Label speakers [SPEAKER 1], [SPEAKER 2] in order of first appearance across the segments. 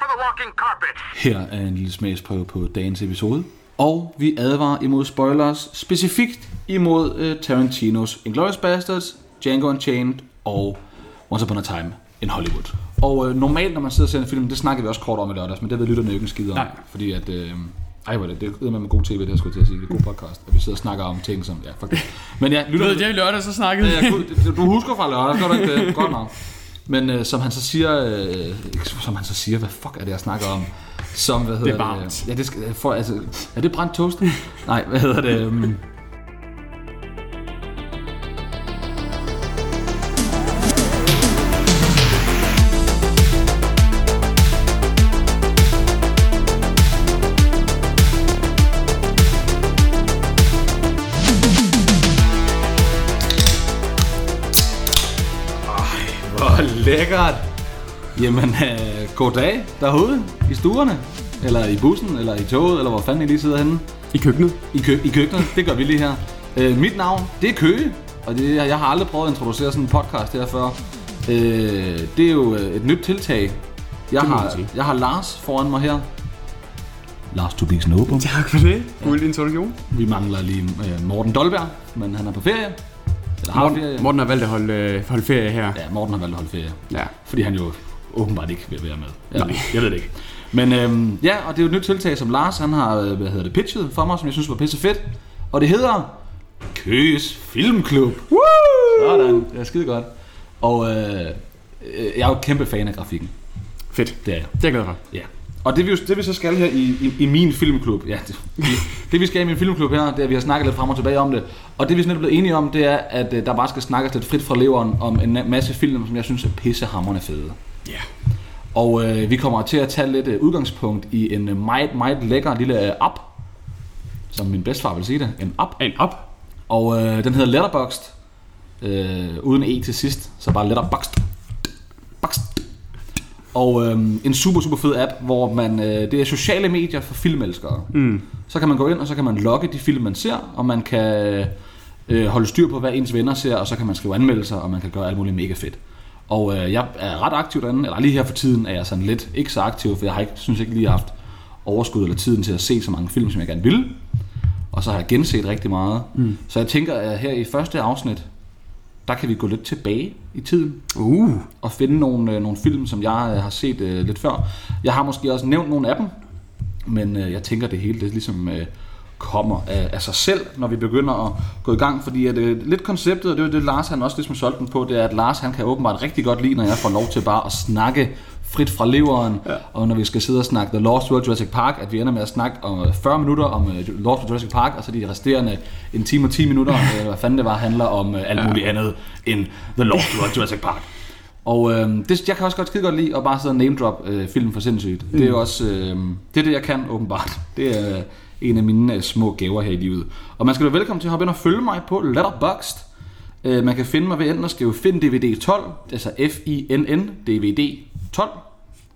[SPEAKER 1] for the walking carpet.
[SPEAKER 2] Her er en lille smagsprøve på dagens episode. Og vi advarer imod spoilers, specifikt imod øh, Tarantinos Inglourious Bastards, Django Unchained og Once Upon a Time in Hollywood. Og øh, normalt, når man sidder og ser en film, det snakker vi også kort om i lørdags, men det ved lytterne jo ikke en skid om.
[SPEAKER 3] Nej.
[SPEAKER 2] Fordi at... Øh, ej, hvor er det, det er med god tv, det her skulle jeg til at sige. Det er god podcast, at vi sidder og snakker om ting som... Ja, fuck det. Men ja,
[SPEAKER 3] Du
[SPEAKER 2] lytterne...
[SPEAKER 3] ved, det er i lørdag, så snakkede
[SPEAKER 2] Ja, gud, det- du husker fra lørdag, gør du ikke det? Godt nok. Men øh, som han så siger, øh, ikke som han så siger, hvad fuck er det, jeg snakker om? Som, hvad hedder
[SPEAKER 3] varmt.
[SPEAKER 2] det? Ja, det skal, for, altså, er det brændt toast? Nej, hvad hedder det? Um, hvor lækkert! Jamen, øh, goddag derude i stuerne, eller i bussen, eller i toget, eller hvor fanden I lige sidder henne.
[SPEAKER 3] I køkkenet.
[SPEAKER 2] I, kø- i køkkenet, det gør vi lige her. Øh, mit navn, det er Køge, og det, jeg har aldrig prøvet at introducere sådan en podcast her før. Øh, det er jo øh, et nyt tiltag. Jeg,
[SPEAKER 3] må man
[SPEAKER 2] har,
[SPEAKER 3] sige.
[SPEAKER 2] jeg har Lars foran mig her. Lars Tobis Nåbom.
[SPEAKER 3] Tak for det. Fuld introduktion.
[SPEAKER 2] Vi mangler lige øh, Morten Dolberg, men han er på ferie. Eller har ferie.
[SPEAKER 3] Morten, Morten har valgt at holde, øh, holde ferie her.
[SPEAKER 2] Ja, Morten har valgt at holde ferie.
[SPEAKER 3] Ja.
[SPEAKER 2] Fordi han jo åbenbart ikke vil være med. Jeg,
[SPEAKER 3] Nej.
[SPEAKER 2] jeg ved det ikke. Men øhm, ja, og det er jo et nyt tiltag, som Lars han har øh, hvad hedder det, pitchet for mig, som jeg synes var pisse fedt. Og det hedder Køges Filmklub. Woo! Sådan, det er skide godt. Og øh, øh, jeg er jo kæmpe fan af grafikken.
[SPEAKER 3] Fedt.
[SPEAKER 2] Det er jeg.
[SPEAKER 3] Det er jeg glad for.
[SPEAKER 2] Ja. Og det vi, jo- det vi så skal her i, i, i min filmklub, ja, det, det vi skal i min filmklub her, det er, at vi har snakket lidt frem og tilbage om det. Og det vi sådan lidt er blevet enige om, det er, at øh, der bare skal snakkes lidt frit fra leveren om en na- masse film, som jeg synes er pissehammerende fede.
[SPEAKER 3] Ja.
[SPEAKER 2] Og øh, vi kommer til at tage lidt øh, udgangspunkt i en øh, meget, meget lækker lille øh, app, som min bedstefar vil sige det, en app.
[SPEAKER 3] En op.
[SPEAKER 2] Og øh, den hedder Letterboxd, øh, uden E til sidst, så bare Letterboxd. Boxd. Og øh, en super, super fed app, hvor man, øh, det er sociale medier for filmelskere. Mm. Så kan man gå ind, og så kan man logge de film, man ser, og man kan øh, holde styr på, hvad ens venner ser, og så kan man skrive anmeldelser, og man kan gøre alt muligt mega fedt. Og øh, jeg er ret aktiv derinde, eller lige her for tiden er jeg sådan lidt ikke så aktiv, for jeg har ikke, synes ikke lige haft overskud eller tiden til at se så mange film, som jeg gerne ville. Og så har jeg genset rigtig meget. Mm. Så jeg tænker, at her i første afsnit, der kan vi gå lidt tilbage i tiden
[SPEAKER 3] Uh.
[SPEAKER 2] og finde nogle, øh, nogle film, som jeg øh, har set øh, lidt før. Jeg har måske også nævnt nogle af dem, men øh, jeg tænker, det hele det ligesom øh, kommer af, af sig selv, når vi begynder at gå i gang. Fordi at, øh, lidt konceptet, og det er jo det, Lars han også ligesom solgte den på, det er, at Lars han kan åbenbart rigtig godt lide, når jeg får lov til bare at snakke frit fra leveren. Ja. Og når vi skal sidde og snakke The Lost World Jurassic Park, at vi ender med at snakke om øh, 40 minutter om øh, Lost World Jurassic Park, og så de resterende en time og 10 minutter, øh, hvad fanden det var, handler om øh, alt muligt andet end The Lost World Jurassic Park. Og øh, det, jeg kan også godt skide godt lide at bare sidde og name drop øh, film for sindssygt. Mm. Det er jo også øh, det, er det, jeg kan åbenbart. Det er øh, en af mine øh, små gaver her i livet. Og man skal være velkommen til at hoppe ind og følge mig på Letterboxd. Øh, man kan finde mig ved enten at skrive Find DVD 12, altså F-I-N-N DVD 12.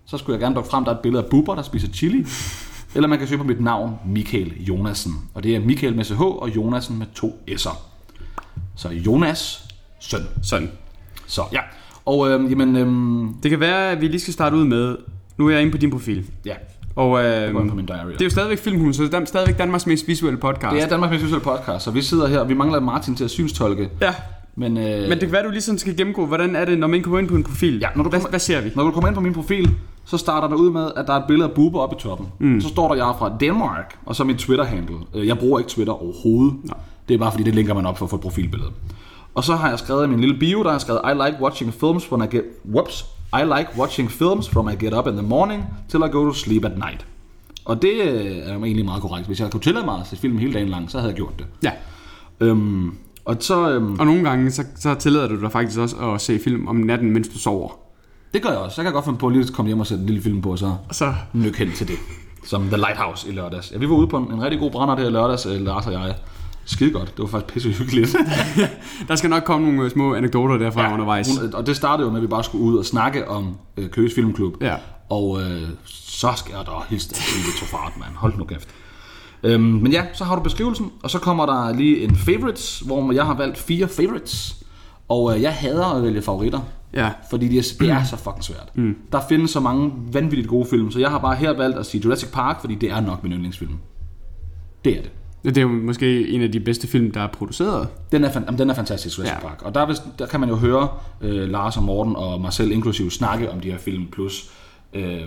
[SPEAKER 2] Så skulle jeg gerne dukke frem, der er et billede af Bubber, der spiser chili. Eller man kan søge på mit navn, Michael Jonasen. Og det er Michael med CH og Jonasen med to S'er. Så Jonas søn.
[SPEAKER 3] Sådan.
[SPEAKER 2] Så ja. Og øhm, jamen, øhm,
[SPEAKER 3] Det kan være, at vi lige skal starte ud med... Nu er jeg inde på din profil.
[SPEAKER 2] ja,
[SPEAKER 3] Og øh,
[SPEAKER 2] det går ind på min diary.
[SPEAKER 3] det er jo stadigvæk Filmhulen, så det er stadigvæk Danmarks mest visuelle podcast.
[SPEAKER 2] det er Danmarks mest visuelle podcast, så vi sidder her, vi mangler Martin til at synstolke.
[SPEAKER 3] Ja.
[SPEAKER 2] Men, øh,
[SPEAKER 3] Men det kan være, du lige sådan skal gennemgå, hvordan er det, når man kommer ind på en profil?
[SPEAKER 2] Ja, når du
[SPEAKER 3] hvad,
[SPEAKER 2] kommer-
[SPEAKER 3] hvad ser vi?
[SPEAKER 2] når du kommer ind på min profil, så starter der ud med, at der er et billede af Bubber oppe i toppen. Mm. Så står der, jeg er fra Danmark, og så min Twitter-handle. Øh, Jeg bruger ikke Twitter overhovedet. Nej. Det er bare fordi, det linker man op for at få et profilbillede. Og så har jeg skrevet i min lille bio, der har jeg skrevet, I like watching films when I get... Whoops. I like watching films from I get up in the morning till I go to sleep at night. Og det øh, er jo egentlig meget korrekt. Hvis jeg kunne tillade mig at se film hele dagen lang, så havde jeg gjort det.
[SPEAKER 3] Ja.
[SPEAKER 2] Øhm, og så... Øhm,
[SPEAKER 3] Og nogle gange, så, så tillader du dig faktisk også at se film om natten, mens du sover.
[SPEAKER 2] det gør jeg også. Så kan jeg godt finde på lige at komme hjem og sætte en lille film på, og så
[SPEAKER 3] Og så
[SPEAKER 2] nyk hen til det. Som The Lighthouse i lørdags. Ja, vi var ude på en, en rigtig god brænder der i lørdags, øh, Lars og jeg. Skide godt. Det var faktisk pisse hyggeligt.
[SPEAKER 3] Der skal nok komme nogle øh, små anekdoter derfra ja, undervejs.
[SPEAKER 2] Hun- øh, og det startede jo med, at vi bare skulle ud og snakke om øh, Køges Filmklub.
[SPEAKER 3] Ja.
[SPEAKER 2] Og øh, så skal jeg da hilse dig, Silke Tofart, mand. Hold nu kæft. Øhm, men ja, så har du beskrivelsen, og så kommer der lige en favorites, hvor jeg har valgt fire favorites. Og øh, jeg hader at vælge favoritter.
[SPEAKER 3] Ja.
[SPEAKER 2] Fordi det er, det er så fucking svært. Mm. Der findes så mange vanvittigt gode film, så jeg har bare her valgt at sige Jurassic Park, fordi det er nok min yndlingsfilm. Det er det.
[SPEAKER 3] Det er jo måske en af de bedste film, der er produceret.
[SPEAKER 2] Den er, fan- jamen, den er fantastisk, Jurassic ja.
[SPEAKER 3] Ja.
[SPEAKER 2] Park. Og der, er vist, der kan man jo høre øh, Lars og Morten og mig selv inklusive snakke om de her film, plus øh, ja,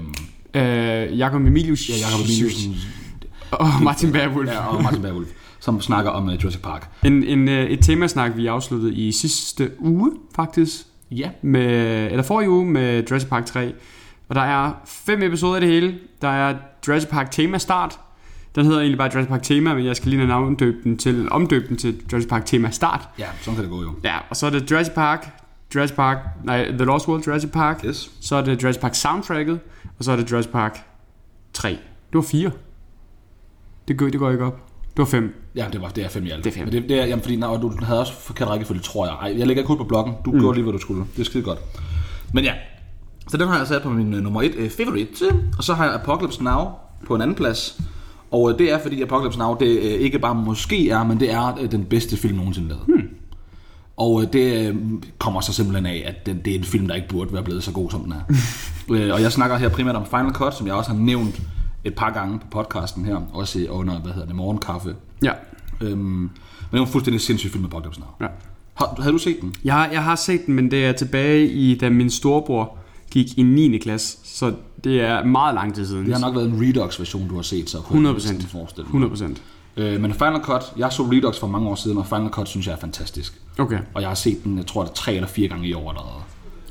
[SPEAKER 3] Øh, Jakob Emilius
[SPEAKER 2] Jacob Emiliusen
[SPEAKER 3] og Martin Bergwulf.
[SPEAKER 2] ja, og Martin Bergulf, som snakker om øh, Jurassic Park.
[SPEAKER 3] En, en, øh, et temasnak, vi afsluttede i sidste uge, faktisk.
[SPEAKER 2] Ja,
[SPEAKER 3] Med, eller forrige uge med Jurassic Park 3. Og der er fem episoder af det hele. Der er Jurassic Park Tema Start. Den hedder egentlig bare Jurassic Park Tema, men jeg skal lige navndøbe den til, omdøbe den til Jurassic Park Tema Start.
[SPEAKER 2] ja sådan kan det gå jo.
[SPEAKER 3] Ja, og så er det Jurassic Park, Jurassic Park, nej, The Lost World Jurassic Park.
[SPEAKER 2] Yes.
[SPEAKER 3] Så er det Jurassic Park soundtracket, og så er det Jurassic Park 3. Det var 4. Det går, det går ikke op. Det var 5.
[SPEAKER 2] Ja, det, var, det er fem i alt.
[SPEAKER 3] Det er fem.
[SPEAKER 2] Men det, det er, jamen, fordi, nej, du havde også forkert rækkefølge, tror jeg. Ej, jeg lægger ikke hul på blokken. Du mm. gjorde lige, hvad du skulle. Det er skide godt. Men ja, så den har jeg sat på min øh, nummer et øh, favorite. Og så har jeg Apocalypse Now på en anden plads. Og øh, det er, fordi Apocalypse Now, det øh, ikke bare måske er, men det er øh, den bedste film nogensinde lavet. Hmm. Og øh, det øh, kommer så simpelthen af, at den, det er en film, der ikke burde være blevet så god, som den er. øh, og jeg snakker her primært om Final Cut, som jeg også har nævnt et par gange på podcasten her. Også øh, under, hvad hedder det, morgenkaffe
[SPEAKER 3] Ja.
[SPEAKER 2] Øhm, men det var en fuldstændig sindssyg film med Apocalypse Now.
[SPEAKER 3] ja.
[SPEAKER 2] Har, havde du set den?
[SPEAKER 3] Jeg, har- jeg har set den, men det er tilbage i, da min storebror gik i 9. klasse, så det er meget lang tid siden.
[SPEAKER 2] Det har nok været en Redux-version, du har set, så kunne
[SPEAKER 3] 100%.
[SPEAKER 2] jeg forestille mig.
[SPEAKER 3] 100%.
[SPEAKER 2] Øh, men Final Cut, jeg så Redux for mange år siden, og Final Cut synes jeg er fantastisk.
[SPEAKER 3] Okay.
[SPEAKER 2] Og jeg har set den, jeg tror, det er tre eller fire gange i år allerede.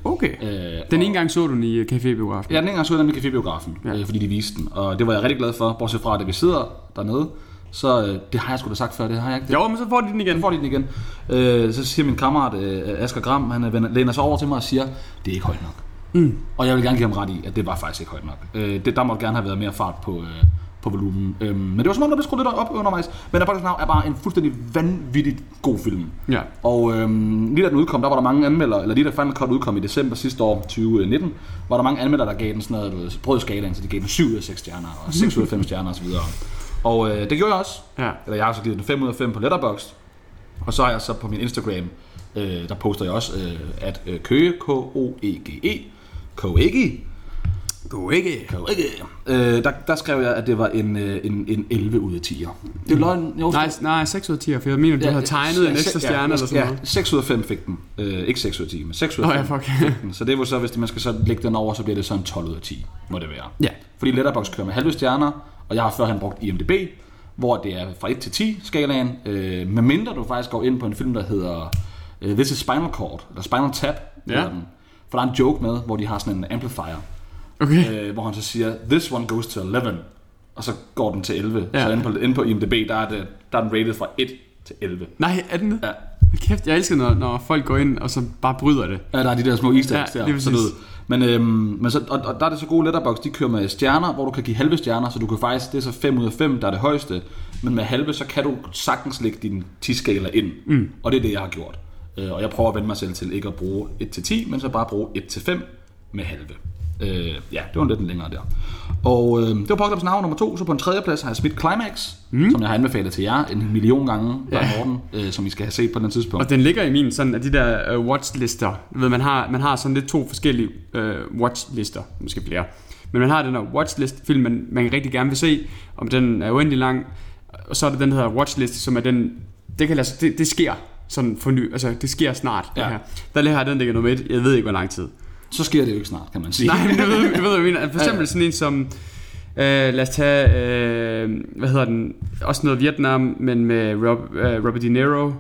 [SPEAKER 3] Okay.
[SPEAKER 2] Øh,
[SPEAKER 3] Den ene gang så du den i øh, Café Biografen.
[SPEAKER 2] Ja, den ene gang så jeg den i cafébiografen, ja. øh, fordi de viste den. Og det var jeg rigtig glad for, bortset fra, at vi sidder dernede. Så øh, det har jeg sgu da sagt før, det har jeg ikke. Det
[SPEAKER 3] Jo, men så får de den igen.
[SPEAKER 2] Jeg får lige den igen. Øh, så siger min kammerat øh, Asger Gram, han øh, vender- læner sig over til mig og siger, det er ikke højt nok. Mm. Og jeg vil gerne give ham ret i, at det var faktisk ikke højt nok. Øh, det, der måtte gerne have været mere fart på, øh, på volumen. Øh, men det var som om, der blev skruet lidt op undervejs. Men Apocalypse Now er bare en fuldstændig vanvittigt god film.
[SPEAKER 3] Ja.
[SPEAKER 2] Og øhm, lige da den udkom, der var der mange anmeldere, eller lige da Final Cut udkom i december sidste år, 2019, var der mange anmeldere, der gav den sådan noget, du ved, brød skalaen, så de gav den 7 ud af 6 stjerner, og 6 ud af 5 stjerner osv. Og øh, det gjorde jeg også.
[SPEAKER 3] Ja.
[SPEAKER 2] Eller jeg har så givet den 5 ud af 5 på Letterboxd. Og så har jeg så på min Instagram, øh, der poster jeg også, øh, at øh, Køge, E K-O-E-G-E, Køge,
[SPEAKER 3] Go ikke.
[SPEAKER 2] Køge, øh, der, der skrev jeg, at det var en, øh, en, en 11 ud af 10. Det er løgn. Jo,
[SPEAKER 3] Nej, s- nej, 6 ud af 10, for jeg mener, du havde tegnet en ekstra stjerne eller sådan noget.
[SPEAKER 2] Ja, 6 ud af 5 fik den. Øh, ikke 6 ud af 10, men 6 ud af
[SPEAKER 3] Nå
[SPEAKER 2] 5
[SPEAKER 3] ja,
[SPEAKER 2] fik
[SPEAKER 3] fuck.
[SPEAKER 2] den. Så det var så, hvis det- man skal så lægge den over, så bliver det så en 12 ud af 10, må det være.
[SPEAKER 3] Ja.
[SPEAKER 2] Fordi Letterboxd kører med halve stjerner, og jeg har førhen brugt IMDB, hvor det er fra 1 til 10 skalaen, øh, medmindre du faktisk går ind på en film, der hedder øh, This is Spinal Cord, eller Spinal Tap,
[SPEAKER 3] Ja.
[SPEAKER 2] hedder den. for der er en joke med, hvor de har sådan en amplifier,
[SPEAKER 3] Okay.
[SPEAKER 2] øh, hvor han så siger, this one goes to 11, og så går den til 11. Ja.
[SPEAKER 3] Ja.
[SPEAKER 2] Så inde på, inde på IMDB, der er, det, der er den rated fra 1 til 11.
[SPEAKER 3] Nej, er den det?
[SPEAKER 2] Ja.
[SPEAKER 3] Hold Kæft, jeg elsker, når, når folk går ind, og så bare bryder det.
[SPEAKER 2] Ja, der er de der små easter eggs
[SPEAKER 3] Ja,
[SPEAKER 2] ja, der.
[SPEAKER 3] lige
[SPEAKER 2] Så du
[SPEAKER 3] præcis.
[SPEAKER 2] ved. Men, øhm, men så, og, og, der er det så gode letterbox, de kører med stjerner, hvor du kan give halve stjerner, så du kan faktisk, det er så 5 ud af 5, der er det højeste. Men med halve, så kan du sagtens lægge din 10-skala ind. Mm. Og det er det, jeg har gjort. Øh, og jeg prøver at vende mig selv til ikke at bruge 1-10, men så bare bruge 1-5 med halve. Øh, ja, det var en lidt længere der. Og øh, det var Apocalypse Now nummer to, så på en tredje plads har jeg smidt Climax, mm. som jeg har anbefalet til jer en million gange, der ja. Morten, øh, som I skal have set på den tidspunkt.
[SPEAKER 3] Og den ligger i min sådan af de der uh, watchlister. Du ved, man har, man har sådan lidt to forskellige uh, watchlister, måske flere. Men man har den her watchlist film, man, man rigtig gerne vil se, og den er uendelig lang. Og så er der den, der hedder watchlist, som er den, det kan lade sig, det, det sker sådan for ny, altså det sker snart.
[SPEAKER 2] Ja.
[SPEAKER 3] Det her. Der lige har den ligger nummer et, jeg ved ikke hvor lang tid.
[SPEAKER 2] Så sker det jo ikke snart, kan man sige.
[SPEAKER 3] Nej, men du ved, du ved hvad jeg mener. For eksempel sådan en som... Øh, lad os tage, øh, hvad hedder den, også noget Vietnam, men med Rob, øh, Robert De Niro,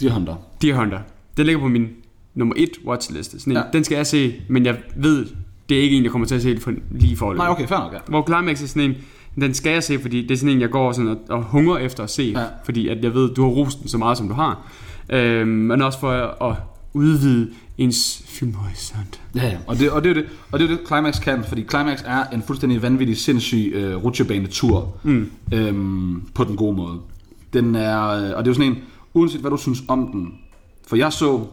[SPEAKER 2] De hunter.
[SPEAKER 3] Deer Hunter. Den ligger på min nummer 1 watchliste. Sådan en,
[SPEAKER 2] Ja.
[SPEAKER 3] ja. Den skal jeg se, men jeg ved, det er ikke en, jeg kommer til at se for, lige for
[SPEAKER 2] Nej, okay, fair nok, ja.
[SPEAKER 3] Hvor Climax er sådan en, den skal jeg se, fordi det er sådan en, jeg går sådan og, og hungrer efter at se,
[SPEAKER 2] Ja.
[SPEAKER 3] ja. fordi at jeg ved, du har rost den så meget, som du har. Øhm, men også for at, at udvide ens filmhorisont.
[SPEAKER 2] Ja, ja. Og, det, og, det er det, og det er det, Climax kan, fordi Climax er en fuldstændig vanvittig, sindssyg øh, rutsjebanetur mm. øhm, på den gode måde. Den er, øh, og det er jo sådan en, uanset hvad du synes om den, for jeg så,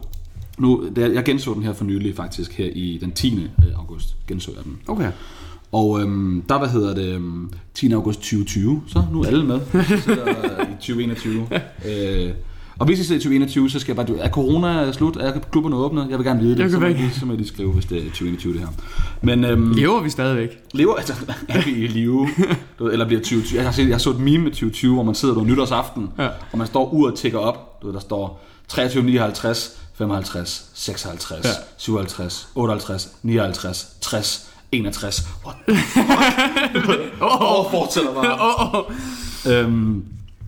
[SPEAKER 2] nu, da jeg jeg genså den her for nylig faktisk, her i den 10. august, genså jeg den.
[SPEAKER 3] Okay.
[SPEAKER 2] Og øhm, der, hvad hedder det, øhm, 10. august 2020, så nu er alle med, så, øh, i 2021. Øh, Og hvis I sidder i 2021, så skal jeg bare... dø- Er corona slut? Er klubberne åbnet? Jeg vil gerne vide det.
[SPEAKER 3] Jeg kan
[SPEAKER 2] så, må I
[SPEAKER 3] ikke.
[SPEAKER 2] lige, så må I lige skrive, hvis det er 2021 det her. Men øhm,
[SPEAKER 3] Lever vi stadigvæk?
[SPEAKER 2] lever altså er vi i live, du ved, eller bliver 2020. Jeg har, set, jeg har så et meme med 2020, hvor man sidder på nytårsaften,
[SPEAKER 3] Ja.
[SPEAKER 2] og man står uret tigger op. Du ved, der står 23, 59, 55, 56,
[SPEAKER 3] Ja.
[SPEAKER 2] 57, 58, 59, 60, 61. What
[SPEAKER 3] Åh,
[SPEAKER 2] oh, fortæller mig.
[SPEAKER 3] åh, åh.
[SPEAKER 2] Øhm,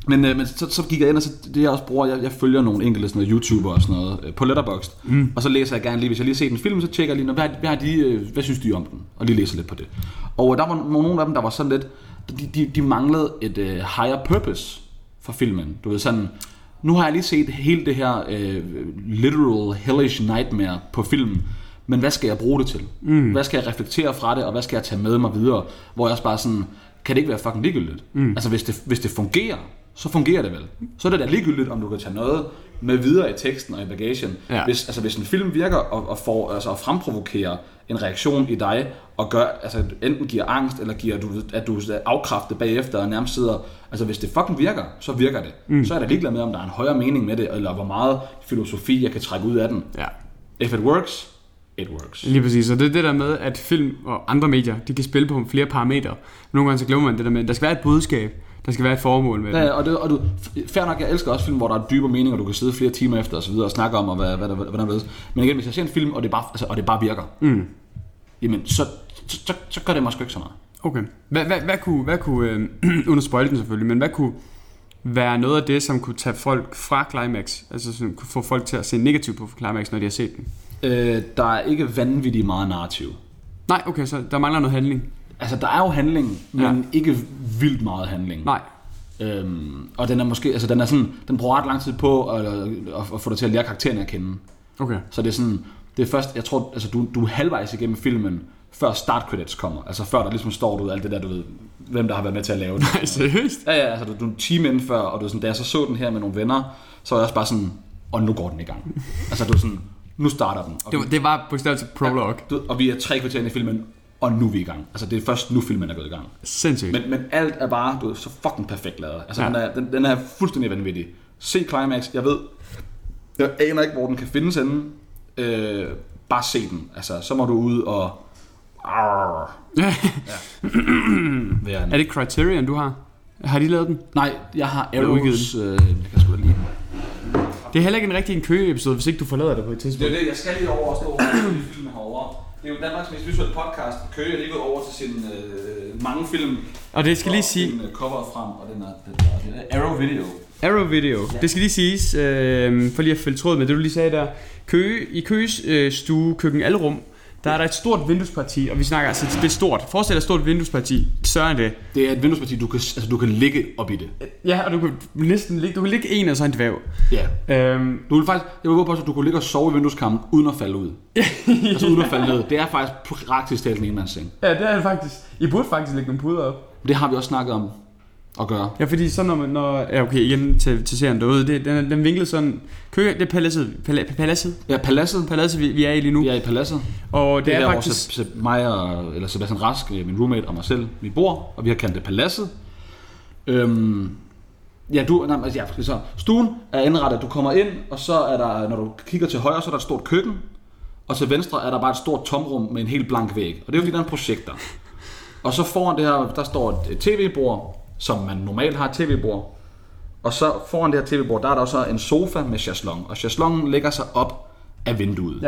[SPEAKER 2] men, øh, men så, så gik jeg ind, og så, det jeg også bruger, jeg, jeg følger nogle enkelte sådan noget, YouTuber og sådan noget øh, på Letterboxd. Mm. Og så læser jeg gerne lige, hvis jeg lige har set en film, så tjekker jeg lige, "Nå, hvad, har- hvad, har de, øh, hvad synes de om den? Og lige læser lidt på det. Og øh, der var no- nogle af dem, der var sådan lidt, de, de, de manglede et øh, higher purpose for filmen. Du ved sådan, nu har jeg lige set hele det her øh, literal hellish nightmare på filmen, men hvad skal jeg bruge det til? Mm. Hvad skal jeg reflektere fra det, og hvad skal jeg tage med mig videre? Hvor jeg også bare sådan, kan det ikke være fucking ligegyldigt? Mm. Altså hvis det, hvis det fungerer, så fungerer det vel. Så er det da ligegyldigt, om du kan tage noget med videre i teksten og i bagagen.
[SPEAKER 3] Ja.
[SPEAKER 2] Hvis, altså, hvis en film virker og, og, får, altså, og fremprovokerer en reaktion i dig, og gør, altså, enten giver angst, eller giver, du, at du er afkræftet bagefter og nærmest sidder... Altså hvis det fucking virker, så virker det. Mm. Så er jeg da ligeglad med, om der er en højere mening med det, eller hvor meget filosofi jeg kan trække ud af den.
[SPEAKER 3] Ja,
[SPEAKER 2] If it works, it works.
[SPEAKER 3] lige præcis. Så det er det der med, at film og andre medier, de kan spille på flere parametre. Nogle gange så glemmer man det der med, at der skal være et budskab, der skal være et formål med
[SPEAKER 2] Ja,
[SPEAKER 3] det.
[SPEAKER 2] ja, og, det, og du, fair nok, jeg elsker også film, hvor der er dybere meninger, du kan sidde flere timer efter og, så videre, og snakke om, og hvad, hvad, der, hvordan det er. Men igen, hvis jeg ser en film, og det bare, altså, og det bare virker, mm. jamen, så, så, så, så, gør det mig sgu ikke så meget.
[SPEAKER 3] Okay. Hvad, hvad, hvad kunne, hvad kunne øh, under spoilten selvfølgelig, men hvad kunne være noget af det, som kunne tage folk fra Climax? Altså som kunne få folk til at se negativt på Climax, når de har set den?
[SPEAKER 2] Øh, der er ikke vanvittigt meget narrativ.
[SPEAKER 3] Nej, okay, så der mangler noget handling.
[SPEAKER 2] Altså, der er jo handling, men ja. ikke vildt meget handling.
[SPEAKER 3] Nej.
[SPEAKER 2] Øhm, og den er måske, altså den er sådan, den bruger ret lang tid på at, at, at få dig til at lære karakteren at kende.
[SPEAKER 3] Okay.
[SPEAKER 2] Så det er sådan, det er først, jeg tror, altså du, du er halvvejs igennem filmen, før start credits kommer. Altså før der ligesom står, du ved, alt det der, du ved, hvem der har været med til at lave det.
[SPEAKER 3] Nej, seriøst?
[SPEAKER 2] Ja, ja, altså du, du er en time inden før, og du er sådan, da jeg så så den her med nogle venner, så var jeg også bare sådan, og nu går den i gang. Altså du er sådan, nu starter den. Og,
[SPEAKER 3] Det var, det var på stedet til prologue.
[SPEAKER 2] du, ved, og vi er tre kvarter inde i filmen, og nu er vi i gang. Altså det er først nu filmen er gået i gang.
[SPEAKER 3] Sindssygt.
[SPEAKER 2] Men, men alt er bare du ved, så fucking perfekt lavet. Altså,
[SPEAKER 3] Ja.
[SPEAKER 2] ja. den, er, den, den er fuldstændig vanvittig. Se Climax, jeg ved, jeg aner ikke, hvor den kan findes henne. Øh, bare se den. Altså, så må du ud og... Arr, være en...
[SPEAKER 3] er det Criterion, du har? Har de lavet den?
[SPEAKER 2] Nej, jeg har
[SPEAKER 3] udgivet
[SPEAKER 2] Arrows... Øh, jeg kan sgu da lige...
[SPEAKER 3] Det er heller ikke en rigtig en køge-episode, hvis ikke du forlader det på et tidspunkt.
[SPEAKER 2] det, jeg skal lige over og stå og filmen herovre. Det er jo Danmarks mest visuelle podcast. Køge er lige gået over til sin øh, mange film.
[SPEAKER 3] Og det skal lige sige,
[SPEAKER 2] cover øh, frem, og den er, den er Arrow Video.
[SPEAKER 3] Arrow Video, det skal lige siges, øh, for lige at følge tråd med det, du lige sagde der. Køge, I Køges øh, stue, køkken alrum, der er der et stort vinduesparti, og vi snakker altså, det er stort. Forestil dig et stort vinduesparti, større end det. Øh,
[SPEAKER 2] Det er et vinduesparti, du kan, altså, du kan ligge op i det.
[SPEAKER 3] Ja, og du kan næsten ligge, du kan ligge en og så en dvæv.
[SPEAKER 2] Ja.
[SPEAKER 3] Øhm,
[SPEAKER 2] Du vil faktisk, jeg vil på, at du kunne ligge og sove i vindueskammen, uden at falde ud. altså uden at falde ned. Det er faktisk praktisk talt en enmandsseng.
[SPEAKER 3] ja, det er det faktisk. I burde faktisk lægge nogle puder op.
[SPEAKER 2] Det har vi også snakket om at gøre.
[SPEAKER 3] Ja, fordi så når man... Når, ja, okay, igen til, til serien derude. Det, den, er- den vinklede sådan... Køge, det er paladset, pala, paladset,
[SPEAKER 2] Ja, paladset.
[SPEAKER 3] paladset vi, vi er i lige nu.
[SPEAKER 2] Vi er i paladset.
[SPEAKER 3] Og det,
[SPEAKER 2] Det er,
[SPEAKER 3] er
[SPEAKER 2] der,
[SPEAKER 3] faktisk...
[SPEAKER 2] faktisk... hvor Se- Se- mig og, eller Sebastian Rask, øh, min roommate og mig selv, vi bor, og vi har kaldt det paladset. Øhm, ja, du, nej, men altså, ja, så stuen er indrettet, du kommer ind, og så er der, når du kigger til højre, så er der et stort køkken, og til venstre er der bare et stort tomrum med en helt blank væg. Og det er jo fordi, der er en projekter. Og så foran det her, der står et tv-bord, som man normalt har et tv-bord. Og så foran det her tv-bord, der er der også en sofa med chaslong. Og chaslongen lægger sig op af vinduet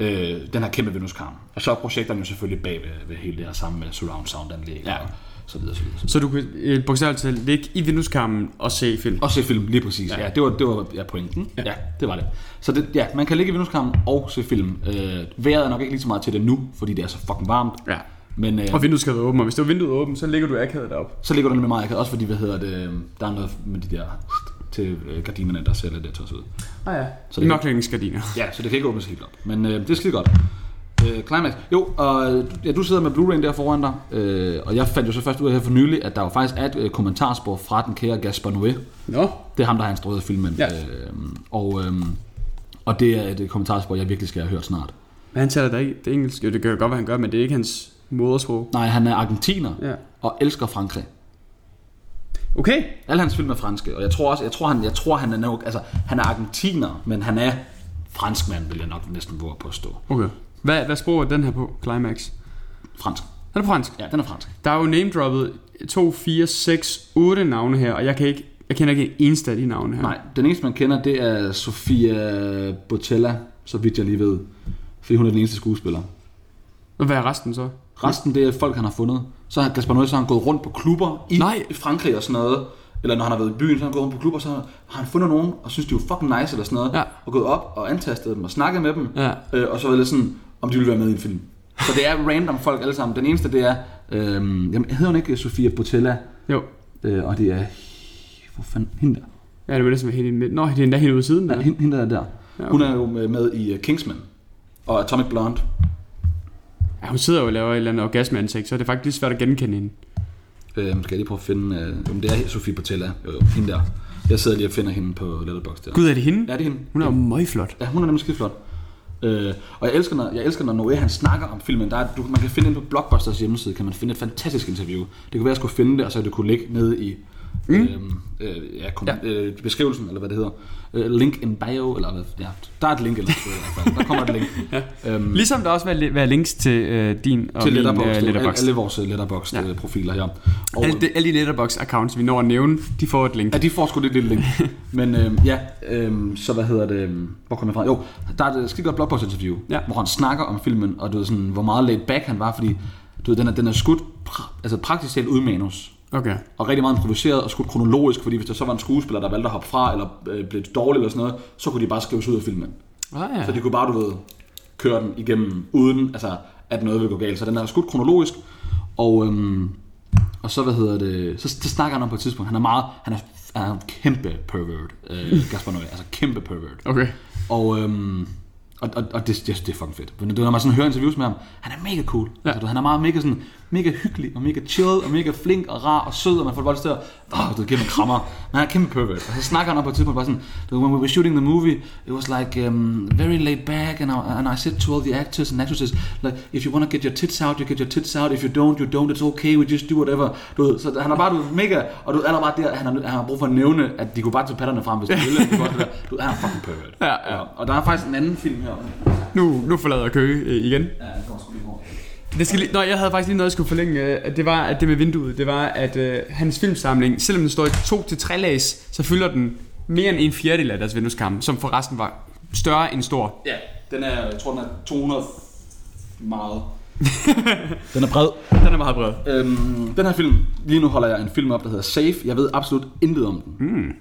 [SPEAKER 3] Ja.
[SPEAKER 2] øh, den her kæmpe vindueskarm. Og så er projekterne jo selvfølgelig bag ved, ved hele det her sammen med surround sound anlæg ja. og så videre, så videre. Så.
[SPEAKER 3] Så du kan øh, bogstaveligt talt ligge i vindueskarmen og se film.
[SPEAKER 2] Og se film, lige præcis. Ja, ja det var, det var ja, pointen. Ja. ja. det var det. Så det, ja, man kan ligge i vindueskarmen og se film. Øh, vejret er nok ikke lige så meget til det nu, fordi det er så fucking varmt.
[SPEAKER 3] Ja.
[SPEAKER 2] Men øh,
[SPEAKER 3] Og vinduet skal være åbent, og hvis det var vinduet åbent, så ligger du akavet deroppe.
[SPEAKER 2] så ligger du nemlig meget, også fordi, hvad hedder det, øh, der er noget med de der til øh, gardinerne, der ser lidt der tosset ud.
[SPEAKER 3] Ah ja.
[SPEAKER 2] Så
[SPEAKER 3] Så
[SPEAKER 2] det-
[SPEAKER 3] det Mørklægningsgardiner.
[SPEAKER 2] Ja, så det kan ikke åbnes helt op. Men øh, det er skide godt. Øh, Climax. Jo, og øh, ja, du sidder med Blu-ray'en der foran dig, øh, og jeg fandt jo så først ud af her for nylig, at der jo faktisk er et øh, kommentarspor fra den kære Gaspar Noé.
[SPEAKER 3] Nå.
[SPEAKER 2] Det er ham, der har instrueret filmen.
[SPEAKER 3] Ja.
[SPEAKER 2] Øh, og, øh, og det er et øh, kommentarspor, jeg virkelig skal have hørt snart.
[SPEAKER 3] Men han taler da ikke det engelsk. Jo, det kan jo godt være, han gør, men det er ikke hans modersprog.
[SPEAKER 2] Nej, han er argentiner
[SPEAKER 3] Ja.
[SPEAKER 2] og elsker Frankrig.
[SPEAKER 3] Okay.
[SPEAKER 2] Alle hans film er franske, og jeg tror også, jeg tror, han, jeg tror, han er nok, altså, han er argentiner, men han er franskmand, vil jeg nok næsten våge på at stå.
[SPEAKER 3] Okay. Hvad, hvad sprog er den her på, Climax?
[SPEAKER 2] Fransk.
[SPEAKER 3] Den er fransk.
[SPEAKER 2] Ja, den er fransk.
[SPEAKER 3] Der er jo name-droppet 2, 4, 6, 8 navne her, og jeg, kan ikke, jeg kender ikke en eneste af de navne her.
[SPEAKER 2] Nej, den eneste, man kender, det er Sofia Botella, så vidt jeg lige ved. Fordi hun er den eneste skuespiller.
[SPEAKER 3] Og hvad er resten så?
[SPEAKER 2] Resten, det er folk, han har fundet. Så har Gaspar Noé, så har han gået rundt på klubber i
[SPEAKER 3] Nej.
[SPEAKER 2] Nej. Frankrig og sådan noget. Eller når han har været i byen, så har han gået rundt på klubber, så har han fundet nogen, og synes, de var fucking nice eller sådan noget.
[SPEAKER 3] Ja.
[SPEAKER 2] Og gået op og antastet dem og snakket med dem.
[SPEAKER 3] Ja.
[SPEAKER 2] Øh, og så været lidt sådan, om de ville være med i en film. Så det er random folk alle sammen. Den eneste, det er... Øh, jamen, hedder hun ikke Sofia Botella?
[SPEAKER 3] Jo.
[SPEAKER 2] Øh, og det er... Hvor fanden? Hende der.
[SPEAKER 3] Ja, det var næsten helt i midten. Nå, det er endda helt ude siden.
[SPEAKER 2] Ja,
[SPEAKER 3] Der.
[SPEAKER 2] hende, hende der er der.
[SPEAKER 3] Ja, okay.
[SPEAKER 2] Hun er jo med, med i øh, Kingsman og Atomic Blonde.
[SPEAKER 3] Ja, hun sidder jo og laver et eller andet orgasmeansigt, så er det faktisk lidt svært at genkende hende.
[SPEAKER 2] Øhm, skal jeg lige prøve at finde... Øh, jamen, det er Sofie Patella. Jo, jo, hende der. Jeg sidder lige og finder hende på Letterboxd der.
[SPEAKER 3] Gud, er det hende?
[SPEAKER 2] Ja, det er hende.
[SPEAKER 3] Hun er jo møgflot.
[SPEAKER 2] Ja, hun er nemlig skide flot. Øh, og jeg elsker, når, jeg elsker, når Noé han snakker om filmen. Der er, du, man kan finde ind på Blockbusters hjemmeside, kan man finde et fantastisk interview. Det kunne være, at jeg skulle finde det, og så det kunne ligge nede i mm. øh, ja, kom, ja. Øh, beskrivelsen, eller hvad det hedder. Øh, link in bio, eller hvad. Ja, der er et link, eller hvad, i hvert fald. Der kommer et link. ja. øhm,
[SPEAKER 3] Ligesom der også vil li- være links til øh, din og
[SPEAKER 2] til
[SPEAKER 3] min
[SPEAKER 2] Letterboxd.
[SPEAKER 3] øh,
[SPEAKER 2] Alle,
[SPEAKER 3] Letterboxd.
[SPEAKER 2] alle vores Letterboxd øh, profiler her. Og,
[SPEAKER 3] Alle, de, alle de Letterboxd-accounts, vi når at nævne, de får et link.
[SPEAKER 2] Ja, de får sgu det lille link. Men øhm, ja, øhm, så hvad hedder det? øhm, Hvor kom jeg fra? Jo, der er et øh, skide godt blogpost-interview,
[SPEAKER 3] Ja.
[SPEAKER 2] hvor han snakker om filmen, og du ved sådan, hvor meget laid back han var, fordi du ved, den er, den er skudt pra- altså praktisk talt uden manus.
[SPEAKER 3] Okay.
[SPEAKER 2] Og rigtig meget improviseret og skudt kronologisk, fordi hvis der så var en skuespiller, der valgte at hoppe fra, eller øh, blev dårlig eller sådan noget, så kunne de bare skrives ud af filmen.
[SPEAKER 3] Ah, ja.
[SPEAKER 2] Så de kunne bare, du ved, køre den igennem, uden altså, at noget ville gå galt. Så den er skudt kronologisk, og, øhm, og så, hvad hedder det, så, så snakker han om på et tidspunkt, han er meget, han er, han er en kæmpe pervert, øh, Gaspar Noé, altså kæmpe pervert.
[SPEAKER 3] Okay.
[SPEAKER 2] Og, øhm, og, og, og det, det, det er fucking fedt. Men du, når man sådan hører interviews med ham, han er mega cool. Ja. Altså, du, han er meget mega, sådan, mega hyggelig, og mega chill, og mega flink, og rar, og sød, og man får bare lyst til at, åh, du giver mig krammer. Men han er kæmpe pervert. Og så snakker han op på et tidspunkt bare sådan, du, when we were shooting the movie, it was like um, very laid back, and I, and I said to all the actors and actresses, like, if you want to get your tits out, you get your tits out, if you don't, you don't, it's okay, we just do whatever. Du, ved, så han er bare du, ved, mega, og du, han er bare der, han har, han har brug for at nævne, at de kunne bare tage patterne frem, hvis de ville, og de kunne også det der. du, han er fucking pervert.
[SPEAKER 3] Ja, ja.
[SPEAKER 2] Og der er faktisk en anden film her.
[SPEAKER 3] Nu, nu forlader jeg Køge øh, igen.
[SPEAKER 2] Ja, den kommer sgu lige over.
[SPEAKER 3] Det skal lige, nå, jeg havde faktisk lige noget, jeg skulle forlænge. øh, at Det var, at det med vinduet, det var, at øh, hans filmsamling, selvom den står i to til tre lag, så fylder den mere end en fjerdedel af deres vindueskarm, som forresten var større end stor.
[SPEAKER 2] Ja, den er, jeg tror, den er 200 meget. den er bred.
[SPEAKER 3] Den er meget bred.
[SPEAKER 2] Øhm, den her film, lige nu holder jeg en film op, der hedder Safe. Jeg ved absolut intet om den. Mm.
[SPEAKER 3] Hmm.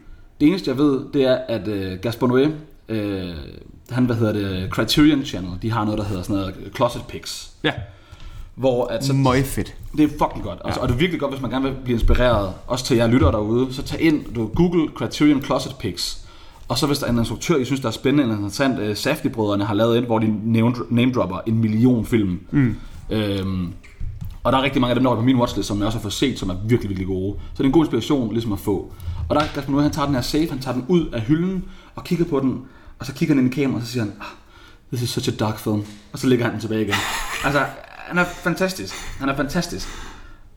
[SPEAKER 2] Det eneste, jeg ved, det er, at øh, Gaspar Noé, øh, han, hvad hedder det, Criterion Channel, de har noget, der hedder sådan noget øh, Closet Pics.
[SPEAKER 3] Ja,
[SPEAKER 2] Hvor at, så,
[SPEAKER 3] møg fedt.
[SPEAKER 2] det er fucking godt. Altså, Og det er virkelig godt, hvis man gerne vil blive inspireret, også til jer lyttere derude, så tag ind, du Google Criterion Closet Pics. Og så hvis der er en instruktør, I synes, der er spændende eller interessant, øh, Safdie-brødrene har lavet et, hvor de name- name-dropper en million film. Mm. Øhm, og der er rigtig mange af dem, der er på min watchlist, som jeg også har fået set, som er virkelig, virkelig gode. Så det er en god inspiration ligesom at få. Og der er Gaspar Noé, han tager den her safe, han tager den ud af hylden og kigger på den, og så kigger han ind i kameraet, og så siger han, ah, this is such a dark film. Og så lægger han den tilbage igen. altså, han er fantastisk. Han er fantastisk.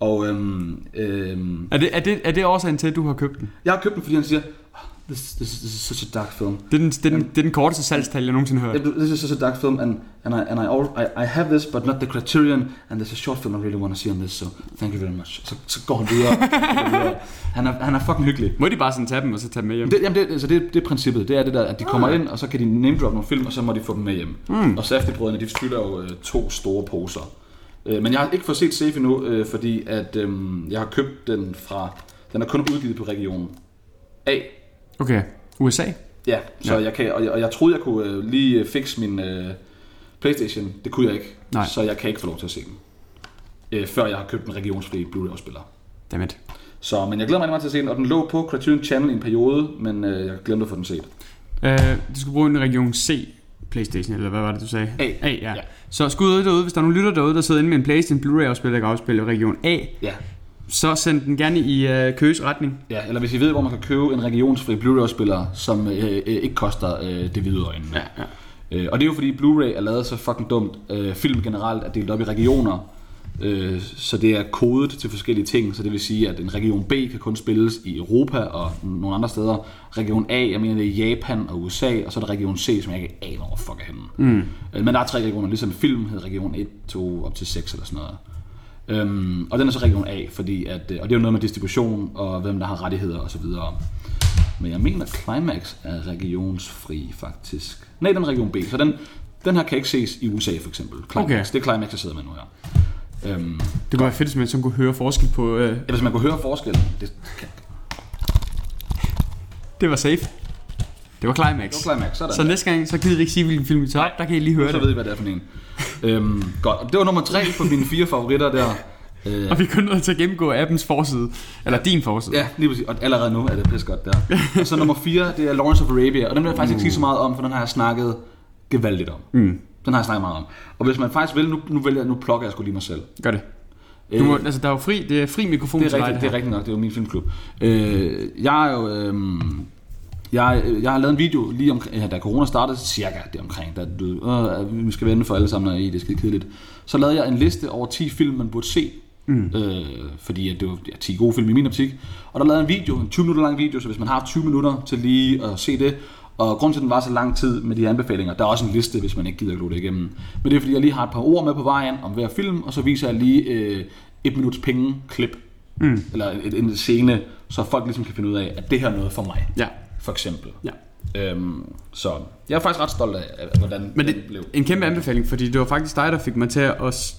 [SPEAKER 2] Og øhm, øhm,
[SPEAKER 3] Er det, er, det, er det årsagen til, at du har købt den?
[SPEAKER 2] jeg har købt den, fordi han siger, "Ah, this, this, this is such a dark film.
[SPEAKER 3] Det er den, det er den, det er den korteste salgstal, jeg nogensinde har hørt.
[SPEAKER 2] This is such a dark film, and, and, I, and I, al- I, I have this, but not the criterion, and there's a short film I really want to see on this, so thank you very much. Så, så går han videre. han, er, han er fucking hyggelig.
[SPEAKER 3] Må de bare sådan tage dem og så tage dem med hjem?
[SPEAKER 2] Det, jamen det, altså det, det er princippet, det er det der, at de kommer ind, og så kan de name drop nogle film, og så må de få dem med hjem. Mm. Og Safety-brødrene, de fylder jo øh, to store poser. Øh, men jeg har ikke fået set Safe endnu, øh, fordi at, øh, jeg har købt den fra, den er kun udgivet på regionen A.
[SPEAKER 3] Okay. USA?
[SPEAKER 2] Ja, så jeg kan, og jeg, og jeg troede, jeg kunne øh, lige øh, fikse min øh, Playstation, det kunne jeg ikke.
[SPEAKER 3] Nej.
[SPEAKER 2] Så jeg kan ikke få lov til at se den, øh, før jeg har købt en regionsfri Blu-ray-spiller.
[SPEAKER 3] Dammit.
[SPEAKER 2] Så, men jeg glæder mig rigtig meget til at se den, og den lå på Criterion Channel i en periode, men øh, jeg glemte at få den set.
[SPEAKER 3] Øh, du skulle bruge en region C Playstation, eller hvad var det, du sagde?
[SPEAKER 2] A.
[SPEAKER 3] A, ja. ja.
[SPEAKER 2] Ja.
[SPEAKER 3] Så skud ud derude, hvis der er nogle lytter derude, der sidder inde med en Playstation, Blu-ray afspiller, der kan afspille region A,
[SPEAKER 2] Ja,
[SPEAKER 3] så send den gerne i øh, køs retning.
[SPEAKER 2] Ja, eller hvis I ved, hvor man kan købe en regionsfri Blu-ray-spiller, som øh, øh, ikke koster øh, det hvide øjne. Ja, ja. Øh, og det er jo fordi Blu-ray er lavet så fucking dumt. Øh, film generelt er delt op i regioner, Øh, så det er kodet til forskellige ting, så det vil sige, at en region B kan kun spilles i Europa og nogle andre steder. Region A, jeg mener det er Japan og USA, og så er der region C, som jeg ikke aner hvor fuck er henne. Mm. Øh, men der er tre regioner, ligesom i film hedder region 1, 2, op til 6 eller sådan noget. Øhm, og den er så region A, fordi at, øh, og det er jo noget med distribution og hvem der har rettigheder osv. Men jeg mener, Climax er regionsfri faktisk. Nej, den er region B, så den, den her kan ikke ses i USA for eksempel. Climax.
[SPEAKER 3] Okay.
[SPEAKER 2] Okay. Det er Climax, jeg sidder med nu her. Øhm,
[SPEAKER 3] Det kunne være fedt, hvis man sådan kunne høre forskel på... Øh,
[SPEAKER 2] ja, hvis man kunne høre forskellen, det,
[SPEAKER 3] det var safe. Det var climax.
[SPEAKER 2] Det var climax, sådan.
[SPEAKER 3] Så næste gang, så gider vi ikke sige, hvilken film vi tager op. Der kan I lige høre
[SPEAKER 2] så
[SPEAKER 3] det.
[SPEAKER 2] ved I, hvad det er for en. Øhm, godt, og det var nummer tre på mine fire favoritter der. Øh,
[SPEAKER 3] Og vi er kun nødt til at gennemgå appens forside. Eller din forside.
[SPEAKER 2] Ja, lige præcis. Og allerede nu er det pisse godt der. Og så nummer 4, det er Lawrence of Arabia. Og den vil jeg faktisk ikke sige så meget om, for den har jeg snakket gevaldigt om. Mm. Den har jeg snakket meget om. Og hvis man faktisk vil, nu, nu, vælger, jeg- nu plukker jeg sgu lige mig selv.
[SPEAKER 3] Gør det. Du må, altså, der er jo fri, det er fri mikrofon
[SPEAKER 2] Det er,
[SPEAKER 3] til dig,
[SPEAKER 2] rigtigt, det
[SPEAKER 3] her.
[SPEAKER 2] er rigtigt nok, det er jo min filmklub. Øh, jeg er jo... Øh, jeg, øh, jeg har lavet en video lige om, ja, da corona startede, cirka det omkring, da du, øh, vi skal vende for alle sammen, og i det er skide kedeligt. Så lavede jeg en liste over 10 film, man burde se. Mm. Øh, fordi at det var ja, 10 gode film i min optik. Og der lavede jeg en video, en 20 minutter lang video, så hvis man har haft 20 minutter til lige at se det, og grunden til, at den var så lang tid med de her anbefalinger, der er også en liste, hvis man ikke gider at glo det igennem. Men det er, fordi jeg lige har et par ord med på vejen om hver film, og så viser jeg lige øh, et minuts penge klip mm. eller et, en scene, så folk ligesom kan finde ud af, at det her er noget for mig,
[SPEAKER 3] Ja.
[SPEAKER 2] for eksempel.
[SPEAKER 3] ja.
[SPEAKER 2] Øhm, så jeg er faktisk ret stolt af, af hvordan
[SPEAKER 3] Men
[SPEAKER 2] den blev.
[SPEAKER 3] det, en kæmpe anbefaling, fordi det var faktisk dig, der fik mig til at også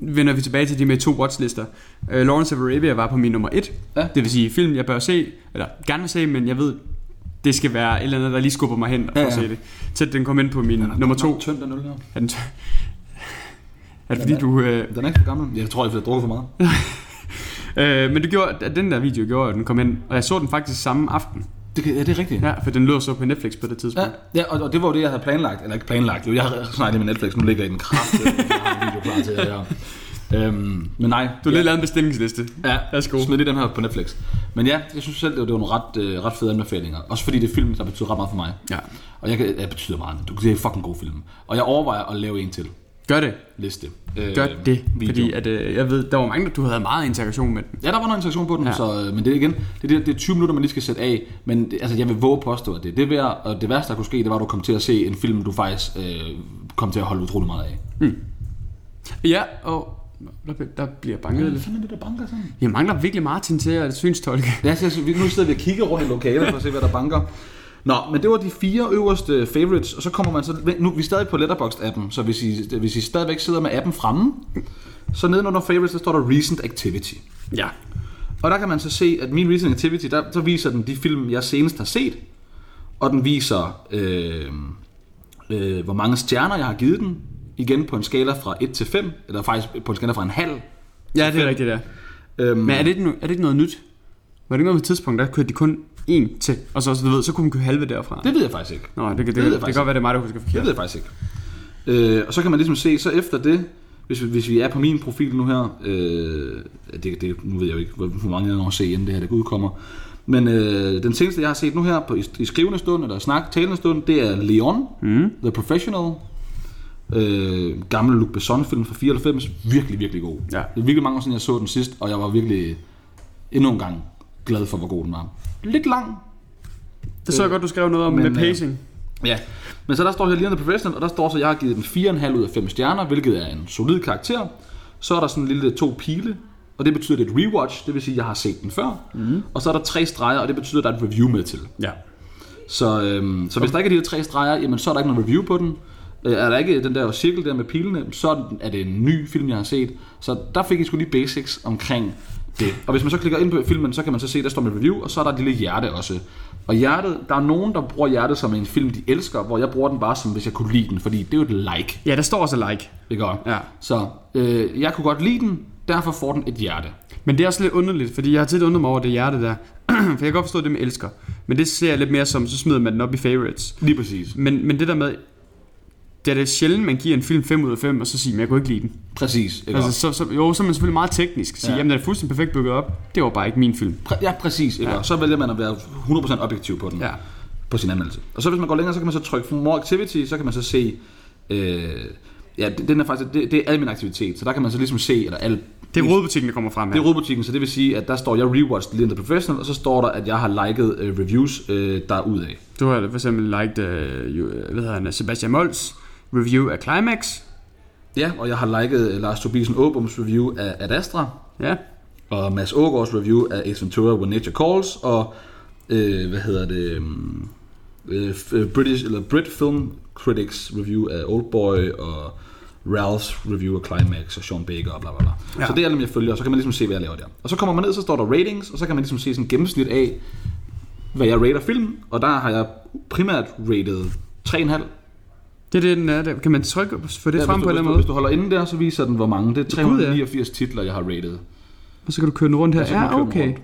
[SPEAKER 3] vender vi tilbage til de med to watchlister. Uh, Lawrence of Arabia var på min nummer et.
[SPEAKER 2] Ja.
[SPEAKER 3] Det vil sige film, jeg bør se, eller gerne vil se, men jeg ved, det skal være et eller andet, der lige skubber mig hen og
[SPEAKER 2] Ja,
[SPEAKER 3] ja, ja.
[SPEAKER 2] ja.
[SPEAKER 3] se det. Så den kom ind på min nummer to.
[SPEAKER 2] Nå, Tynd den øl her.
[SPEAKER 3] Er, den tør? er det fordi du... Øh,
[SPEAKER 2] Den er ikke for gammel. Jeg tror, jeg har drukket for meget.
[SPEAKER 3] øh, men det gjorde, at den der video gjorde, at den kom ind, og jeg så den faktisk samme aften.
[SPEAKER 2] Det, kan- ja, det er rigtigt.
[SPEAKER 3] Ja, for den lå så på Netflix på det
[SPEAKER 2] Ja,
[SPEAKER 3] tidspunkt.
[SPEAKER 2] ja og, og, det var jo det, jeg havde planlagt. Eller ikke planlagt. Jo, jeg havde snakket med Netflix. Nu ligger jeg i den kraft. jeg har en video klar til jer. Øhm, men nej.
[SPEAKER 3] Du har lidt lavet en bestillingsliste.
[SPEAKER 2] Ja,
[SPEAKER 3] Værsgo.
[SPEAKER 2] smid lige den her på Netflix. Men ja, jeg synes selv, det var, det var nogle ret, øh, ret fede anbefalinger. Også fordi det er film, der betyder ret meget for mig.
[SPEAKER 3] Ja.
[SPEAKER 2] Og jeg, kan, jeg betyder meget. Du det er en fucking god film. Og jeg overvejer at lave en til
[SPEAKER 3] Gør det.
[SPEAKER 2] liste. Øh,
[SPEAKER 3] Gør det.
[SPEAKER 2] video.
[SPEAKER 3] Fordi at, øh, jeg ved, der var mange, du havde meget interaktion med den.
[SPEAKER 2] Ja, der var noget interaktion på den,
[SPEAKER 3] Ja.
[SPEAKER 2] ja. så, øh, men det er igen, det er, det, det er 20 minutter, man lige skal sætte af, men det, altså, jeg vil våge at påstå, at det er det værd, og det værste, der kunne ske, det var, at du kom til at se en film, du faktisk øh, kom til at holde utrolig meget af.
[SPEAKER 3] Ja, og der, bliver- der bliver banket lidt.
[SPEAKER 2] fanden er det, der banker sådan?
[SPEAKER 3] Jeg mangler virkelig Martin til at synstolke.
[SPEAKER 2] Ja, så, så, vi- nu sidder vi og kigger rundt i lokalet for at se, hvad der banker. Nå, men det var de fire øverste favorites, og så kommer man så... Nu, vi er stadig på Letterboxd-appen, så hvis I, hvis I stadigvæk sidder med appen fremme, så nedenunder favorites, der står der Recent Activity.
[SPEAKER 3] Ja.
[SPEAKER 2] Og der kan man så se, at min recent activity, der, så viser den de film, jeg senest har set. Og den viser, øh, øh, hvor mange stjerner jeg har givet den. Igen på en skala fra 1 til 5, eller faktisk på en skala fra en halv.
[SPEAKER 3] Ja, det er rigtigt, der.
[SPEAKER 2] Øhm,
[SPEAKER 3] Men er det, ikke, no- er det ikke noget nyt? Var det ikke noget på et tidspunkt, der kørte de kun én til, og så, så, du ved, så kunne man køre halve derfra?
[SPEAKER 2] det ved jeg faktisk ikke.
[SPEAKER 3] Nå, det, kan- det, det,
[SPEAKER 2] ved jeg
[SPEAKER 3] det, det kan
[SPEAKER 2] faktisk
[SPEAKER 3] godt være, det er mig, der husker
[SPEAKER 2] Det ved
[SPEAKER 3] forkert.
[SPEAKER 2] jeg faktisk ikke. Øh, og så kan man ligesom se, så efter det, hvis, vi- hvis vi er på min profil nu her, øh, det, det, nu ved jeg jo ikke, hvor, hvor mange jeg når at se, inden det her det udkommer. Men øh, den seneste, jeg har set nu her på, i, i skrivende stund, eller snak, talende stund, det er Leon, mm. The Professional. Øh, gammel Luc Besson-film fra 94. Virkelig, virkelig god.
[SPEAKER 3] Ja.
[SPEAKER 2] Det er virkelig mange år siden, jeg så den sidst, og jeg var virkelig endnu en gang glad for, hvor god den var. Lidt lang,
[SPEAKER 3] Det så jeg godt, du skrev noget om
[SPEAKER 2] Men,
[SPEAKER 3] med
[SPEAKER 2] øh,
[SPEAKER 3] pacing.
[SPEAKER 2] Ja, men så der står her lige under Professional, og der står så, at jeg har givet den 4,5 ud af 5 stjerner, hvilket er en solid karakter. Så er der sådan en lille to pile, og det betyder, at det er et rewatch, det vil sige, at jeg har set den før. Mm. Og så er der tre streger, og det betyder, at der er et review med til.
[SPEAKER 3] Ja.
[SPEAKER 2] Så, øhm, så hvis der ikke er de her tre streger, jamen, så er der ikke noget review på den. Øh, er der ikke den der cirkel der med pilene, så er den- er det en ny film, jeg har set. Så der fik jeg sgu lige basics omkring det. Og hvis man så klikker ind på filmen, så kan man så se, der står med review, og så er der et lille hjerte også. Og hjertet, der er nogen, der bruger hjertet som en film, de elsker, hvor jeg bruger den bare som, hvis jeg kunne lide den, fordi det er jo et like,
[SPEAKER 3] Ja, der står også like.
[SPEAKER 2] ikke?
[SPEAKER 3] Ja.
[SPEAKER 2] Så øh, jeg kunne godt lide den, derfor får den et hjerte.
[SPEAKER 3] Men det er også lidt underligt, fordi jeg har tit undret mig over det hjerte der. for jeg kan godt forstå det med elsker. Men det ser jeg lidt mere som, så smider man den op i favorites.
[SPEAKER 2] Lige præcis.
[SPEAKER 3] Men, men det der med, det er det sjældent, man giver en film 5 ud af 5, og så siger, men jeg kunne ikke lide den.
[SPEAKER 2] Præcis. Ikke?
[SPEAKER 3] Altså, så, så, jo, så er man selvfølgelig meget teknisk. Sige, ja.
[SPEAKER 2] Ja.
[SPEAKER 3] jamen den er fuldstændig perfekt bygget op. Det var bare ikke min film.
[SPEAKER 2] Præ- ja, præcis. Ikke? Ja. Så vælger man at være 100% objektiv på den.
[SPEAKER 3] Ja.
[SPEAKER 2] på sin anmeldelse. Og så hvis man går længere, så kan man så trykke for more activity, så kan man så se øh, Ja, det- den er faktisk, det, det er al min aktivitet, så der kan man så ligesom se, eller al,
[SPEAKER 3] Det er rodbutikken, der kommer frem
[SPEAKER 2] det
[SPEAKER 3] her.
[SPEAKER 2] er rodbutikken, så det vil sige, at der står, jeg rewatched Linda Professional, og så står der, at jeg har liket øh, reviews øh, derudaf.
[SPEAKER 3] Du har for eksempel liked, øh, jo, hvad hedder han, Sebastian Mols review af Climax.
[SPEAKER 2] Ja, og jeg har liket øh, Lars Tobisen Åbums review af Ad Astra,
[SPEAKER 3] Ja,
[SPEAKER 2] og Mads Ågaards review af Ace Ventura, When Nature Calls, og øh, hvad hedder det, øhm, øh, f- øh, British, eller Brit Film Critics review af Oldboy, og Ralphs review af Climax og Sean Baker og bla bla bla.
[SPEAKER 3] Ja.
[SPEAKER 2] Ja. Så det er alle, jeg følger, og så kan man ligesom se, hvad jeg laver der. Og så kommer man ned, så står der ratings, og så kan man ligesom se sådan et gennemsnit af, hvad jeg rater film, og der har jeg primært rated 3,5.
[SPEAKER 3] det er det, den er der. Kan man trykke og få det
[SPEAKER 2] Ja,
[SPEAKER 3] frem
[SPEAKER 2] hvis,
[SPEAKER 3] på
[SPEAKER 2] du,
[SPEAKER 3] en
[SPEAKER 2] hvis, du,
[SPEAKER 3] eller anden
[SPEAKER 2] hvis
[SPEAKER 3] måde?
[SPEAKER 2] du holder inde der, så viser den, hvor mange. Det er
[SPEAKER 3] Gud, ja.
[SPEAKER 2] 389 titler, jeg har rated.
[SPEAKER 3] Og så kan du køre den rundt her.
[SPEAKER 2] så kan man køre
[SPEAKER 3] Ja,
[SPEAKER 2] den
[SPEAKER 3] okay.
[SPEAKER 2] rundt.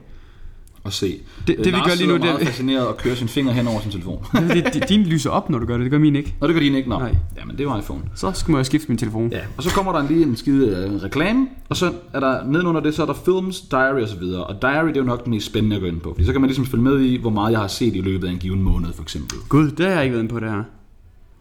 [SPEAKER 2] og se.
[SPEAKER 3] det, vi gør lige nu,
[SPEAKER 2] det er...
[SPEAKER 3] det-
[SPEAKER 2] meget fascineret og kører sin finger hen over sin telefon.
[SPEAKER 3] Det er fordi, di- Din lyser op, når du gør det. Det gør min ikke.
[SPEAKER 2] Nå, det gør din ikke, nå.
[SPEAKER 3] Nej.
[SPEAKER 2] Jamen, det var iPhone.
[SPEAKER 3] Så skal jeg skifte min telefon.
[SPEAKER 2] Ja, og så kommer der lige en skide øh, reklame, og så er der nedenunder det, så er der films, diary og så videre. Og diary, det er jo nok den mest spændende at gå ind på, fordi så kan man ligesom følge med i, hvor meget jeg har set i løbet af en given måned, for eksempel.
[SPEAKER 3] Gud, det har jeg ikke været inde på, det her.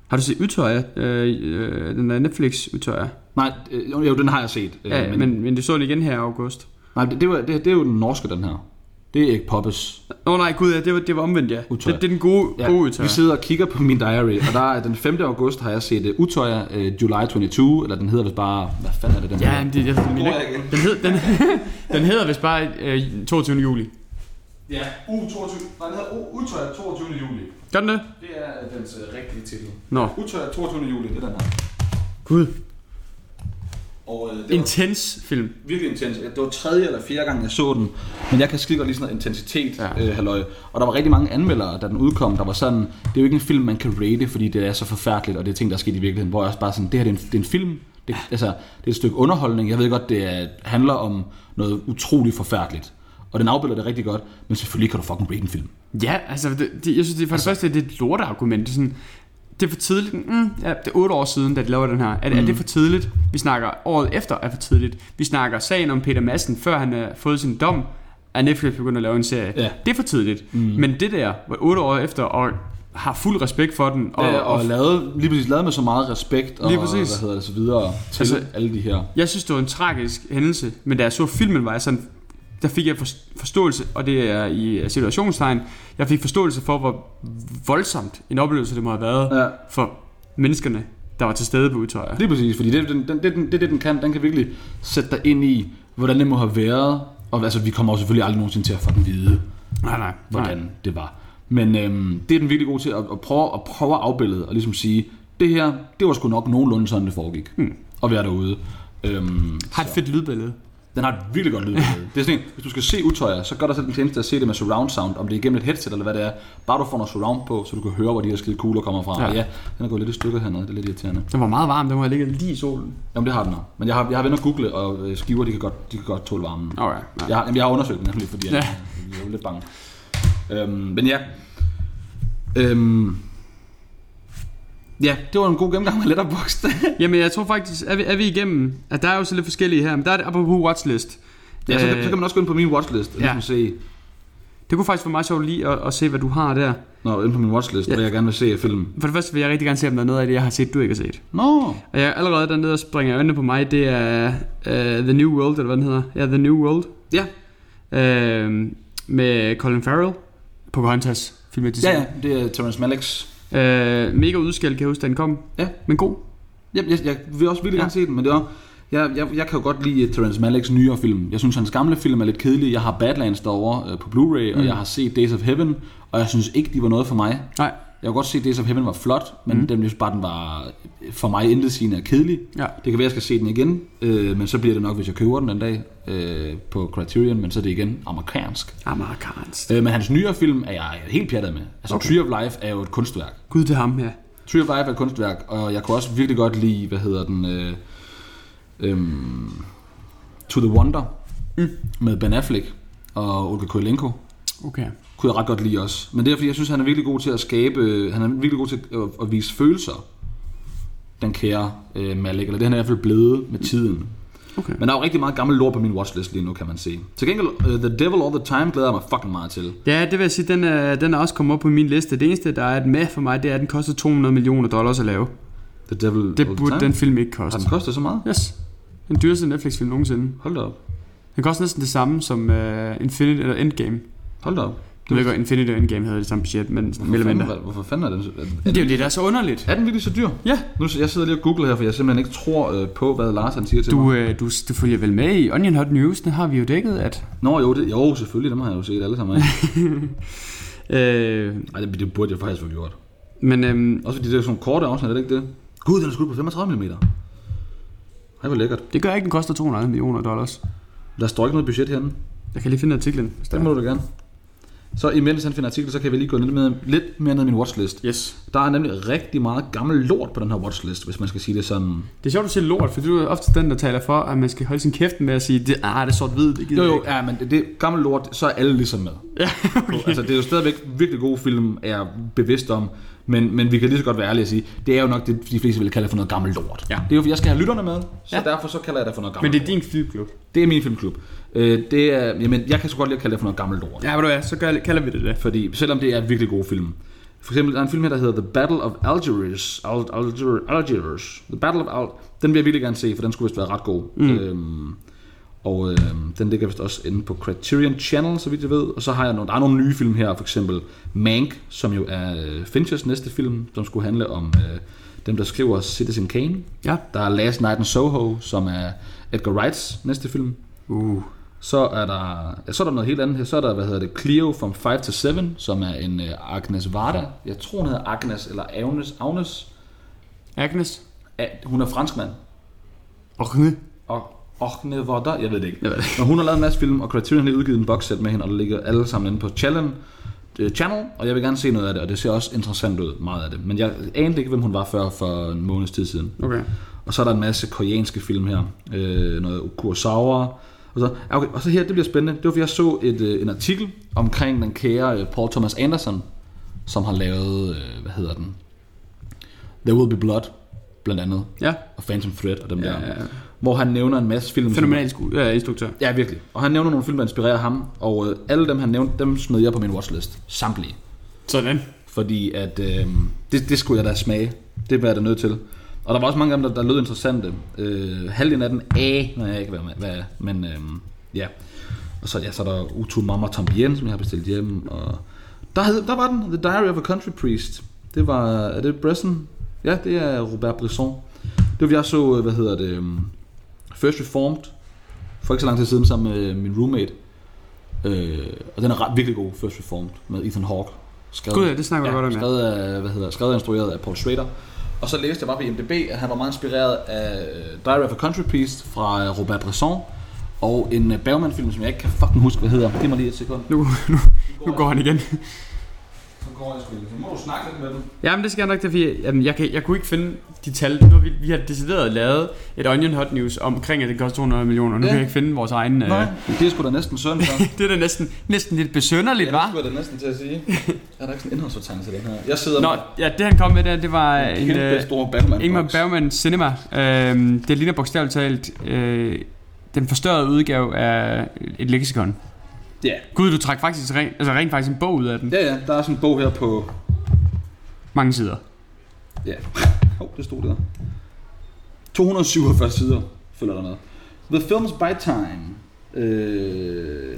[SPEAKER 3] Har du set Utøya? Øh, øh, den der Netflix Utøya.
[SPEAKER 2] Nej, øh, jo, jo, den har jeg set. øh,
[SPEAKER 3] Ja, men, men du så den igen her i august.
[SPEAKER 2] Nej, det, det, var, det, det er jo den norske, den her. Det er ikke Poppes.
[SPEAKER 3] Åh oh, nej, gud, ja, det var, det var omvendt, ja.
[SPEAKER 2] Utøya.
[SPEAKER 3] Det, det er den gode, ja, gode Uh, Utøya.
[SPEAKER 2] vi sidder og kigger på min diary, og der er den 5. august har jeg set uh, Utøya uh, July 22, eller den hedder vist bare, hvad fanden er det den
[SPEAKER 3] Ja,
[SPEAKER 2] hedder?
[SPEAKER 3] men det, jeg, den,
[SPEAKER 2] Bruger jeg igen.
[SPEAKER 3] den, hed, den, den hedder vist bare øh, 22. juli.
[SPEAKER 2] Ja, U22. Nej, den hedder U- Utøj 22. juli.
[SPEAKER 3] Gør den det?
[SPEAKER 2] Det er øh, dens øh, rigtige titel.
[SPEAKER 3] Nå.
[SPEAKER 2] Utøj 22. juli, det er den her.
[SPEAKER 3] Gud.
[SPEAKER 2] Og øh, det var
[SPEAKER 3] Intens film.
[SPEAKER 2] virkelig intens. Det var tredje eller fjerde gang, jeg så den. Men jeg kan skide godt lide sådan noget intensitet,
[SPEAKER 3] Ja.
[SPEAKER 2] ja. øh, halløj. Og der var rigtig mange anmeldere, da den udkom, der var sådan, det er jo ikke en film, man kan rate, fordi det er så forfærdeligt, og det er ting, der er sket i virkeligheden. Hvor jeg også bare sådan, det her det er en, det er en film, det, altså, det er et stykke underholdning. Jeg ved godt, det er, handler om noget utroligt forfærdeligt. Og den afbilder det rigtig godt, men selvfølgelig kan du fucking rate en film.
[SPEAKER 3] Ja, altså, det, det, jeg synes, det er for det første, det er et lorteargument. Det er, sådan, det er for tidligt. Mm, ja, det er otte år siden, da de lavede den her. Er, mm. er det for tidligt? Vi snakker året efter er for tidligt. Vi snakker sagen om Peter Madsen, før han har fået sin dom, er Netflix begyndt at lave en serie.
[SPEAKER 2] Ja.
[SPEAKER 3] Det er for tidligt. Mm. Men det der, hvor otte år efter, og har fuld respekt for den, og,
[SPEAKER 2] og,
[SPEAKER 3] Øh, og,
[SPEAKER 2] og lavet, lige præcis lavet med så meget respekt og
[SPEAKER 3] Lige præcis.
[SPEAKER 2] hvad hedder det så videre til
[SPEAKER 3] Altså-
[SPEAKER 2] altså, alle de her.
[SPEAKER 3] Jeg synes, det var en tragisk hændelse, men da jeg så filmen, var jeg sådan, der fik jeg for- forståelse, og det er i øh, situationstegn, jeg fik forståelse for, hvor voldsomt en oplevelse det må have været
[SPEAKER 2] Ja.
[SPEAKER 3] for menneskerne, der var til stede på Utøya.
[SPEAKER 2] Lige præcis, fordi det, den, den, det, den, det, er det, den kan, den kan virkelig sætte dig ind i, hvordan det må have været. Og altså, vi kommer jo selvfølgelig aldrig nogensinde til at fucking vide,
[SPEAKER 3] Nej, nej,
[SPEAKER 2] hvordan
[SPEAKER 3] nej.
[SPEAKER 2] Nej. det var. Men øhm, det er den virkelig god til at, at, prøve, at prøve at afbillede og ligesom sige, det her, det var sgu nok nogenlunde sådan, det foregik.
[SPEAKER 3] Hmm.
[SPEAKER 2] Mm. At være derude. Øhm,
[SPEAKER 3] Har et fedt lydbillede.
[SPEAKER 2] Den har et virkelig godt lydbillede. det er sådan en, hvis du skal se Utøya, så gør der selv den tjeneste at se det med surround sound, om det er igennem et headset eller hvad det er. Bare du får noget surround på, så du kan høre, hvor de her skide kugler kommer fra.
[SPEAKER 3] Ja.
[SPEAKER 2] Ja. Og ja, den er gået lidt i stykker hernede, det er lidt irriterende.
[SPEAKER 3] Den var meget varm, den var ligget lige i solen.
[SPEAKER 2] Jamen det har den også. Men jeg har, jeg har været inde og google, og øh, skiver, de kan godt, de kan godt tåle varmen.
[SPEAKER 3] Okay, nej.
[SPEAKER 2] Jeg har, jamen, jeg har undersøgt den nemlig, fordi jeg,
[SPEAKER 3] Ja.
[SPEAKER 2] jeg, jeg er lidt bange. Øhm, men ja. Øhm, ja, det var en god gennemgang med Letterboxd.
[SPEAKER 3] Jamen, jeg tror faktisk, er vi, er vi igennem, at der er jo så lidt forskellige her, men der er det apropos watchlist.
[SPEAKER 2] ja, så,
[SPEAKER 3] Øh,
[SPEAKER 2] kan, så, kan, man også gå ind på min watchlist og
[SPEAKER 3] Ja.
[SPEAKER 2] ligesom se,
[SPEAKER 3] Det kunne faktisk være meget sjovt lige at, at se, hvad du har der.
[SPEAKER 2] når ind på min watchlist, ja. hvad jeg gerne vil se af film.
[SPEAKER 3] For det første vil jeg rigtig gerne se, om der er noget af det, jeg har set, du ikke har set.
[SPEAKER 2] Nå,
[SPEAKER 3] Og jeg allerede dernede og springer øjnene på mig, det er uh, The New World, eller hvad den hedder. Ja, The New World.
[SPEAKER 2] ja,
[SPEAKER 3] Uh, med Colin Farrell. Pocahontas
[SPEAKER 2] Ja,
[SPEAKER 3] filmatisering.
[SPEAKER 2] ja, det er Terrence Malick's.
[SPEAKER 3] ja. Uh, mega udskældt, kan jeg huske, da den kom.
[SPEAKER 2] Ja.
[SPEAKER 3] Men god.
[SPEAKER 2] Jeg, jeg, jeg vil også virkelig ja.
[SPEAKER 3] Ja.
[SPEAKER 2] gerne se den, men det var... Jeg, jeg, jeg kan jo godt lide eh, Terrence Malicks nyere film. Jeg synes, hans gamle film er lidt kedelig. Jeg har Badlands derovre øh, på Blu-ray, mm. og jeg har set Days of Heaven, og jeg synes ikke, de var noget for mig.
[SPEAKER 3] Nej.
[SPEAKER 2] Jeg kunne godt se, at Days of Heaven var flot, men mm. den synes bare, den var øh, for mig intet sigende og kedelig.
[SPEAKER 3] Ja.
[SPEAKER 2] Det kan være, jeg skal se den igen, øh, men så bliver det nok, hvis jeg køber den en dag øh, på Criterion, men så er det igen amerikansk.
[SPEAKER 3] Amerikansk.
[SPEAKER 2] Øh, men hans nyere film er jeg helt pjattet med. Altså, okay. Tree of Life er jo et kunstværk.
[SPEAKER 3] Gud, det er ham, ja.
[SPEAKER 2] Tree of Life er et kunstværk, og jeg kunne også virkelig godt lide, hvad hedder den, øh, øhm, To the Wonder mm. med Ben Affleck og Olga Kurylenko.
[SPEAKER 3] Okay.
[SPEAKER 2] Kunne jeg ret godt lide også. Men det er fordi, jeg synes, han er virkelig god til at skabe, øh, han er virkelig god til at, at vise følelser, den kære øh, Malik, eller det er han i hvert fald blevet med tiden.
[SPEAKER 3] Okay.
[SPEAKER 2] Men der er jo rigtig meget gammel lort på min watchlist lige nu, kan man se. Til gengæld, øh, The Devil All The Time glæder jeg mig fucking meget til.
[SPEAKER 3] Ja, det vil jeg sige, den er, den er også kommet op på min liste. Det eneste, der er et med for mig, det er, at den koster 200 millioner dollars at lave.
[SPEAKER 2] The Devil All the
[SPEAKER 3] Det burde
[SPEAKER 2] Time.
[SPEAKER 3] den film ikke
[SPEAKER 2] Har
[SPEAKER 3] koste.
[SPEAKER 2] den kostet så meget?
[SPEAKER 3] Yes. Den dyreste Netflix-film nogensinde.
[SPEAKER 2] Hold da op.
[SPEAKER 3] Den koster næsten det samme som uh, Infinity eller Endgame.
[SPEAKER 2] Hold da op.
[SPEAKER 3] Jeg ved godt, Infinity og Endgame havde det samme budget, men sådan mere
[SPEAKER 2] Hvorfor
[SPEAKER 3] eller
[SPEAKER 2] fanden,
[SPEAKER 3] mindre.
[SPEAKER 2] hvad- hvorfor fanden er den? så- Er, er,
[SPEAKER 3] Det er jo det, der er så underligt.
[SPEAKER 2] er den virkelig så dyr?
[SPEAKER 3] Ja.
[SPEAKER 2] Nu, jeg sidder lige og googler her, for jeg simpelthen ikke tror øh, på, hvad Lars han siger til mig.
[SPEAKER 3] Du, øh, du, du følger vel med i Onion Hot News, den har vi jo dækket, at...
[SPEAKER 2] Nå jo, det, jo selvfølgelig, dem har jeg jo set alle sammen. ikke?
[SPEAKER 3] Øh,
[SPEAKER 2] Ej, det, det burde jeg faktisk have gjort.
[SPEAKER 3] men øhm,
[SPEAKER 2] Også fordi det er sådan korte afsnit, er det ikke det? Gud, den er skudt på 35 mm. Ej, hvor lækkert.
[SPEAKER 3] det gør ikke, den koster 200 millioner dollars.
[SPEAKER 2] Der står ikke noget budget herinde.
[SPEAKER 3] Jeg kan lige finde artiklen. hvis der
[SPEAKER 2] Det
[SPEAKER 3] er.
[SPEAKER 2] må du da gerne. Så imens han finder artikler, så kan vi lige gå lidt, med, lidt mere ned i min watchlist.
[SPEAKER 3] Yes.
[SPEAKER 2] Der er nemlig rigtig meget gammel lort på den her watchlist, hvis man skal sige det sådan.
[SPEAKER 3] Det er sjovt, du siger lort, for du er ofte den, der taler for, at man skal holde sin kæft med at sige, det, ah, det er sort-hvid, det gider
[SPEAKER 2] Jo
[SPEAKER 3] jeg
[SPEAKER 2] jo,
[SPEAKER 3] ikke.
[SPEAKER 2] ja, men det, det gammel lort, så er alle ligesom med. Ja, okay. Altså det er jo stadigvæk virkelig gode film, er jeg bevidst om. Men, men vi kan lige så godt være ærlige og sige, det er jo nok det, de fleste vil kalde for noget gammel lort.
[SPEAKER 3] Ja.
[SPEAKER 2] Det er jo, fordi jeg skal have lytterne med, så
[SPEAKER 3] Ja.
[SPEAKER 2] ja. derfor så kalder jeg det for noget gammel
[SPEAKER 3] Men det er din filmklub.
[SPEAKER 2] Det er min filmklub. Øh, det er, jamen, jeg kan så godt lide at kalde det for noget gammelt lort. Ja.
[SPEAKER 3] Ja, ved du hvad, så gør, kalder vi det det.
[SPEAKER 2] Fordi selvom det er virkelig gode film. For eksempel, der er en film her, der hedder The Battle of Algiers. Al- Alger- Algiers. The Battle of Al- Den vil jeg virkelig gerne se, for den skulle vist være ret god. Mm. Øhm, og øhm, den ligger vist også inde på Criterion Channel, så vidt jeg ved. Og så har jeg nogle, der er nogle nye film her, for eksempel Mank, som jo er øh, Finchers næste film, som skulle handle om øh, dem, der skriver Citizen Kane.
[SPEAKER 3] Ja.
[SPEAKER 2] Der er Last Night in Soho, som er Edgar Wrights næste film.
[SPEAKER 3] Uh.
[SPEAKER 2] Så er der, ja, så er der noget helt andet her. Så er der, hvad hedder det, Clio from 5 to 7, som er en uh, Agnes Varda. Jeg tror, hun hedder Agnes, eller Agnes. Agnes.
[SPEAKER 3] Agnes.
[SPEAKER 2] Ja, hun er franskmand.
[SPEAKER 3] Og
[SPEAKER 2] Og Agne Varda, jeg ved det ikke.
[SPEAKER 3] Jeg ved det
[SPEAKER 2] Men hun har lavet en masse film, og Criterion har lige udgivet en boxset med hende, og der ligger alle sammen inde på Channel, øh, channel, og jeg vil gerne se noget af det, og det ser også interessant ud, meget af det. Men jeg anede ikke, hvem hun var før for en måneds tid siden.
[SPEAKER 3] Okay.
[SPEAKER 2] Og så er der en masse koreanske film her. Øh, noget Kurosawa. Og så, ja, okay, og så her, det bliver spændende. Det var, fordi jeg så et, øh, en artikel omkring den kære øh, Paul Thomas Anderson, som har lavet, øh, hvad hedder den? There Will Be Blood, blandt andet.
[SPEAKER 3] Ja.
[SPEAKER 2] Og Phantom Thread og dem
[SPEAKER 3] Ja,
[SPEAKER 2] der.
[SPEAKER 3] ja, ja.
[SPEAKER 2] Hvor han nævner en masse film. som-
[SPEAKER 3] Fænomenal sku- ja, instruktør.
[SPEAKER 2] Ja, virkelig. Og han nævner nogle film, der inspirerer ham. Og øh, alle dem, han nævnte, dem smed jeg på min watchlist. Samtlige.
[SPEAKER 3] Sådan.
[SPEAKER 2] Fordi at øh, det, det skulle jeg da smage. Det var jeg da nødt til. Og der var også mange af dem, der, der lød interessante. Øh, halvdelen af dem A, når jeg ikke ved, hvad, hvad men øh, ja. Og så, ja, så er der Utu Mama Tambien, som jeg har bestilt hjemme. Og der, hed, der var den, The Diary of a Country Priest. Det var, er det Bresson? Ja, det er Robert Bresson. Det var, jeg så, øh, hvad hedder det, øh, First Reformed, for ikke så lang tid siden, sammen med min roommate. Øh, og den er ret, virkelig god, First Reformed, med Ethan Hawke. Skrevet-
[SPEAKER 3] Gud, ja, det snakker vi godt om, ja.
[SPEAKER 2] skrevet af, hvad hedder, skrevet og instrueret af Paul Schrader. Og så læste jeg bare på IMDb, at han var meget inspireret af øh, Diary of a Country Priest fra øh, Robert Bresson. Og en øh, Bergman-film, som jeg ikke kan fucking huske, hvad hedder. Giv mig lige et sekund.
[SPEAKER 3] Nu, nu, nu går han igen.
[SPEAKER 2] Så går jeg sgu lige. Så må du snakke lidt med dem.
[SPEAKER 3] Jamen, det skal jeg nok, derfor jeg, jamen, jeg, kan, jeg kunne ikke finde de tal. Nu har vi, vi har decideret lavet et Onion Hot News omkring, at det koster 200 millioner. Nu
[SPEAKER 2] Ja.
[SPEAKER 3] kan jeg ikke finde vores egen...
[SPEAKER 2] Nej,
[SPEAKER 3] Øh,
[SPEAKER 2] det er sgu da næsten søndag.
[SPEAKER 3] det er da næsten, næsten lidt besønderligt,
[SPEAKER 2] Ja, det
[SPEAKER 3] hva'?
[SPEAKER 2] skulle jeg da næsten til at sige. Er der ikke sådan en indholdsfortegnelse til den her? Jeg sidder
[SPEAKER 3] Nå,
[SPEAKER 2] med
[SPEAKER 3] ja, det han kom med der, det var
[SPEAKER 2] en
[SPEAKER 3] en...
[SPEAKER 2] kæmpe
[SPEAKER 3] Øh,
[SPEAKER 2] stor Bergman
[SPEAKER 3] Ingmar Bergman Cinema. Øh, det ligner bogstaveligt talt øh, den forstørrede udgave af et leksikon.
[SPEAKER 2] Ja.
[SPEAKER 3] Gud, du trak faktisk rent, altså rent faktisk en bog ud af den.
[SPEAKER 2] Ja, ja, der er sådan en bog her på...
[SPEAKER 3] Mange sider.
[SPEAKER 2] Ja. Hov, det stod der. 247 sider følger der med. The Films by Time. Øh,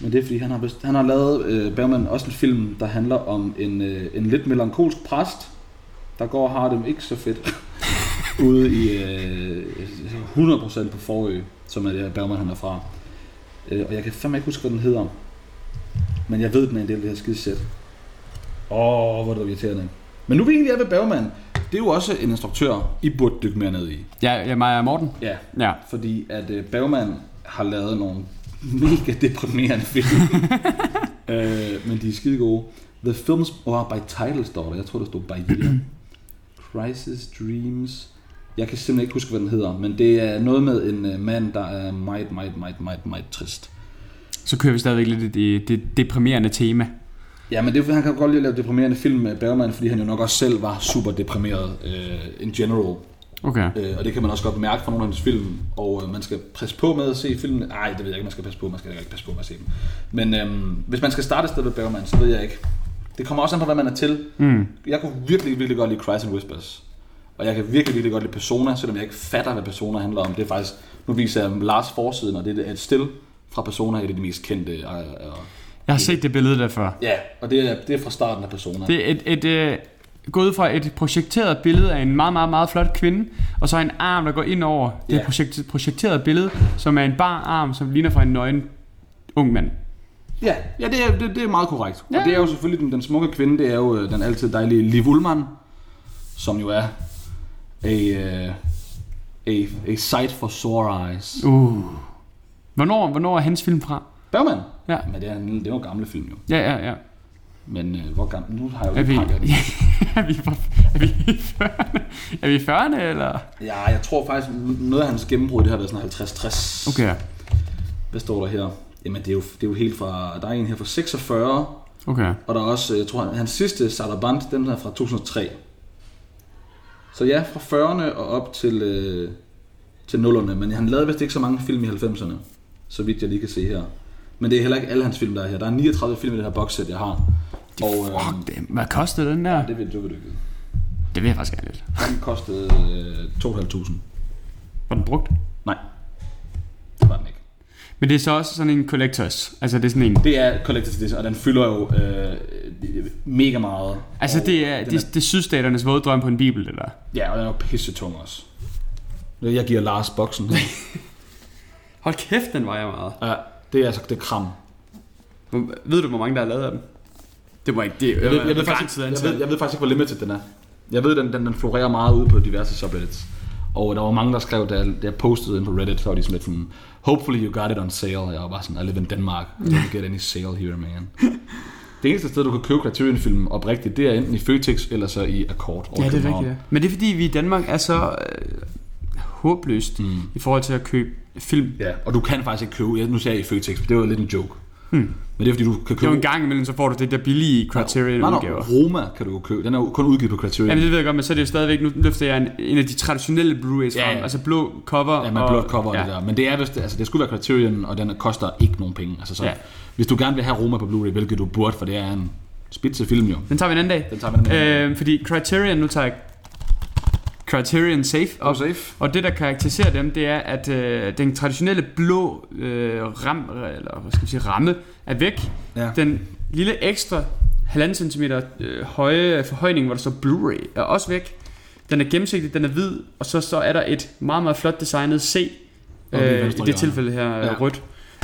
[SPEAKER 2] men det er fordi, han har, vist- han har lavet øh, Bergman også en film, der handler om en, øh, en lidt melankolsk præst, der går og har dem ikke så fedt ude i øh, 100% på Forø, som er det her Bergman, han er fra. Øh, og jeg kan fandme ikke huske, hvad den hedder. Men jeg ved, den er en del af det her skidesæt. Åh, hvor er det irriterende. Men nu er vi egentlig er ved Bergman. Det er jo også en instruktør, I burde dykke mere ned i.
[SPEAKER 3] Ja, ja Maja og Morten.
[SPEAKER 2] Ja.
[SPEAKER 3] Ja.
[SPEAKER 2] Fordi at øh, Bergman har lavet nogle mega deprimerende film. øh, men de er skide gode. The Films oh, by Title står der. Jeg tror, der stod by year. Crisis Dreams. Jeg kan simpelthen ikke huske, hvad den hedder, men det er noget med en øh, mand, der er meget, meget, meget, meget, meget trist.
[SPEAKER 3] Så kører vi stadigvæk lidt i det, det deprimerende tema.
[SPEAKER 2] Ja, men det er, fordi han kan godt lide at lave deprimerende film med Bergman, fordi han jo nok også selv var super deprimeret øh, in general.
[SPEAKER 3] Okay.
[SPEAKER 2] Øh, og det kan man også godt mærke fra nogle af hans film. Og øh, man skal passe på med at se filmen. Nej, det ved jeg ikke, man skal passe på. Man skal ikke passe på med at se dem. Men øhm, hvis man skal starte et sted ved Bergman, så ved jeg ikke. Det kommer også an på, hvad man er til.
[SPEAKER 3] Mm.
[SPEAKER 2] Jeg kunne virkelig, virkelig godt lide Cries and Whispers. Og jeg kan virkelig, virkelig godt lide Persona, selvom jeg ikke fatter, hvad Persona handler om. Det er faktisk, nu viser jeg Lars forsiden, og det er et stil fra Persona, et af de mest kendte. øh, Og, og,
[SPEAKER 3] Jeg har set det billede der før.
[SPEAKER 2] ja, og det er, det er fra starten af Persona.
[SPEAKER 3] Det er et, et øh, gået ud fra et projekteret billede af en meget, meget, meget flot kvinde, og så en arm, der går ind over det
[SPEAKER 2] Ja.
[SPEAKER 3] yeah. projekt, projekteret billede, som er en bar arm, som ligner fra en nøgen ung mand.
[SPEAKER 2] Ja, ja det, er, det, det er meget korrekt. Ja.
[SPEAKER 3] Ja.
[SPEAKER 2] Og det er jo selvfølgelig den, den smukke kvinde, det er jo øh, den altid dejlige Liv Ullmann, som jo er a, øh, a, a sight for sore eyes.
[SPEAKER 3] Uh. Hvornår, hvornår er hans film fra?
[SPEAKER 2] Bergman?
[SPEAKER 3] Ja.
[SPEAKER 2] Men det er, en- det er jo gamle film jo.
[SPEAKER 3] Ja, ja, ja.
[SPEAKER 2] Men øh, hvor gammel? Nu har jeg jo
[SPEAKER 3] Er vi,
[SPEAKER 2] ikke pakket det.
[SPEAKER 3] er vi, fra- er vi i 40'erne? Er vi i 40'erne, eller?
[SPEAKER 2] Ja, jeg tror faktisk, noget af hans gennembrud, det har været sådan 50-60.
[SPEAKER 3] Okay,
[SPEAKER 2] Hvad står der her? Jamen, det er, jo, det er jo helt fra... Der er en her fra 46,
[SPEAKER 3] okay.
[SPEAKER 2] og der er også, øh, jeg tror, han- hans sidste Salaband, den er fra 2003. Så ja, fra 40'erne og op til, øh, til 0'erne, men han lavede vist ikke så mange film i 90'erne, så vidt jeg lige kan se her. Men det er heller ikke alle hans film, der er her. Der er 39 film i det her boxset, jeg har. Og øh,
[SPEAKER 3] Fuck, det, hvad kostede den der?
[SPEAKER 2] det vil du ikke vide.
[SPEAKER 3] Det vil jeg faktisk gerne lidt.
[SPEAKER 2] Den kostede øh, 2.500.
[SPEAKER 3] Var den brugt?
[SPEAKER 2] Nej, det var den ikke.
[SPEAKER 3] Men det er så også sådan en collectors. Altså, det er sådan en...
[SPEAKER 2] Det er Collector's Edition, og den fylder jo øh, mega meget.
[SPEAKER 3] Altså,
[SPEAKER 2] og
[SPEAKER 3] det er,
[SPEAKER 2] den
[SPEAKER 3] det, det er sydstaternes våde drøm på en bibel, eller?
[SPEAKER 2] Ja, og den er jo pisse tung også. Jeg giver Lars boksen.
[SPEAKER 3] Hold kæft, den vejer meget.
[SPEAKER 2] ja, det er altså det er kram.
[SPEAKER 3] Hvor- Ved du, hvor mange der er lavet af dem? Det var ikke det.
[SPEAKER 2] Jeg ved, jeg, ved faktisk, jeg, ved, jeg ved faktisk ikke, hvor limited den er. Jeg ved, den, den, den florerer meget ude på diverse subreddits. Og der var mange, der skrev, da jeg, da jeg postede ind på Reddit, så var de sådan lidt sådan, Hopefully you got it on sale. Jeg var bare sådan, I live in Denmark. I don't get any sale here, man. Det eneste sted, du kan købe Criterion-film oprigtigt, det er enten i Føtex eller så i Akkord. over
[SPEAKER 3] Ja, det er
[SPEAKER 2] København.
[SPEAKER 3] rigtigt. Ja. Men det er fordi, vi i Danmark er så øh, håbløst mm. i forhold til at købe film.
[SPEAKER 2] Ja, og du kan faktisk ikke købe, jeg, nu sagde jeg i Føtex, men det var lidt en joke. Hmm. Men det er fordi, du kan
[SPEAKER 3] Det er
[SPEAKER 2] købe...
[SPEAKER 3] jo en gang imellem, så får du det der billige
[SPEAKER 2] Nej, nej,
[SPEAKER 3] Criterion-udgaver.
[SPEAKER 2] Roma kan du jo købe. Den er jo kun udgivet på Criterion.
[SPEAKER 3] Jamen det ved jeg godt, men så er det jo stadigvæk, nu løfter jeg en, en af de traditionelle Blu-rays
[SPEAKER 2] Ja,
[SPEAKER 3] frem,
[SPEAKER 2] ja.
[SPEAKER 3] altså blå cover.
[SPEAKER 2] Ja, med blot cover og det der. Men det er vist, altså det skulle være Criterion, og den koster ikke nogen penge. Altså så, ja.
[SPEAKER 3] Ja.
[SPEAKER 2] hvis du gerne vil have Roma på Blu-ray, hvilket du burde, for det er en spidse film jo.
[SPEAKER 3] Den tager vi en anden dag.
[SPEAKER 2] Den tager man med.
[SPEAKER 3] Øh, fordi Criterion, nu tager jeg Criterion Safe op.
[SPEAKER 2] safe.
[SPEAKER 3] Og det, der karakteriserer dem, det er, at øh, den traditionelle blå øh, ram, eller hvad skal man sige, ramme er væk.
[SPEAKER 2] Ja.
[SPEAKER 3] Den lille ekstra 1,5 cm øh, høje forhøjning, hvor der står Blu-ray, er også væk. Den er gennemsigtig, den er hvid, og så, så er der et meget, meget flot designet C,
[SPEAKER 2] Og det er
[SPEAKER 3] øh, i
[SPEAKER 2] venstre
[SPEAKER 3] det
[SPEAKER 2] hjørne.
[SPEAKER 3] tilfælde her
[SPEAKER 2] Ja.
[SPEAKER 3] ja. rødt.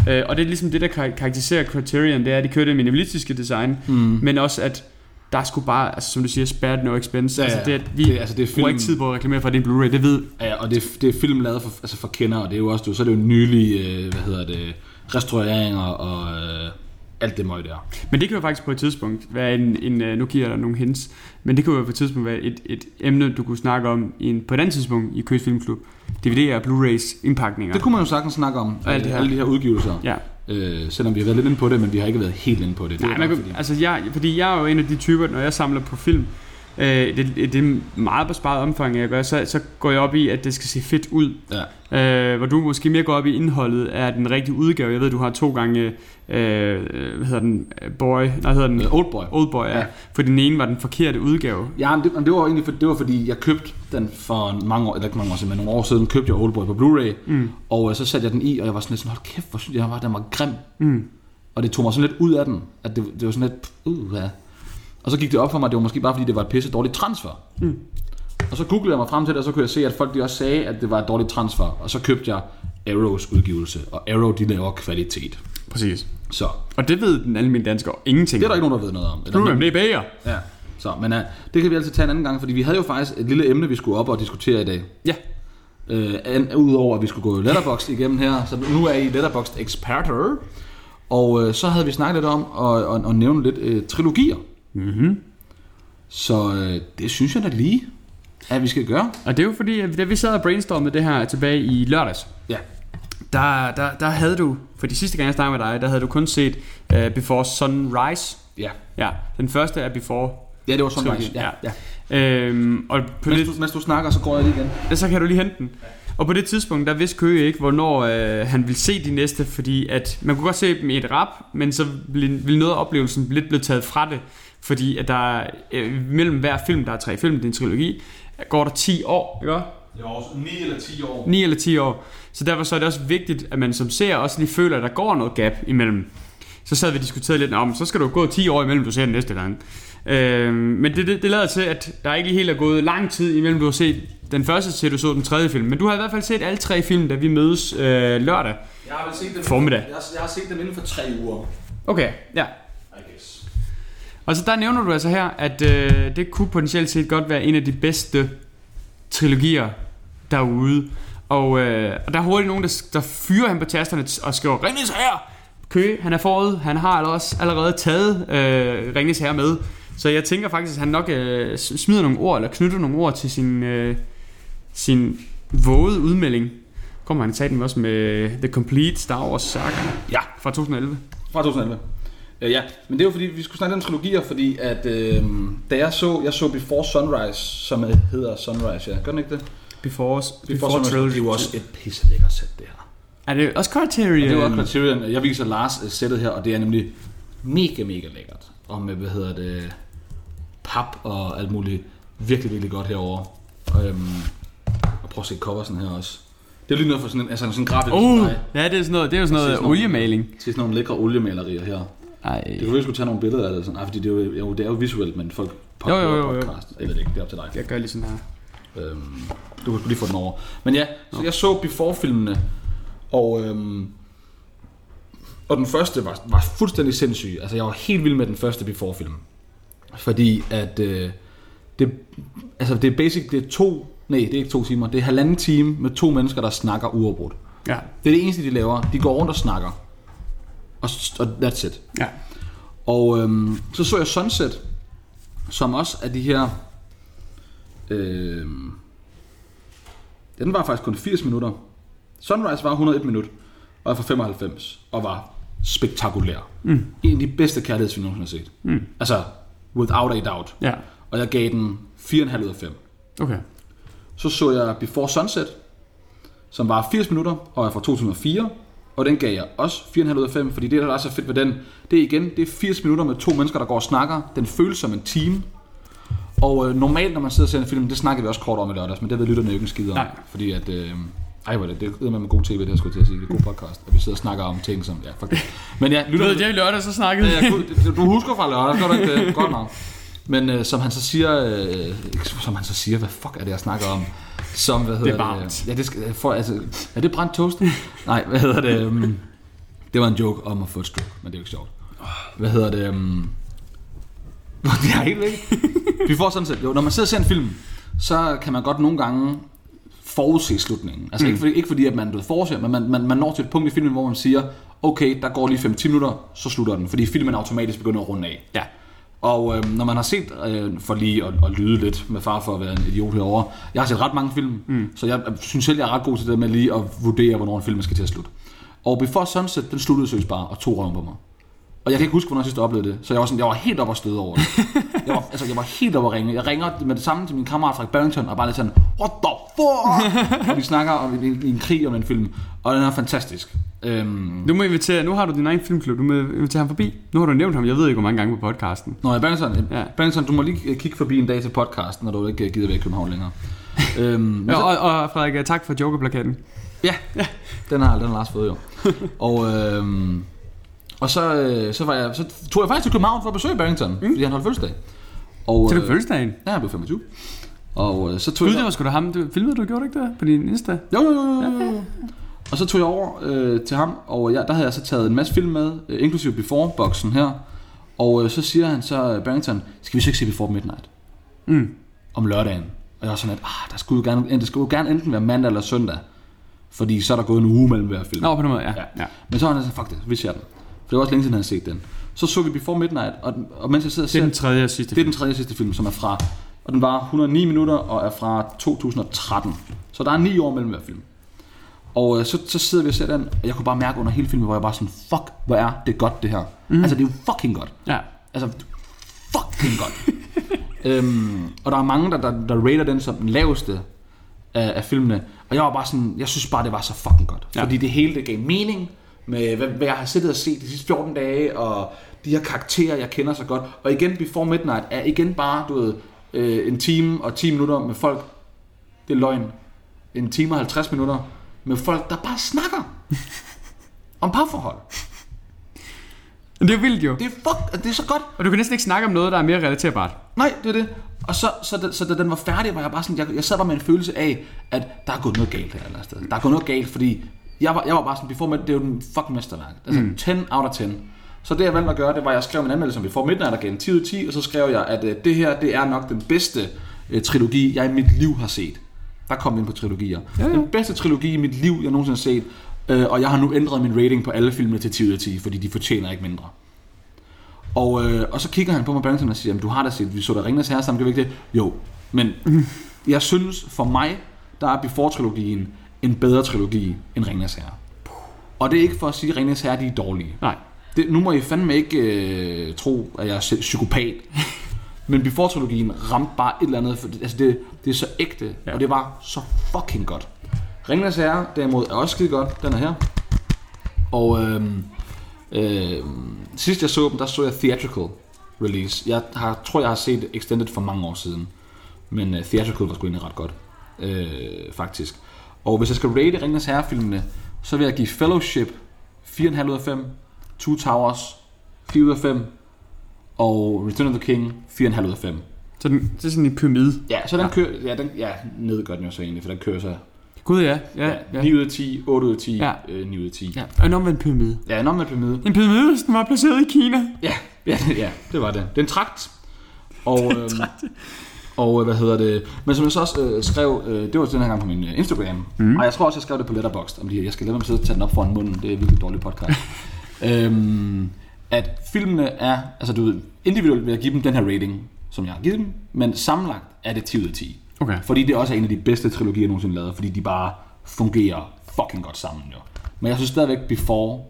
[SPEAKER 3] Øh, og det er ligesom det, der kar- karakteriserer Criterion, det er, at de kører det minimalistiske design, mm. men også at der er sgu bare, altså, som du siger, spared no expense.
[SPEAKER 2] Ja,
[SPEAKER 3] altså,
[SPEAKER 2] ja.
[SPEAKER 3] det, er- vi
[SPEAKER 2] Det er- altså, det er
[SPEAKER 3] bruger
[SPEAKER 2] film-
[SPEAKER 3] ikke tid på at reklamere for, at det er en Blu-ray, det ved
[SPEAKER 2] Ja, og det, er- det er film lavet for, altså for kendere, og det er jo også, du, så er det jo nylige, øh, hvad hedder det, restaureringer og øh, alt det møg der.
[SPEAKER 3] Men det kan jo faktisk på et tidspunkt være en, en øh, nu giver jeg dig nogle hints, men det kan jo på et tidspunkt være et, et emne, du kunne snakke om i en, på et andet tidspunkt i Køs Filmklub. DVD'er og Blu-rays indpakninger.
[SPEAKER 2] Det kunne man jo sagtens snakke om,
[SPEAKER 3] Og alt det
[SPEAKER 2] øh,
[SPEAKER 3] her.
[SPEAKER 2] alle de her udgivelser.
[SPEAKER 3] Ja.
[SPEAKER 2] Øh, selvom vi har været lidt inde på det, men vi har ikke været helt inde på det. det
[SPEAKER 3] Nej,
[SPEAKER 2] er
[SPEAKER 3] man
[SPEAKER 2] bare
[SPEAKER 3] kunne,
[SPEAKER 2] fordi-
[SPEAKER 3] altså jeg, fordi jeg er jo en af de typer, når jeg samler på film, øh, det, det er meget på sparet omfang, jeg gør, så, så går jeg op i, at det skal se fedt ud.
[SPEAKER 2] ja.
[SPEAKER 3] Øh, hvor du måske mere går op i indholdet af den rigtige udgave. Jeg ved, du har to gange, øh, øh, hvad hedder den, Boy, nej, hedder den,
[SPEAKER 2] Øh, Oldboy.
[SPEAKER 3] Oldboy, ja.
[SPEAKER 2] Ja.
[SPEAKER 3] For den ene var den forkerte udgave.
[SPEAKER 2] Ja, men det, men det var egentlig for, det var fordi, jeg købte den for mange år, eller ikke mange år siden, men nogle år siden, købte jeg Oldboy på Blu-ray, mm. og øh, så satte jeg den i, og jeg var sådan lidt sådan, hold kæft, hvor synes jeg, var, den var grim.
[SPEAKER 3] Mm.
[SPEAKER 2] Og det tog mig sådan lidt ud af den, at det, det var sådan lidt, uh, ja. Og så gik det op for mig, at det var måske bare fordi, det var et pisse dårligt transfer. Mm. Og så googlede jeg mig frem til det, og så kunne jeg se, at folk de også sagde, at det var et dårligt transfer, og så købte jeg Arrows udgivelse, og Arrow, de laver kvalitet.
[SPEAKER 3] Præcis.
[SPEAKER 2] Så
[SPEAKER 3] Og det ved den almindelige dansker ingenting.
[SPEAKER 2] det er der ikke nogen, der ved noget om. Eller
[SPEAKER 3] Blumen, det er bager.
[SPEAKER 2] Ja. Så, men uh, det kan vi altid tage en anden gang, fordi vi havde jo faktisk et lille emne, vi skulle op og diskutere i dag.
[SPEAKER 3] Ja.
[SPEAKER 2] Øh, an- Udover at vi skulle gå Letterboxd igennem her, så nu er I Letterboxd eksperter. Og øh, så havde vi snakket lidt om at, at, at nævne lidt øh, trilogier. Mm-hmm. Så øh, det synes jeg da lige, at vi skal gøre.
[SPEAKER 3] Og det er jo fordi, at da vi sad og brainstormede det her tilbage i lørdags,
[SPEAKER 2] Ja.
[SPEAKER 3] der, der, der havde du, for de sidste gange jeg snakkede med dig, der havde du kun set uh, Before Sunrise.
[SPEAKER 2] Ja,
[SPEAKER 3] Ja, den første er Before.
[SPEAKER 2] ja det var sådan,
[SPEAKER 3] Trilogien,
[SPEAKER 2] nice. ja,
[SPEAKER 3] ja.
[SPEAKER 2] ja.
[SPEAKER 3] Øhm, og på det,
[SPEAKER 2] Mens, du, mens du snakker, så går jeg lige igen.
[SPEAKER 3] Ja, så kan du lige hente den. Og på det tidspunkt, der vidste Køge ikke, hvornår øh, han ville se de næste, fordi at man kunne godt se dem i et rap, men så ville, ville noget af oplevelsen lidt blive taget fra det, fordi at der er, øh, mellem hver film, der er tre film, det er en trilogi, går der 10 år, ikke også?
[SPEAKER 2] Det var også 9 eller 10 år.
[SPEAKER 3] 9 eller 10 år. Så derfor så er det også vigtigt, at man som ser også lige føler, at der går noget gap imellem. Så sad vi og diskuterede lidt, om så skal du gå 10 år imellem, du ser den næste gang. Øh, men det, det, det lader til, at der ikke helt er gået lang tid imellem, du har set den første til, du så den tredje film. Men du har i hvert fald set alle tre film, da vi mødes øh, lørdag.
[SPEAKER 2] Jeg har vel set dem,
[SPEAKER 3] Formiddag.
[SPEAKER 2] Jeg, har- jeg har set dem inden for 3 uger.
[SPEAKER 3] Okay, ja.
[SPEAKER 2] I guess.
[SPEAKER 3] Og så der nævner du altså her, at øh, det kunne potentielt set godt være en af de bedste trilogier derude. Og, øh, og der er hurtigt nogen, der, der fyrer ham på tasterne t- og skriver, Ringnes her! Køge, han er forud. Han har altså også allerede taget øh, Ringnes her med. Så jeg tænker faktisk, at han nok øh, s- smider nogle ord, eller knytter nogle ord til sin, øh, sin vågede udmelding. Kommer han i den også med The Complete Star Wars Saga
[SPEAKER 2] Ja.
[SPEAKER 3] fra 2011.
[SPEAKER 2] Fra 2011. Øh, ja, men det er jo fordi, vi skulle snakke lidt om trilogier, fordi at øh, da jeg så, jeg så Before Sunrise, som øh, hedder Sunrise, ja. Gør den ikke det?
[SPEAKER 3] Before, Before,
[SPEAKER 2] Det er jo også et pisse lækkert sæt, det her. Øhm.
[SPEAKER 3] Er det også Criterion?
[SPEAKER 2] Og det er jo også Criterion. Jeg viser Lars øh, sættet her, og det er nemlig mega, mega lækkert. Og med, hvad hedder det, pap og alt muligt virkelig, virkelig godt herovre. Og, øhm, og prøv at se coversen her også. Det er jo lige noget for sådan en, altså sådan en grafisk
[SPEAKER 3] Uh,
[SPEAKER 2] dej
[SPEAKER 3] ja, det er sådan noget, det er jo sådan
[SPEAKER 2] Præcis,
[SPEAKER 3] noget
[SPEAKER 2] sådan
[SPEAKER 3] oliemaling.
[SPEAKER 2] til sådan nogle lækre oliemalerier her.
[SPEAKER 3] Ej.
[SPEAKER 2] Det kunne vi skulle tage nogle billeder af det, sådan. Ej, fordi det er jo, jo, det er jo visuelt, men folk
[SPEAKER 3] Jo, jo, jo, jo.
[SPEAKER 2] podcast. Jeg ved det ikke, det er op til dig.
[SPEAKER 3] Jeg gør lige sådan her.
[SPEAKER 2] Øhm, du kan sgu lige få den over. Men ja, så jeg så Before-filmene, og, øhm, og den første var, var fuldstændig sindssyg. Altså, jeg var helt vild med den første Before-film. Fordi at øh, det, altså, det er basic, det er to, nej, det er ikke to timer, det er halvanden time med to mennesker, der snakker uafbrudt.
[SPEAKER 3] Ja,
[SPEAKER 2] Det er det eneste, de laver. De går rundt og snakker. Og, s- og that's it.
[SPEAKER 3] ja.
[SPEAKER 2] Og øhm, så så jeg Sunset, som også er de her... Øhm, ja, den var faktisk kun 80 minutter. Sunrise var 101 minut, og er fra 95, og var spektakulær. Mm. En af de bedste kærlighedsfilm, jeg nogensinde har set. Mm. Altså, without a doubt.
[SPEAKER 3] Ja,
[SPEAKER 2] Og jeg gav den 4,5 ud af 5.
[SPEAKER 3] okay.
[SPEAKER 2] Så så jeg Before Sunset, som var 80 minutter og er fra 2004. Og den gav jeg også 4,5 ud af 5, fordi det, der er så fedt ved den, det er igen, det er 80 minutter med to mennesker, der går og snakker. Den føles som en time. Og øh, normalt, når man sidder og ser en film, det snakker vi også kort om i lørdags, men det ved lytterne jo ikke en skid om.
[SPEAKER 3] Nej.
[SPEAKER 2] Fordi at, øh, ej, hvor er det, det er med god tv, det her skulle jeg til at sige, det er god podcast, at vi sidder og snakker om ting som, ja, fuck det. Men ja,
[SPEAKER 3] Du
[SPEAKER 2] lytterne,
[SPEAKER 3] ved, det er i lørdag, så snakkede
[SPEAKER 2] Ja, jeg kunne- du- du husker fra lørdag, gør du ikke det? øh, Godt nok. Men øh, som han så siger, øh, ikke som han så siger, hvad fuck er det, jeg snakker om? Som, hvad hedder
[SPEAKER 3] varmt.
[SPEAKER 2] det? Ja, det skal, for, altså, er det brændt toast? Nej, hvad hedder det? Um, det var en joke om at få et stroke, men det er jo ikke sjovt. Hvad hedder det? Um, det er helt væk. Vi får sådan set, jo, når man sidder og ser en film, så kan man godt nogle gange forudse slutningen. Altså mm. ikke, fordi, ikke fordi, at man ved forudser, men man, man, man når til et punkt i filmen, hvor man siger, okay, der går lige 5-10 minutter, så slutter den, fordi filmen automatisk begynder at runde af.
[SPEAKER 3] Ja.
[SPEAKER 2] Og øh, når man har set, øh, for lige at, at lyde lidt med far for at være en idiot herovre, jeg har set ret mange film, mm. så jeg synes selv, jeg er ret god til det med lige at vurdere, hvornår en film skal til at slutte. Og Before Sunset, den sluttede seriøst bare og tog røven på mig. Og jeg kan ikke huske, hvornår jeg sidst oplevede det, så jeg var, sådan, jeg var helt oppe og støde over det. Jeg var, altså, jeg var helt oppe at ringe. Jeg ringer med det samme til min kammerat Frederik Barrington, og bare lidt sådan, what the fuck? og vi snakker om en, en krig om den film, og den er fantastisk. Øhm,
[SPEAKER 3] Du må invitere, nu har du din egen filmklub, du må invitere ham forbi. Nu har du nævnt ham, jeg ved ikke, hvor mange gange på podcasten.
[SPEAKER 2] Nå, ja, Bernsen,
[SPEAKER 3] Ja.
[SPEAKER 2] ja. Bernsen, du må lige øh, kigge forbi en dag til podcasten, når du ikke øh, gider være i København længere. øhm, men
[SPEAKER 3] Ja,
[SPEAKER 2] så-
[SPEAKER 3] og, og Frederik, tak for jokerplakaten.
[SPEAKER 2] ja, ja, den har, den har Lars fået jo. og øhm, og så, øh, så, var jeg, så tog jeg faktisk til København for at besøge Barrington, mm. fordi han holdt fødselsdag. Og,
[SPEAKER 3] Til du
[SPEAKER 2] øh,
[SPEAKER 3] fødselsdagen.
[SPEAKER 2] Ja, han blev 25. Og øh, så tog
[SPEAKER 3] Gud,
[SPEAKER 2] jeg...
[SPEAKER 3] det var sgu da ham. Du, filmede du, gjorde du ikke det på din Insta?
[SPEAKER 2] Jo, jo, jo, jo, jo, jo. Og så tog jeg over øh, til ham, og jeg, der havde jeg så taget en masse film med, øh, inklusive Before-boksen her. Og øh, så siger han så, øh, Barrington, skal vi så ikke se Before Midnight?
[SPEAKER 3] Mm.
[SPEAKER 2] om lørdagen. Og jeg var sådan, at ah, der skulle jo gerne, det skulle jo gerne enten være mandag eller søndag. Fordi så er der gået en uge mellem hver film.
[SPEAKER 3] Nå, på den måde, ja.
[SPEAKER 2] Ja.
[SPEAKER 3] ja.
[SPEAKER 2] Men så var han sådan, fuck det, vi ser den. For det var også længe siden, han havde set den. Så så vi Before Midnight, og, og mens jeg sidder og
[SPEAKER 3] Det
[SPEAKER 2] ser
[SPEAKER 3] er
[SPEAKER 2] den,
[SPEAKER 3] den tredje og sidste
[SPEAKER 2] det er
[SPEAKER 3] film.
[SPEAKER 2] den tredje og sidste film, som er fra, og den var 109 minutter og er fra 2013. Så der er ni år mellem hver film. Og øh, så, så sidder vi og ser den, og jeg kunne bare mærke under hele filmen, hvor jeg bare sådan, fuck, hvor er det godt det her.
[SPEAKER 3] Mhm.
[SPEAKER 2] Mm. Altså det er jo fucking godt.
[SPEAKER 3] Ja.
[SPEAKER 2] Altså, fucking godt. øhm, og der er mange, der, der, der rater den som den laveste af, af filmene. Og jeg var bare sådan, jeg synes bare, det var så fucking godt.
[SPEAKER 3] Ja.
[SPEAKER 2] Ja. Fordi det hele, det gav mening med, hvad, hvad jeg har siddet og set de sidste 14 dage, og de her karakterer, jeg kender så godt. Og igen, Before Midnight er igen bare, du ved, øh, en time og 10 minutter med folk, det er løgn. En time og 50 minutter med folk, der bare snakker om parforhold.
[SPEAKER 3] Men det er vildt jo.
[SPEAKER 2] Det er, fuck, det er så godt.
[SPEAKER 3] Og du kan næsten ikke snakke om noget, der er mere relaterbart.
[SPEAKER 2] Nej, det er det. Og så, så, da, så da den var færdig, var jeg bare sådan, jeg, jeg sad bare med en følelse af, at der er gået noget galt her et eller andet sted. Der er gået noget galt, fordi jeg var, jeg var bare sådan, Before Midnight, det er jo den fucking mesterværk. Altså mm. 10 out of 10. Så det jeg valgte at gøre, det var, at jeg skrev min anmeldelse om Before Midnight og gav den 10 ud af 10, og så skrev jeg, at øh, det her, det er nok den bedste øh, trilogi, jeg i mit liv har set. Der kom vi ind på trilogier. Ja, ja. Den bedste trilogi i mit liv, jeg nogensinde har set, øh, og jeg har nu ændret min rating på alle filmene til 10 ud af 10, fordi de fortjener ikke mindre. Og, øh, og så kigger han på mig Barrington og siger, "Jamen, du har da set, vi så der Ringnes Herre sammen, kan vi ikke det? Jo, men jeg synes for mig, der er Before-trilogien en bedre trilogi end Ringnes Herre. Og det er ikke for at sige, at Ringnes Herre de er dårlige.
[SPEAKER 3] Nej.
[SPEAKER 2] Det, nu må I fandme ikke øh, tro, at jeg er psykopat. Men Before-trilogien ramte bare et eller andet. For, altså det, det er så ægte, ja.
[SPEAKER 3] Ja.
[SPEAKER 2] og det var så fucking godt. Ringnes Herre derimod er også skide godt. Den er her. Og øhm, øhm, sidst jeg så dem, der så jeg Theatrical Release. Jeg har, tror, jeg har set Extended for mange år siden. Men øh, Theatrical var sgu egentlig ret godt. Øh, faktisk. Og hvis jeg skal rate Ringnes Herre-filmene, så vil jeg give Fellowship 4,5 ud af 5. Two Towers 4 ud af 5. Og Return of the King 4,5 ud af 5.
[SPEAKER 3] Så den, det er sådan en pyramide.
[SPEAKER 2] Ja, så den ja. kører... Ja, den, ja, ned gør den jo så egentlig, for den kører så...
[SPEAKER 3] Gud ja. Ja,
[SPEAKER 2] Ja,
[SPEAKER 3] ja.
[SPEAKER 2] 9 ud af 10, 8 ud af 10, ja.
[SPEAKER 3] Ja.
[SPEAKER 2] øh, 9 ud af 10. Ja,
[SPEAKER 3] ja. Og en omvendt pyramide.
[SPEAKER 2] ja en omvendt pyramide.
[SPEAKER 3] En pyramide, hvis den var placeret i Kina.
[SPEAKER 2] Ja, ja, ja, det var det. Det er en trakt. Og, øhm, og øh, hvad hedder det? Men som jeg så også øh, skrev, øh, det var den her gang på min øh, Instagram, mm. og jeg tror også, jeg skrev det på Letterboxd, om lige, jeg skal lade mig sidde og tage den op foran munden, det er virkelig dårlig podcast. øhm, at filmene er, altså du ved, individuelt vil jeg give dem den her rating, som jeg har givet dem, men sammenlagt er det 10 ud af 10.
[SPEAKER 3] Okay.
[SPEAKER 2] Fordi det også er en af de bedste trilogier, jeg nogensinde lavet, fordi de bare fungerer fucking godt sammen jo. Men jeg synes stadigvæk, Before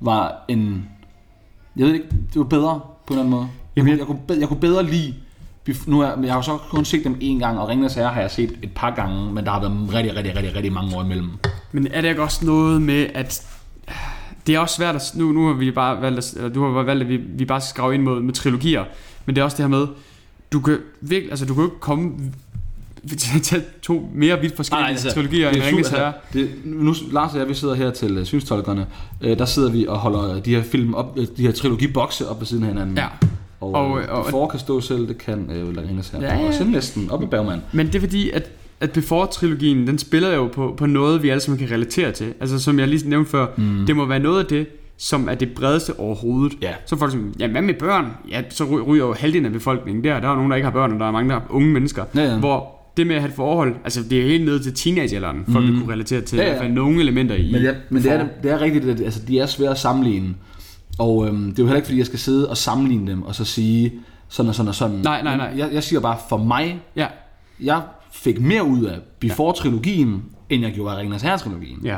[SPEAKER 2] var en... Jeg ved ikke, det var bedre på en eller anden måde. Jamen, jeg, jeg, kunne, bedre, jeg kunne bedre lide... Bef- Nu er, men jeg har jo så kun set dem én gang, og Ringenes Herre har jeg set et par gange, men der har været rigtig, rigtig, rigtig, rigtig mange år imellem.
[SPEAKER 3] Men er det ikke også noget med, at øh, det er også svært at, nu, nu har vi bare valgt, at, eller du har bare valgt, at vi, vi bare skal grave ind mod, med trilogier, men det er også det her med, du kan virkelig, altså du kan jo ikke komme til at tage to mere vidt forskellige
[SPEAKER 2] Nej, altså,
[SPEAKER 3] trilogier end
[SPEAKER 2] er
[SPEAKER 3] Ringens
[SPEAKER 2] super-
[SPEAKER 3] Herre.
[SPEAKER 2] det, nu, Lars og jeg, vi sidder her til øh, synstolkerne. Øh, der sidder vi og holder øh, de her film op, øh, de her trilogibokse op ved siden af hinanden.
[SPEAKER 3] Ja.
[SPEAKER 2] Og, og,
[SPEAKER 3] Og, øh,
[SPEAKER 2] og,
[SPEAKER 3] og-
[SPEAKER 2] for kan stå selv, det kan øh, Ringenes Herre. Ja,
[SPEAKER 3] Ja,
[SPEAKER 2] ja.
[SPEAKER 3] ja.
[SPEAKER 2] Og sende næsten op i Bergman.
[SPEAKER 3] Men det er fordi, at, at Before-trilogien, den spiller jo på, på noget, vi alle sammen kan relatere til. Altså som jeg lige nævnte før, mm. det må være noget af det, som er det bredeste overhovedet.
[SPEAKER 2] Ja.
[SPEAKER 3] Så er folk som, ja, hvad med børn? Ja, så ry- ryger jo halvdelen af befolkningen der. Der er jo nogen, der ikke har børn, og der er mange, der er unge mennesker.
[SPEAKER 2] Ja, ja.
[SPEAKER 3] Hvor det med at have et forhold, altså det er helt ned til teenagealderen, folk mm. vil kunne relatere til,
[SPEAKER 2] Ja,
[SPEAKER 3] ja,
[SPEAKER 2] ja.
[SPEAKER 3] ja. i hvert fald nogle elementer i.
[SPEAKER 2] Men, ja, men det, er,
[SPEAKER 3] Before.
[SPEAKER 2] det er rigtigt, at altså, de er svære at sammenligne. Og øhm, det er jo heller ikke, fordi jeg skal sidde og sammenligne dem, og så sige sådan og sådan og sådan.
[SPEAKER 3] Nej, nej,
[SPEAKER 2] Men
[SPEAKER 3] nej.
[SPEAKER 2] Jeg, jeg siger bare, for mig,
[SPEAKER 3] Ja,
[SPEAKER 2] jeg fik mere ud af Before-trilogien, end jeg gjorde af Ringens Herre-trilogien.
[SPEAKER 3] ja.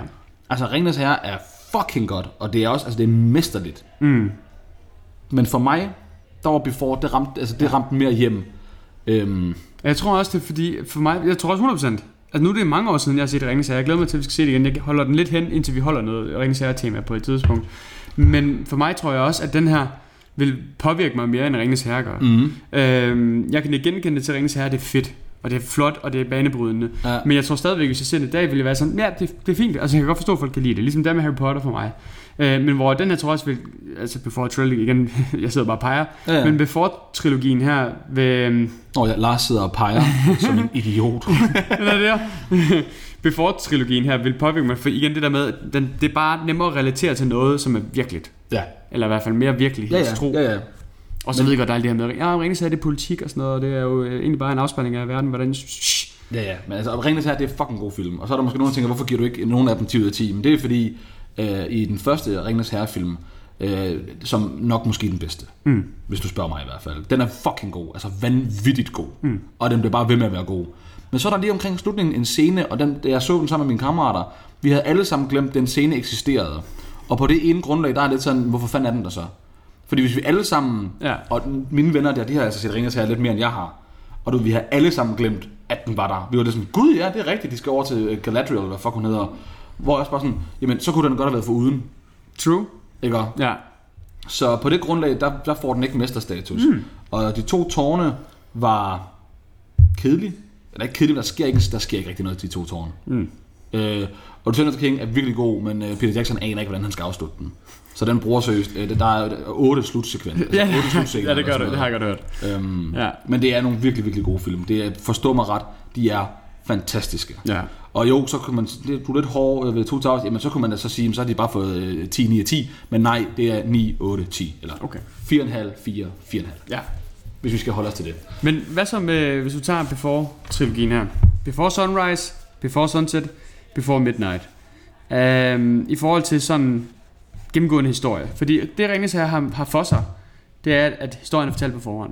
[SPEAKER 2] Altså, Ringens Herre er fucking godt, og det er også, altså det er mesterligt. Mm. Men for mig, der var Before, det ramte, altså, det ramte mere hjem. Øhm,
[SPEAKER 3] Og Jeg tror også, det er fordi, for mig, jeg tror også 100%. Altså nu er det mange år siden, jeg har set Ringens Herre. Jeg glæder mig til, at vi skal se det igen. Jeg holder den lidt hen, indtil vi holder noget Ringens Herre-tema på et tidspunkt. Men for mig tror jeg også, at den her vil påvirke mig mere, end Ringens Herre gør.
[SPEAKER 2] Mhm.
[SPEAKER 3] Mm. Øhm, jeg kan ikke genkende det til Ringens Herre, det er fedt. Og det er flot, og det er banebrydende.
[SPEAKER 2] Ja.
[SPEAKER 3] Ja. Men jeg tror stadigvæk, hvis jeg ser det i dag, ville jeg være sådan, ja, det, det er fint. Altså, jeg kan godt forstå, at folk kan lide det. Ligesom det er med Harry Potter for mig. Øh, men hvor den her tror jeg også vil, altså Before Trilogy igen, jeg sidder bare og peger.
[SPEAKER 2] Ja, ja.
[SPEAKER 3] Men Before-trilogien her vil, øhm,
[SPEAKER 2] og jeg, Lars sidder og peger som en idiot.
[SPEAKER 3] Eller det der. Before-trilogien her vil påvirke mig, for igen det der med, at den, det er bare nemmere at relatere til noget, som er virkeligt.
[SPEAKER 2] ja.
[SPEAKER 3] Eller i hvert fald mere virkelighedstro.
[SPEAKER 2] ja, ja.
[SPEAKER 3] Og så ved jeg godt, der er alt det her med, ja, Ringe sagde, det er politik og sådan noget, og det er jo øh, egentlig bare en afspejling af verden, hvordan... Shh.
[SPEAKER 2] Ja, ja. Men altså, Ringenes Herre, det er fucking god film. Og så er der måske nogen, der tænker, hvorfor giver du ikke nogen af dem 10 ud af 10? Men det er fordi, øh, i den første Ringenes Herre-film, øh, som nok måske er den bedste, mm. hvis du spørger mig i hvert fald. Den er fucking god, altså vanvittigt god. Mm. Og den bliver bare ved med at være god. Men så er der lige omkring slutningen en scene, og den, da jeg så den sammen med mine kammerater, vi havde alle sammen glemt, at den scene eksisterede. Og på det ene grundlag, der er lidt sådan, hvorfor fanden er den der så? Fordi hvis vi alle sammen,
[SPEAKER 3] Ja.
[SPEAKER 2] og den- mine venner der, de har altså set Ringens Herre lidt mere end jeg har. Og du, ved, vi har alle sammen glemt, at den var der. Vi var lidt sådan, gud ja, det er rigtigt, de skal over til øh, Galadriel, eller hvad fuck hun hedder. Hvor jeg også bare sådan, jamen så kunne den godt have været for uden.
[SPEAKER 3] True.
[SPEAKER 2] Ikke?
[SPEAKER 3] Ja.
[SPEAKER 2] Så på det grundlag, der, der får den ikke mesterstatus. Mm. Og de to tårne, var kedelig. Eller ikke kedelig, men der sker ikke, der sker ikke rigtig noget til de to tårne.
[SPEAKER 3] Mm.
[SPEAKER 2] Øh, og Return of the King er virkelig god, men øh, Peter Jackson aner ikke, hvordan han skal afslutte den. Så den bruger seriøst, øh, det- der er otte slutsekvenser. Altså,
[SPEAKER 3] Ja,
[SPEAKER 2] otte
[SPEAKER 3] ja,
[SPEAKER 2] slutscener
[SPEAKER 3] ja, det
[SPEAKER 2] eller
[SPEAKER 3] gør
[SPEAKER 2] sådan
[SPEAKER 3] det. Det har jeg godt hørt.
[SPEAKER 2] noget. Øhm,
[SPEAKER 3] Ja.
[SPEAKER 2] Men det er nogle virkelig, virkelig gode film. Det er, forstå mig ret, de er fantastiske.
[SPEAKER 3] Ja.
[SPEAKER 2] Og jo, så kunne man, det- du er lidt hård øh, ved 2000, jamen så kunne man da så sige, jamen, så har de bare fået øh, 10, 9 og 10, men nej, det er 9, 8, 10, eller
[SPEAKER 3] Okay.
[SPEAKER 2] 4,5, 4, 4,5,
[SPEAKER 3] ja.
[SPEAKER 2] hvis vi skal holde os til det.
[SPEAKER 3] Men hvad så med, hvis du tager Before-trilogien her? Before Sunrise, Before Sunset, Before Midnight. Øhm, I forhold til sådan gennemgående historie. Fordi det Ringens her har, har for sig, det er, at historien er fortalt på forhånd.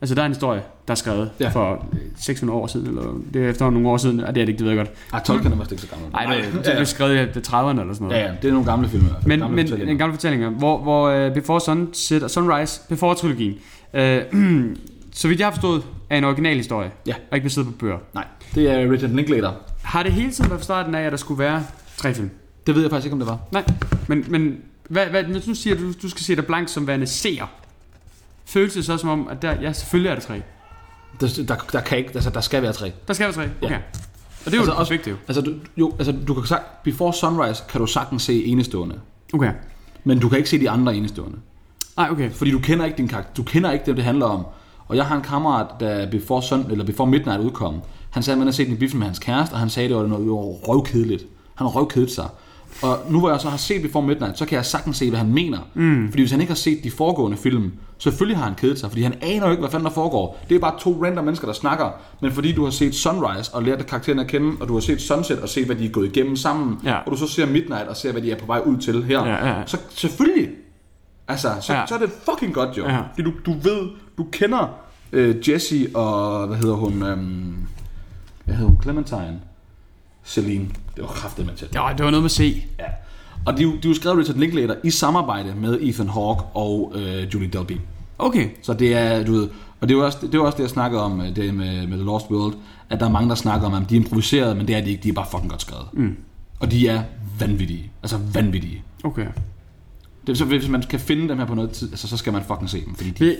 [SPEAKER 3] Altså der er en historie, der er skrevet
[SPEAKER 2] Ja.
[SPEAKER 3] ja. for øh, 600 år siden, eller det er efterhånden nogle år siden, og det er det ikke, det ved jeg godt.
[SPEAKER 2] Ej, Tolkien er vist ikke så gammel.
[SPEAKER 3] Nej, det, det
[SPEAKER 2] ja,
[SPEAKER 3] blev skrevet i 30'erne eller sådan noget.
[SPEAKER 2] ja, ja, det er nogle gamle film i hvert fald.
[SPEAKER 3] Men,
[SPEAKER 2] gamle
[SPEAKER 3] men
[SPEAKER 2] fortællinger.
[SPEAKER 3] en gamle fortællinger, hvor, hvor uh, Before Sunset og Sunrise, Before trilogien, uh, så vidt jeg har forstået, er en original historie,
[SPEAKER 2] Ja.
[SPEAKER 3] og ikke baseret på bøger.
[SPEAKER 2] Nej, det er Richard Linklater.
[SPEAKER 3] Har det hele tiden været fra starten af, at der skulle være tre film?
[SPEAKER 2] Det ved jeg faktisk ikke, om det var.
[SPEAKER 3] Nej, men, men hvad, hvad, hvis du siger, at du, du skal se dig blank som værende seer, føles det så som om, at der, ja, selvfølgelig er der tre.
[SPEAKER 2] Der, der, der, kan ikke, altså, der skal være tre.
[SPEAKER 3] Der skal være tre,
[SPEAKER 2] Ja.
[SPEAKER 3] okay. Og det er
[SPEAKER 2] Altså
[SPEAKER 3] jo altså
[SPEAKER 2] også-
[SPEAKER 3] perfekt, jo.
[SPEAKER 2] Altså, du, jo, altså, du kan sagt, Before Sunrise kan du sagtens se enestående.
[SPEAKER 3] Okay.
[SPEAKER 2] Men du kan ikke se de andre enestående.
[SPEAKER 3] Nej, okay.
[SPEAKER 2] Fordi du kender ikke din karakter. Du kender ikke det, det handler om. Og jeg har en kammerat, der Before, Sun, eller Before Midnight udkom. Han sagde, at man havde set den i biffen med hans kæreste, og han sagde, at det var noget det var røvkedeligt. Han røvkedet sig. Og nu hvor jeg så har set Before Midnight, så kan jeg sagtens se, hvad han mener. Mm. Fordi hvis han ikke har set de foregående film, selvfølgelig har han kedet sig, fordi han aner jo ikke, hvad fanden der foregår. Det er bare to random mennesker, der snakker. Men fordi du har set Sunrise og lært karaktererne at kende, og du har set Sunset og set, hvad de er gået igennem sammen,
[SPEAKER 3] Ja.
[SPEAKER 2] og du så ser Midnight og ser, hvad de er på vej ud til her,
[SPEAKER 3] Ja, ja, ja.
[SPEAKER 2] så selvfølgelig Altså, så, ja.
[SPEAKER 3] Ja.
[SPEAKER 2] så er det fucking godt jo. Ja.
[SPEAKER 3] Ja.
[SPEAKER 2] Fordi du, du ved, du kender øh, Jessie og, hvad hedder hun, øhm, hvad hedder hun, Clementine? Celine. Det var kraftigt, man tæt.
[SPEAKER 3] Jo, det var noget med C.
[SPEAKER 2] Ja. Og de, er jo- de er jo skrevet af Richard Linklater i samarbejde med Ethan Hawke og øh, Julie Delpy.
[SPEAKER 3] Okay.
[SPEAKER 2] Så det er, du ved, og det er jo også det, er jo også det jeg snakkede om, øh, det med, med The Lost World, at der er mange, der snakker om, at de er improviseret, men det er de ikke, de er bare fucking godt skrevet. Mm. Og de er vanvittige. Altså vanvittige.
[SPEAKER 3] Okay.
[SPEAKER 2] Det er så, hvis man kan finde dem her på noget tid, altså, så skal man fucking se dem, fordi de
[SPEAKER 3] Det,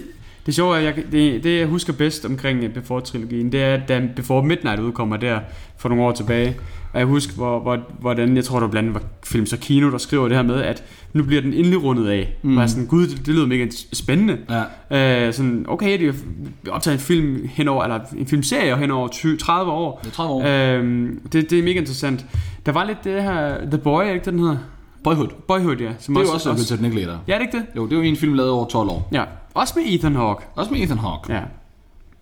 [SPEAKER 3] det sjove er, jeg, kan- det, det jeg husker bedst omkring øh, Before-trilogien, det er, at da Before Midnight udkommer der for nogle år tilbage, og jeg husker, hvor, hvor, hvordan, jeg tror, det var blandt andet var Film Kino, der skriver det her med, at nu bliver den endelig rundet af. Mm. Og jeg er sådan, gud, det, det lyder mega spændende.
[SPEAKER 2] Ja.
[SPEAKER 3] Øh, sådan, okay, det er optaget en film henover, eller en filmserie henover 20, 30 år.
[SPEAKER 2] Det er 30 år.
[SPEAKER 3] Øhm, det, det er mega interessant. Der var lidt det her, The Boy, er ikke det, den hedder?
[SPEAKER 2] Boyhood.
[SPEAKER 3] Boyhood, ja. Som
[SPEAKER 2] Det er jo også, Richard Linklater.
[SPEAKER 3] Ja, er det ikke det?
[SPEAKER 2] Jo, det er jo en film lavet over 12 år.
[SPEAKER 3] Ja. Også med Ethan Hawke.
[SPEAKER 2] Også med Ethan Hawke.
[SPEAKER 3] Ja.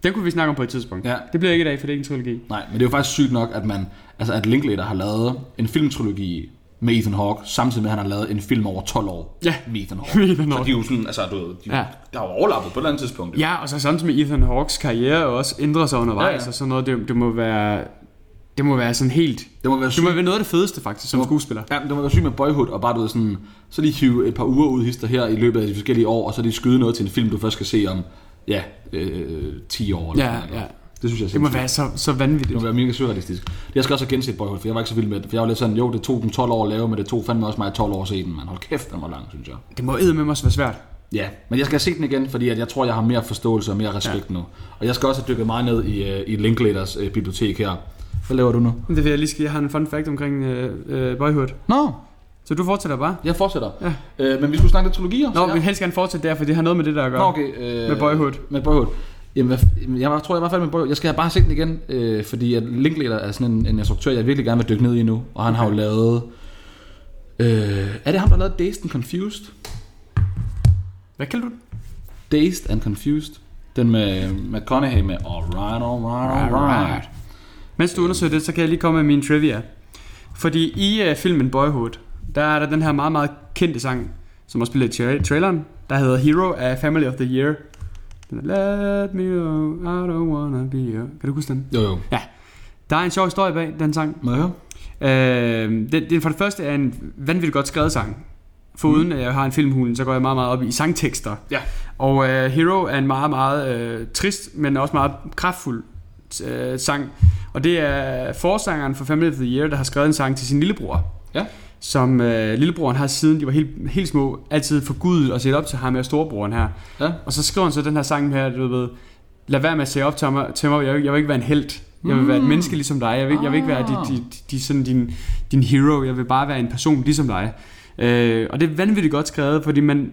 [SPEAKER 3] Den kunne vi snakke om på et tidspunkt.
[SPEAKER 2] Ja.
[SPEAKER 3] Det bliver ikke i dag, for det er ikke en trilogi.
[SPEAKER 2] Nej, men det er jo faktisk sygt nok, at man, altså at Linklater har lavet en filmtrilogi med Ethan Hawke, samtidig med, at han har lavet en film over 12 år
[SPEAKER 3] Ja.
[SPEAKER 2] med Ethan Hawke.
[SPEAKER 3] Med Ethan
[SPEAKER 2] Så
[SPEAKER 3] Hawke.
[SPEAKER 2] de er jo sådan, altså du ved, de,
[SPEAKER 3] Ja.
[SPEAKER 2] der er jo overlappet på et eller andet tidspunkt.
[SPEAKER 3] Ja, og så samtidig med Ethan Hawkes karriere også ændrer sig undervejs
[SPEAKER 2] Ja,
[SPEAKER 3] ja,
[SPEAKER 2] ja.
[SPEAKER 3] ja. og sådan noget. Det, det, må være, det må være sådan helt...
[SPEAKER 2] Det må være
[SPEAKER 3] Det må
[SPEAKER 2] sygt.
[SPEAKER 3] være noget af det fedeste faktisk som skuespiller.
[SPEAKER 2] Ja, men det må være sygt med Boyhood, og bare du ved sådan, så lige hive et par uger ud hister her i løbet af de forskellige år, og så lige skyde noget til en film, du først skal se om, ja, øh, 10 år. Eller
[SPEAKER 3] Ja,
[SPEAKER 2] sådan noget.
[SPEAKER 3] ja.
[SPEAKER 2] Det synes jeg er
[SPEAKER 3] Det må
[SPEAKER 2] sindssygt.
[SPEAKER 3] være så, så vanvittigt.
[SPEAKER 2] Det må være mega surrealistisk. Jeg skal også have genset Boyhood, for jeg var ikke så vild med det. For jeg var lidt sådan, jo, det tog dem 12 år at lave, men det tog fandme også mig 12 år at se den, man. Hold kæft, den var lang, synes jeg.
[SPEAKER 3] Det må med mig også være svært.
[SPEAKER 2] Ja, men jeg skal have set den igen, fordi at jeg tror, jeg har mere forståelse og mere respekt ja. nu. Og jeg skal også have dykket meget ned i, øh, i Linklaters øh, bibliotek her. Hvad laver du nu?
[SPEAKER 3] Men Det vil jeg lige skal. Jeg har en fun fact omkring øh, øh, Boyhood.
[SPEAKER 2] Nå,
[SPEAKER 3] Så du fortsætter bare.
[SPEAKER 2] jeg fortsætter.
[SPEAKER 3] Ja.
[SPEAKER 2] Øh, men vi skulle snakke lidt trilogier.
[SPEAKER 3] Nå,
[SPEAKER 2] så
[SPEAKER 3] vi
[SPEAKER 2] jeg-
[SPEAKER 3] vil helst gerne fortsætte der, for det har noget med det der at gøre.
[SPEAKER 2] Nå, okay. Øh,
[SPEAKER 3] Med Boyhood.
[SPEAKER 2] Med Boyhood. Jamen, hvad f- jamen, jeg var, tror, jeg var færdig med Boyhood. Jeg skal have bare se den igen, øh, fordi at Linklater er sådan en, en instruktør, jeg virkelig gerne vil dykke ned i nu. Og han okay. har jo lavet... Øh, er det ham, der har lavet Dazed and Confused?
[SPEAKER 3] Hvad kalder du den?
[SPEAKER 2] Dazed and Confused. Den med McConaughey med Alright, alright, alright.
[SPEAKER 3] Mens du undersøger det, så kan jeg lige komme med min trivia. Fordi i uh, filmen Boyhood, der er der den her meget, meget kendte sang, som også blev i tra- traileren, der hedder Hero af Family of the Year. Den er, Let me out, I don't wanna be a... Kan du huske den?
[SPEAKER 2] Jo, jo.
[SPEAKER 3] Ja. Der er en sjov historie bag den sang.
[SPEAKER 2] Må jeg høre?
[SPEAKER 3] Øh, den, den for det første er en vanvittigt godt skrevet sang. Foruden at jeg har en filmhulen, så går jeg meget, meget op i sangtekster.
[SPEAKER 2] Mm. Ja.
[SPEAKER 3] Og øh, Hero er en meget, meget øh, trist, men også meget kraftfuld øh, sang. Og det er forsangeren for Family of the Year, der har skrevet en sang til sin lillebror.
[SPEAKER 2] Ja.
[SPEAKER 3] Som øh, lillebroren har siden de var helt, helt små, altid forgudet og set op til ham og storebroren her.
[SPEAKER 2] Ja.
[SPEAKER 3] Og så skriver han så den her sang her, du ved, lad være med at se op til mig, til mig. Jeg, vil- jeg vil ikke være en held. Jeg vil være et menneske ligesom dig. Jeg vil, jeg vil ikke være
[SPEAKER 2] Ah.
[SPEAKER 3] di, di, di, sådan din, din hero. Jeg vil bare være en person ligesom dig. Øh, og det er vanvittigt godt skrevet, fordi man,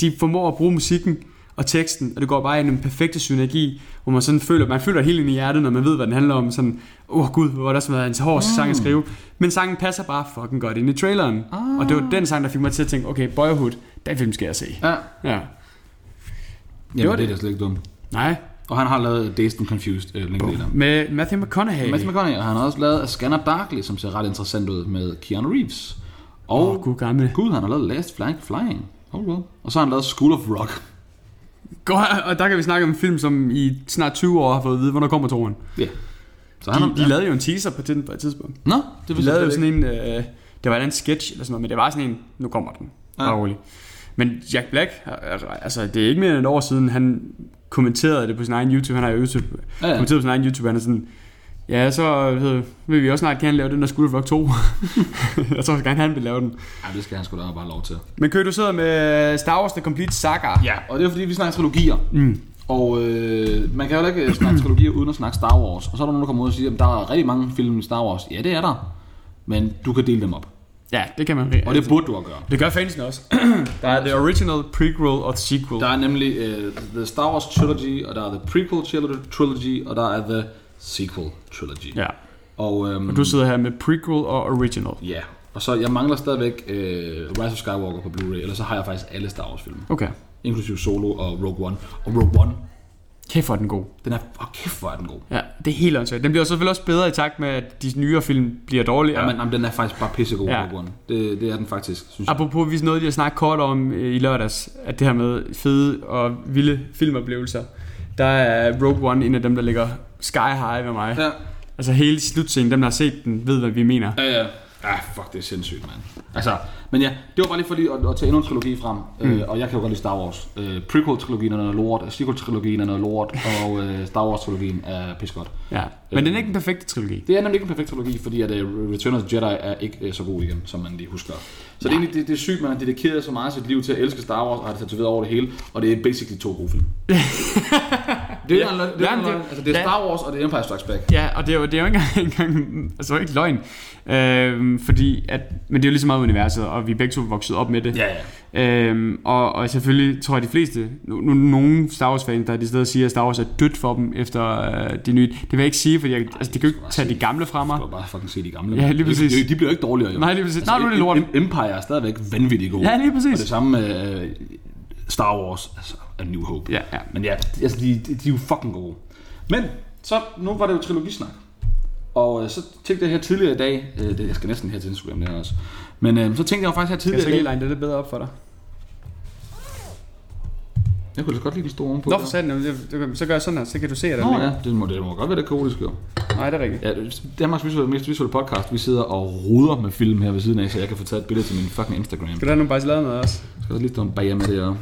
[SPEAKER 3] de formår at bruge musikken og teksten, og det går bare ind i en perfekte synergi, hvor man sådan føler, man føler helt ind i hjertet, når man ved, hvad den handler om. Sådan, åh oh, gud, hvor har det også været en hård sang at skrive. Men sangen passer bare fucking godt ind i traileren.
[SPEAKER 2] Ah.
[SPEAKER 3] Og det var den sang, der fik mig til at tænke, okay, Boyhood, den film skal jeg se.
[SPEAKER 2] Ja.
[SPEAKER 3] Ja.
[SPEAKER 2] Jamen,
[SPEAKER 3] var
[SPEAKER 2] det, det er da slet ikke dumt.
[SPEAKER 3] Nej.
[SPEAKER 2] Og han har lavet Dazed and Confused øh, længe lidt om.
[SPEAKER 3] Med Matthew McConaughey.
[SPEAKER 2] Matthew McConaughey, og han har også lavet Scanner Darkly, som ser ret interessant ud med Keanu Reeves. Og
[SPEAKER 3] Åh, oh, gud gamle.
[SPEAKER 2] gud, han har lavet Last Flank Flying. Oh, well. Og så har han lavet School of Rock.
[SPEAKER 3] God, og der kan vi snakke om en film, som i snart 20 år har fået at vide, hvornår kommer toren.
[SPEAKER 2] Ja. Yeah. Så han
[SPEAKER 3] De, de lavede jo en teaser på den på et tidspunkt.
[SPEAKER 2] Nå, det
[SPEAKER 3] De
[SPEAKER 2] vidste
[SPEAKER 3] lavede jo
[SPEAKER 2] jeg slet
[SPEAKER 3] sådan en, øh, det var en sketch eller sådan noget, men det var sådan en, nu kommer den.
[SPEAKER 2] Ja.
[SPEAKER 3] Bare rolig. Men Jack Black, altså det er ikke mere end et år siden, han kommenterede det på sin egen YouTube. Han har jo YouTube,
[SPEAKER 2] Ja,
[SPEAKER 3] ja,
[SPEAKER 2] ja.
[SPEAKER 3] ja. kommenteret på sin egen YouTube, han er sådan, ja, så øh, vil vi også snart gerne lave den der School of Rock 2. jeg tror også gerne, han vil lave den.
[SPEAKER 2] ikke. Ej, det skal han sgu da bare have lov til.
[SPEAKER 3] Men Køge, du sidder med Star Wars The Complete Saga.
[SPEAKER 2] Ja, og det er fordi, vi snakker trilogier. Mm. Og øh, man kan jo ikke snakke trilogier uden at snakke Star Wars. Og så er der nogen, der kommer ud og siger, at der er rigtig mange film i Star Wars. Ja, det er der. Men du kan dele dem op.
[SPEAKER 3] ja det kan man.
[SPEAKER 2] Og det burde du at gøre.
[SPEAKER 3] Det gør fansen også. der er The Original, Prequel og Sequel.
[SPEAKER 2] Der er nemlig øh, The Star Wars Trilogy, og der er The Prequel Trilo- Trilogy, og der er The Sequel Trilogy.
[SPEAKER 3] Ja.
[SPEAKER 2] Og, øhm,
[SPEAKER 3] Du sidder her med Prequel og Original.
[SPEAKER 2] Ja, og så jeg mangler stadigvæk øh, Rise of Skywalker på Blu-ray, ellers så har jeg faktisk alle Star Wars film,
[SPEAKER 3] Okay.
[SPEAKER 2] inklusive Solo og Rogue One. Og Rogue One,
[SPEAKER 3] Kæft for den god.
[SPEAKER 2] den er, oh, kæft hvor er den god.
[SPEAKER 3] Ja, det er helt åndssvagt. Den bliver selvfølgelig også bedre i takt med, at de nyere film bliver dårligere.
[SPEAKER 2] Ja. Jamen, jamen, den er faktisk bare pissegod,
[SPEAKER 3] Ja.
[SPEAKER 2] ja. Rogue One. Det, det er den faktisk, synes jeg.
[SPEAKER 3] Apropos, vi nåede lige at snakke kort om øh, i lørdags, at det her med fede og vilde filmoplevelser. Der er Rogue One en af dem, der ligger sky high ved mig. Ja.
[SPEAKER 2] Ja,
[SPEAKER 3] Altså hele slutscenen, dem der har set den, ved hvad vi mener.
[SPEAKER 2] ja, ja. Ah, fuck, det er sindssygt, mand. Altså, men ja, det var bare lige for lige at, at tage endnu en trilogi frem. Mm. Øh, og jeg kan jo godt lide Star Wars. Øh, Prequel-trilogien er noget lort, sequel-trilogien er noget lort, og øh, Star Wars-trilogien er pissegodt.
[SPEAKER 3] Ja. Men den er ikke den perfekte trilogi.
[SPEAKER 2] Det er nemlig ikke en perfekt trilogi, fordi at øh, Return of the Jedi er ikke øh, så god igen, som man lige husker. Så det er, egentlig, det, det er sygt, man har dedikeret så meget af sit liv til at elske Star Wars, og har det tatoveret over det hele, og det er basically to gode film. det er, ja, det, det,
[SPEAKER 3] Ja, men
[SPEAKER 2] er,
[SPEAKER 3] det-
[SPEAKER 2] altså, det er
[SPEAKER 3] ja.
[SPEAKER 2] Star Wars, og det er Empire Strikes Back.
[SPEAKER 3] Ja, og det er jo, det er jo ikke engang, engang altså det er jo ikke løgn. Øhm, fordi at, men det er jo lige så meget universet, og vi er begge to vokset op med det.
[SPEAKER 2] Ja, ja.
[SPEAKER 3] Øhm, og, og selvfølgelig tror jeg de fleste nu, nu nogle Star Wars fans der i stedet siger at Star Wars er dødt for dem efter øh, de nye det vil jeg ikke sige fordi jeg, altså, de kan jo ikke tage de gamle fra mig
[SPEAKER 2] Du bare fucking se de gamle.
[SPEAKER 3] Ja, lige præcis.
[SPEAKER 2] De, de bliver jo ikke dårligere, jo. Altså,
[SPEAKER 3] Nej, lige præcis. Nej, nu er det lort.
[SPEAKER 2] Em- Empire er stadigvæk vanvittig god.
[SPEAKER 3] Ja, lige præcis.
[SPEAKER 2] Og det samme med øh, Star Wars, altså A New Hope.
[SPEAKER 3] Ja, ja.
[SPEAKER 2] Men ja, altså, de, de, de er jo fucking gode. Men, så, nu var det jo trilogisnak. Og øh, så tænkte jeg her tidligere i dag, øh, det, jeg skal næsten her til Instagram det her også, men øh, så tænkte jeg jo faktisk her
[SPEAKER 3] jeg
[SPEAKER 2] tidligere
[SPEAKER 3] så ikke
[SPEAKER 2] i dag,
[SPEAKER 3] line det lidt bedre op for dig
[SPEAKER 2] jeg kunne da godt lide den store ovenpå.
[SPEAKER 3] Nå
[SPEAKER 2] der.
[SPEAKER 3] for satan jamen, det- det- så gør jeg sådan her så kan du se at den
[SPEAKER 2] Nå
[SPEAKER 3] ligger.
[SPEAKER 2] ja, det må, det må godt være det kaotisk jo.
[SPEAKER 3] nej det er rigtigt
[SPEAKER 2] Ja, Danmarks visuelle, mest visuelle podcast, vi sidder og ruder med film her ved siden af, så jeg kan få taget et billede til min fucking Instagram.
[SPEAKER 3] skal du have nogle basilade med også
[SPEAKER 2] skal også lige stå en bager med det her.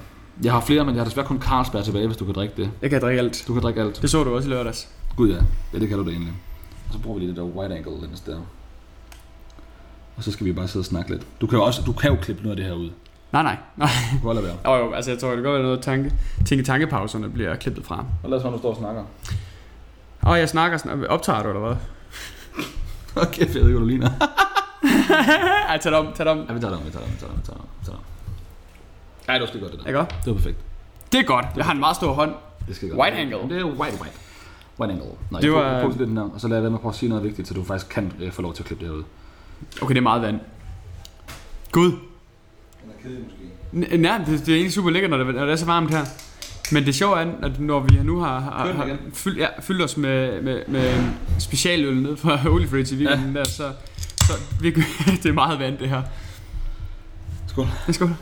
[SPEAKER 2] Jeg har flere, men jeg har desværre kun Carlsberg tilbage, hvis du kan drikke det.
[SPEAKER 3] jeg kan drikke alt
[SPEAKER 2] Du kan drikke alt.
[SPEAKER 3] det så du også i lørdags
[SPEAKER 2] Gud ja, ja det kan du da egentlig. Og så bruger vi lige det der wide angle lens der. Og så skal vi bare sidde og snakke lidt. Du kan jo, også, du kan jo klippe noget af det her ud. Du
[SPEAKER 3] nej nej nej
[SPEAKER 2] kan godt lade være.
[SPEAKER 3] Åh, jo, altså jeg tror det kan godt være noget tanke tænke tankepauserne bliver klippet fra
[SPEAKER 2] Og lad os høre, du står og snakker.
[SPEAKER 3] Åh, jeg snakker sådan optager du eller hvad
[SPEAKER 2] Okay, jeg ved ikke, hvad du ligner.
[SPEAKER 3] Ej, tag det om tag det om
[SPEAKER 2] ja, vi tager det om, vi tager det om, vi tager det om, vi tager det om, vi tager det om. Ej, det var skide godt det der.
[SPEAKER 3] ikke også?
[SPEAKER 2] Det var perfekt.
[SPEAKER 3] det er godt jeg har en meget stor hånd
[SPEAKER 2] Det skal
[SPEAKER 3] Wide angle.
[SPEAKER 2] Det er white, white. Wide angle. Nå,
[SPEAKER 3] Det
[SPEAKER 2] jeg
[SPEAKER 3] var-
[SPEAKER 2] var... den der, og så lader jeg være med at prøve at sige noget vigtigt, så du faktisk kan øh, få lov til at klippe det her ud.
[SPEAKER 3] Okay, det er meget vand. Gud.
[SPEAKER 2] Den er kedelig måske.
[SPEAKER 3] N- Nej, det, det er egentlig super lækkert, når det, når det er så varmt her. Men det sjove er, at når vi nu har, har,
[SPEAKER 2] Køl
[SPEAKER 3] har
[SPEAKER 2] igen.
[SPEAKER 3] fyldt, ja, fyldt os med, med, med specialøl ned fra Olifrit i weekenden ja. der, så, så vi, det er meget vand det her.
[SPEAKER 2] Skål.
[SPEAKER 3] Ja, Skål.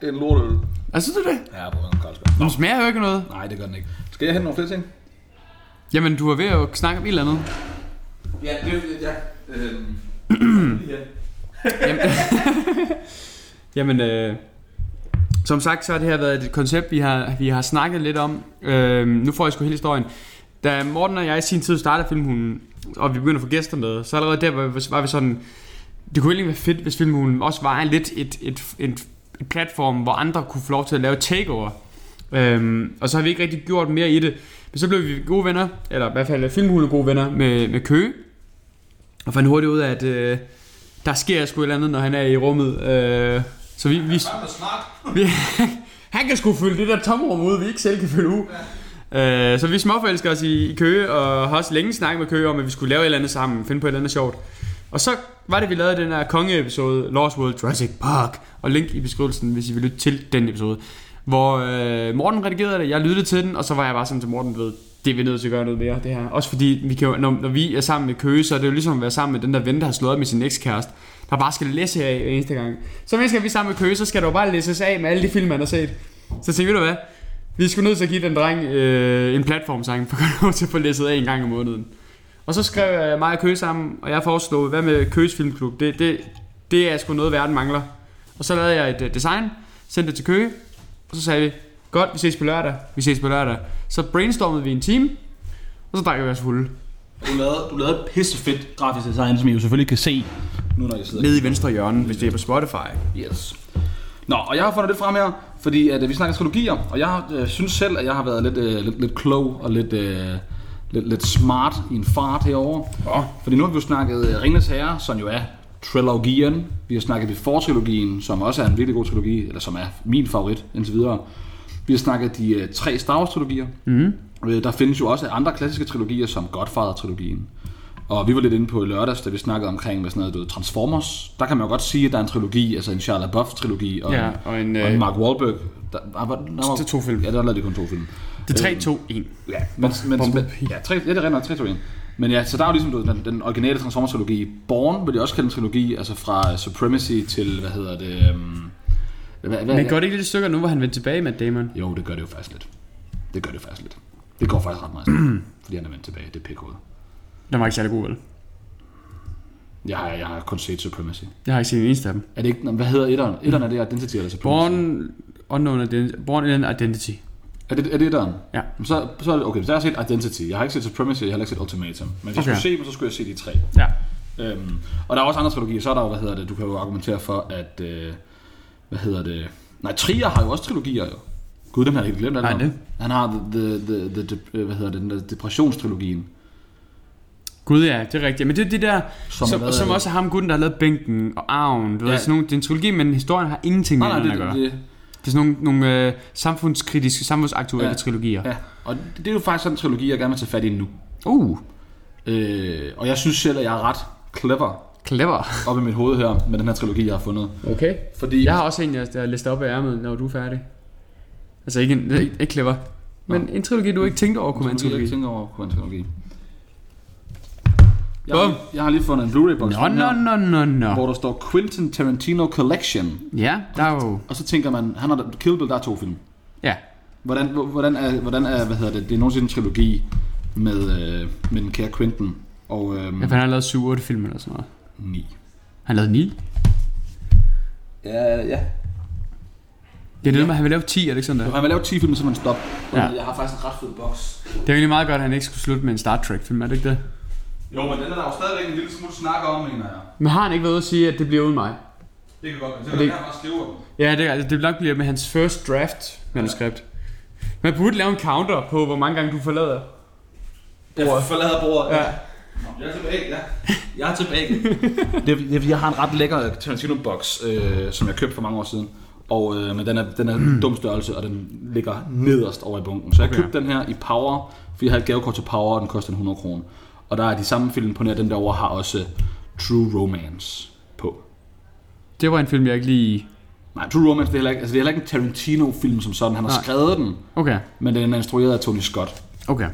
[SPEAKER 2] Det er en lortøl.
[SPEAKER 3] Altså, synes du det?
[SPEAKER 2] Ja, på en Carlsberg.
[SPEAKER 3] Den smager jo ikke noget.
[SPEAKER 2] Nej, det gør den ikke. Skal jeg hente nogle flere ting?
[SPEAKER 3] Jamen, du var ved at snakke om et eller andet.
[SPEAKER 2] Ja, det er ja. Øhm.
[SPEAKER 3] Jamen, Jamen øh, som sagt, så har det her været et koncept, vi har, vi har snakket lidt om. Øh, nu får jeg sgu hele historien. Da Morten og jeg i sin tid startede Filmhunden, og vi begyndte at få gæster med, så allerede der var, vi- var vi sådan, det kunne egentlig være fedt, hvis Filmhunden også var lidt et, et, et, et platform, hvor andre kunne få lov til at lave takeover. Øhm, og så har vi ikke rigtig gjort mere i det. Men så blev vi gode venner, eller i hvert fald filmhule gode venner med, med Køge. Og fandt hurtigt ud af, at øh, der sker sgu et eller andet, når han er i rummet. Øh, så vi, vi, vi, han kan sgu fylde det der tomrum ud, vi ikke selv kan fylde ud. Øh, så vi småforelsker os i, i Køge, og har også længe snakket med Køge om, at vi skulle lave et eller andet sammen, finde på et eller andet sjovt. Og så var det, vi lavede den her kongeepisode, Lost World Jurassic Park, og link i beskrivelsen, hvis I vil lytte til den episode, hvor øh, Morten redigerede det, jeg lyttede til den, og så var jeg bare sådan til Morten, du ved, det er vi nødt til at gøre noget mere, det her. Også fordi, vi kan jo, når, når vi er sammen med Køge, så er det jo ligesom at være sammen med den der ven, der har slået op med sin ekskæreste, der bare skal læse af hver eneste gang. Så mens vi er sammen med Køge, så skal der jo bare læses af med alle de film, man har set. Så tænkte vi, ved du hvad, vi skulle nødt til at give den dreng øh, en platformsang, for at kunne til at få læsset af en gang om måneden. Og så skrev jeg mig og Køge sammen, og jeg foreslog, hvad med Køges Filmklub? Det, det, det er sgu noget, verden mangler. Og så lavede jeg et øh, design, sendte det til Køge, og så sagde vi, godt, vi ses på lørdag, vi ses på lørdag. Så brainstormede vi en time, og så drak vi os fulde.
[SPEAKER 2] Du lavede, du lavede et pissefedt grafisk design, som I jo selvfølgelig kan se, nu når I sidder
[SPEAKER 3] Nede i venstre hjørne, hvis det er på Spotify.
[SPEAKER 2] Yes. Nå, og jeg har fundet lidt frem her, fordi at, øh, vi snakker astrologier, og jeg øh, synes selv, at jeg har været lidt, øh, lidt, lidt klog og lidt, øh, lidt, lidt smart i en fart herover. Ja. Fordi nu har vi jo snakket øh, Ringens Herre, som jo er trilogien. Vi har snakket Before-trilogien, som også er en virkelig god trilogi, eller som er min favorit indtil videre. Vi har snakket de øh, tre Star Wars-trilogier. Mm. Øh, der findes jo også andre klassiske trilogier, som Godfather-trilogien. Og vi var lidt inde på i lørdags, da vi snakkede omkring med sådan noget, du ved, Transformers. Der kan man jo godt sige, at der er en trilogi, altså en Shia LaBeouf-trilogi og,
[SPEAKER 3] Ja,
[SPEAKER 2] en-
[SPEAKER 3] og en,
[SPEAKER 2] og
[SPEAKER 3] øh,
[SPEAKER 2] en Mark Wahlberg. Der, ah, der, var, der var,
[SPEAKER 3] Det er to film.
[SPEAKER 2] Ja, der lavede de kun to film.
[SPEAKER 3] Det er 3, 2, 1.
[SPEAKER 2] Ja, men, men,
[SPEAKER 3] Bumblebee.
[SPEAKER 2] men ja, tre, ja, det er rent nok 3 2 1. Men ja, så der er jo ligesom du ved, den, den originale Transformers-trilogi. Born vil jeg også kalde en trilogi, altså fra øh, Supremacy til, hvad hedder det... Um, hvad, hvad,
[SPEAKER 3] Men går det ikke lidt stykker nu, hvor han vendte tilbage med Damon?
[SPEAKER 2] Jo, det gør det jo faktisk lidt. Det gør det faktisk lidt. Det går faktisk ret meget, snart, fordi han er vendt tilbage. Det er pikhoved.
[SPEAKER 3] Den var ikke særlig god, vel?
[SPEAKER 2] Jeg har, jeg har kun set Supremacy.
[SPEAKER 3] Jeg har ikke set en eneste af dem.
[SPEAKER 2] Er det ikke, nå, hvad hedder etteren? Etteren er det Identity eller Supremacy?
[SPEAKER 3] Born Unknown Identity. Born in Identity.
[SPEAKER 2] Er det, er det etteren?
[SPEAKER 3] Ja.
[SPEAKER 2] Jamen, Så, så er det, okay, så har jeg set Identity. Jeg har ikke set Supremacy, jeg har heller ikke set Ultimatum. Men hvis okay.
[SPEAKER 3] Okay.
[SPEAKER 2] jeg skulle se dem, så skulle jeg se de tre.
[SPEAKER 3] Ja.
[SPEAKER 2] Øhm, og der er også andre trilogier. Så er der jo, hvad hedder det, du kan jo argumentere for, at... Øh, hvad hedder det? Nej, Trier har jo også trilogier jo. Gud, dem har jeg helt glemt. alt
[SPEAKER 3] Nej,
[SPEAKER 2] om.
[SPEAKER 3] det.
[SPEAKER 2] Han har the, the, the, the, the, hvad hedder det, den der depressionstrilogien.
[SPEAKER 3] Gud ja, det er rigtigt. Men det er det der,
[SPEAKER 2] Som
[SPEAKER 3] som,
[SPEAKER 2] hvad er
[SPEAKER 3] som, som
[SPEAKER 2] det?
[SPEAKER 3] også er ham gutten, der har lavet Bænken og Arven. Du ja.
[SPEAKER 2] Ja.
[SPEAKER 3] ved, sådan nogle, det er en trilogi, men historien har ingenting med
[SPEAKER 2] Nej, nej,
[SPEAKER 3] hinanden
[SPEAKER 2] det, det,
[SPEAKER 3] at gøre. Det,
[SPEAKER 2] det,
[SPEAKER 3] er sådan nogle, nogle øh, samfundskritiske, samfundsaktuelle
[SPEAKER 2] Ja.
[SPEAKER 3] ja. trilogier. Ja.
[SPEAKER 2] ja. Og det, det er jo faktisk sådan en trilogi, jeg gerne vil tage fat i nu.
[SPEAKER 3] Uh,
[SPEAKER 2] Øh, og jeg synes selv, at jeg er ret clever
[SPEAKER 3] clever.
[SPEAKER 2] op i mit hoved her med den her trilogi, jeg har fundet.
[SPEAKER 3] Okay.
[SPEAKER 2] Fordi
[SPEAKER 3] Jeg har også en, jeg, jeg lister op af ærmet, når du er færdig. Altså ikke, en, ikke, ikke clever. Men en trilogi, du ikke tænkte over, kunne være en
[SPEAKER 2] Trilogi, jeg
[SPEAKER 3] trilogi.
[SPEAKER 2] ikke tænker over kvantologi. Jeg,
[SPEAKER 3] Bum.
[SPEAKER 2] har- jeg har lige fundet en Blu-ray-boks,
[SPEAKER 3] Nå, nå,
[SPEAKER 2] her,
[SPEAKER 3] nå, nå, nå.
[SPEAKER 2] hvor der står Quentin Tarantino Collection.
[SPEAKER 3] Ja, der er jo...
[SPEAKER 2] Og så tænker man, han har Kill Bill, der er to film.
[SPEAKER 3] Ja,
[SPEAKER 2] Hvordan, hvor- hvordan, er, hvordan er, hvad hedder det, det er nogensinde en trilogi med, øh, med den kære Quentin og øh,
[SPEAKER 3] jeg fandt, han har lavet 7-8 film eller sådan noget.
[SPEAKER 2] ni.
[SPEAKER 3] Han lavede 9.
[SPEAKER 2] Ja, ja.
[SPEAKER 3] Det er det, ja. med, at han vil lave 10, Alexander.
[SPEAKER 2] Han vil lave 10 film, så man stop.
[SPEAKER 3] Ja.
[SPEAKER 2] Jeg har faktisk en ret fed boks.
[SPEAKER 3] Det er jo egentlig meget godt, at han ikke skulle slutte med en Star Trek-film, er det ikke det?
[SPEAKER 2] Jo, men den er der jo stadigvæk en lille smule snak om, mener jeg.
[SPEAKER 3] Men har han ikke været ude at sige, at det bliver uden mig?
[SPEAKER 2] Det kan godt være.
[SPEAKER 3] er Det- der,
[SPEAKER 2] bare skriver dem.
[SPEAKER 3] Ja, det, altså, det nok bliver med hans first draft manuskript. Man burde lave en counter på, hvor mange gange du forlader.
[SPEAKER 2] Jeg forlader bordet.
[SPEAKER 3] Ja.
[SPEAKER 2] Jeg er tilbage, ja. Jeg er tilbage. det, er, det er fordi, jeg har en ret lækker Tarantino-boks, øh, som jeg købte for mange år siden. Og, øh, men den er, den er en dum størrelse, og den ligger nederst over i bunken. Så jeg
[SPEAKER 3] Okay.
[SPEAKER 2] købte den her i Power, fordi jeg havde et gavekort til Power, og den kostede 100 kroner. Og der er de samme film på nær, den derovre har også øh, True Romance på.
[SPEAKER 3] Det var en film, jeg ikke lige...
[SPEAKER 2] Nej, True Romance, det er heller ikke, altså, det er heller ikke en Tarantino-film som sådan. Han har
[SPEAKER 3] Nej.
[SPEAKER 2] skrevet den,
[SPEAKER 3] Okay,
[SPEAKER 2] men den er instrueret af Tony Scott.
[SPEAKER 3] okay.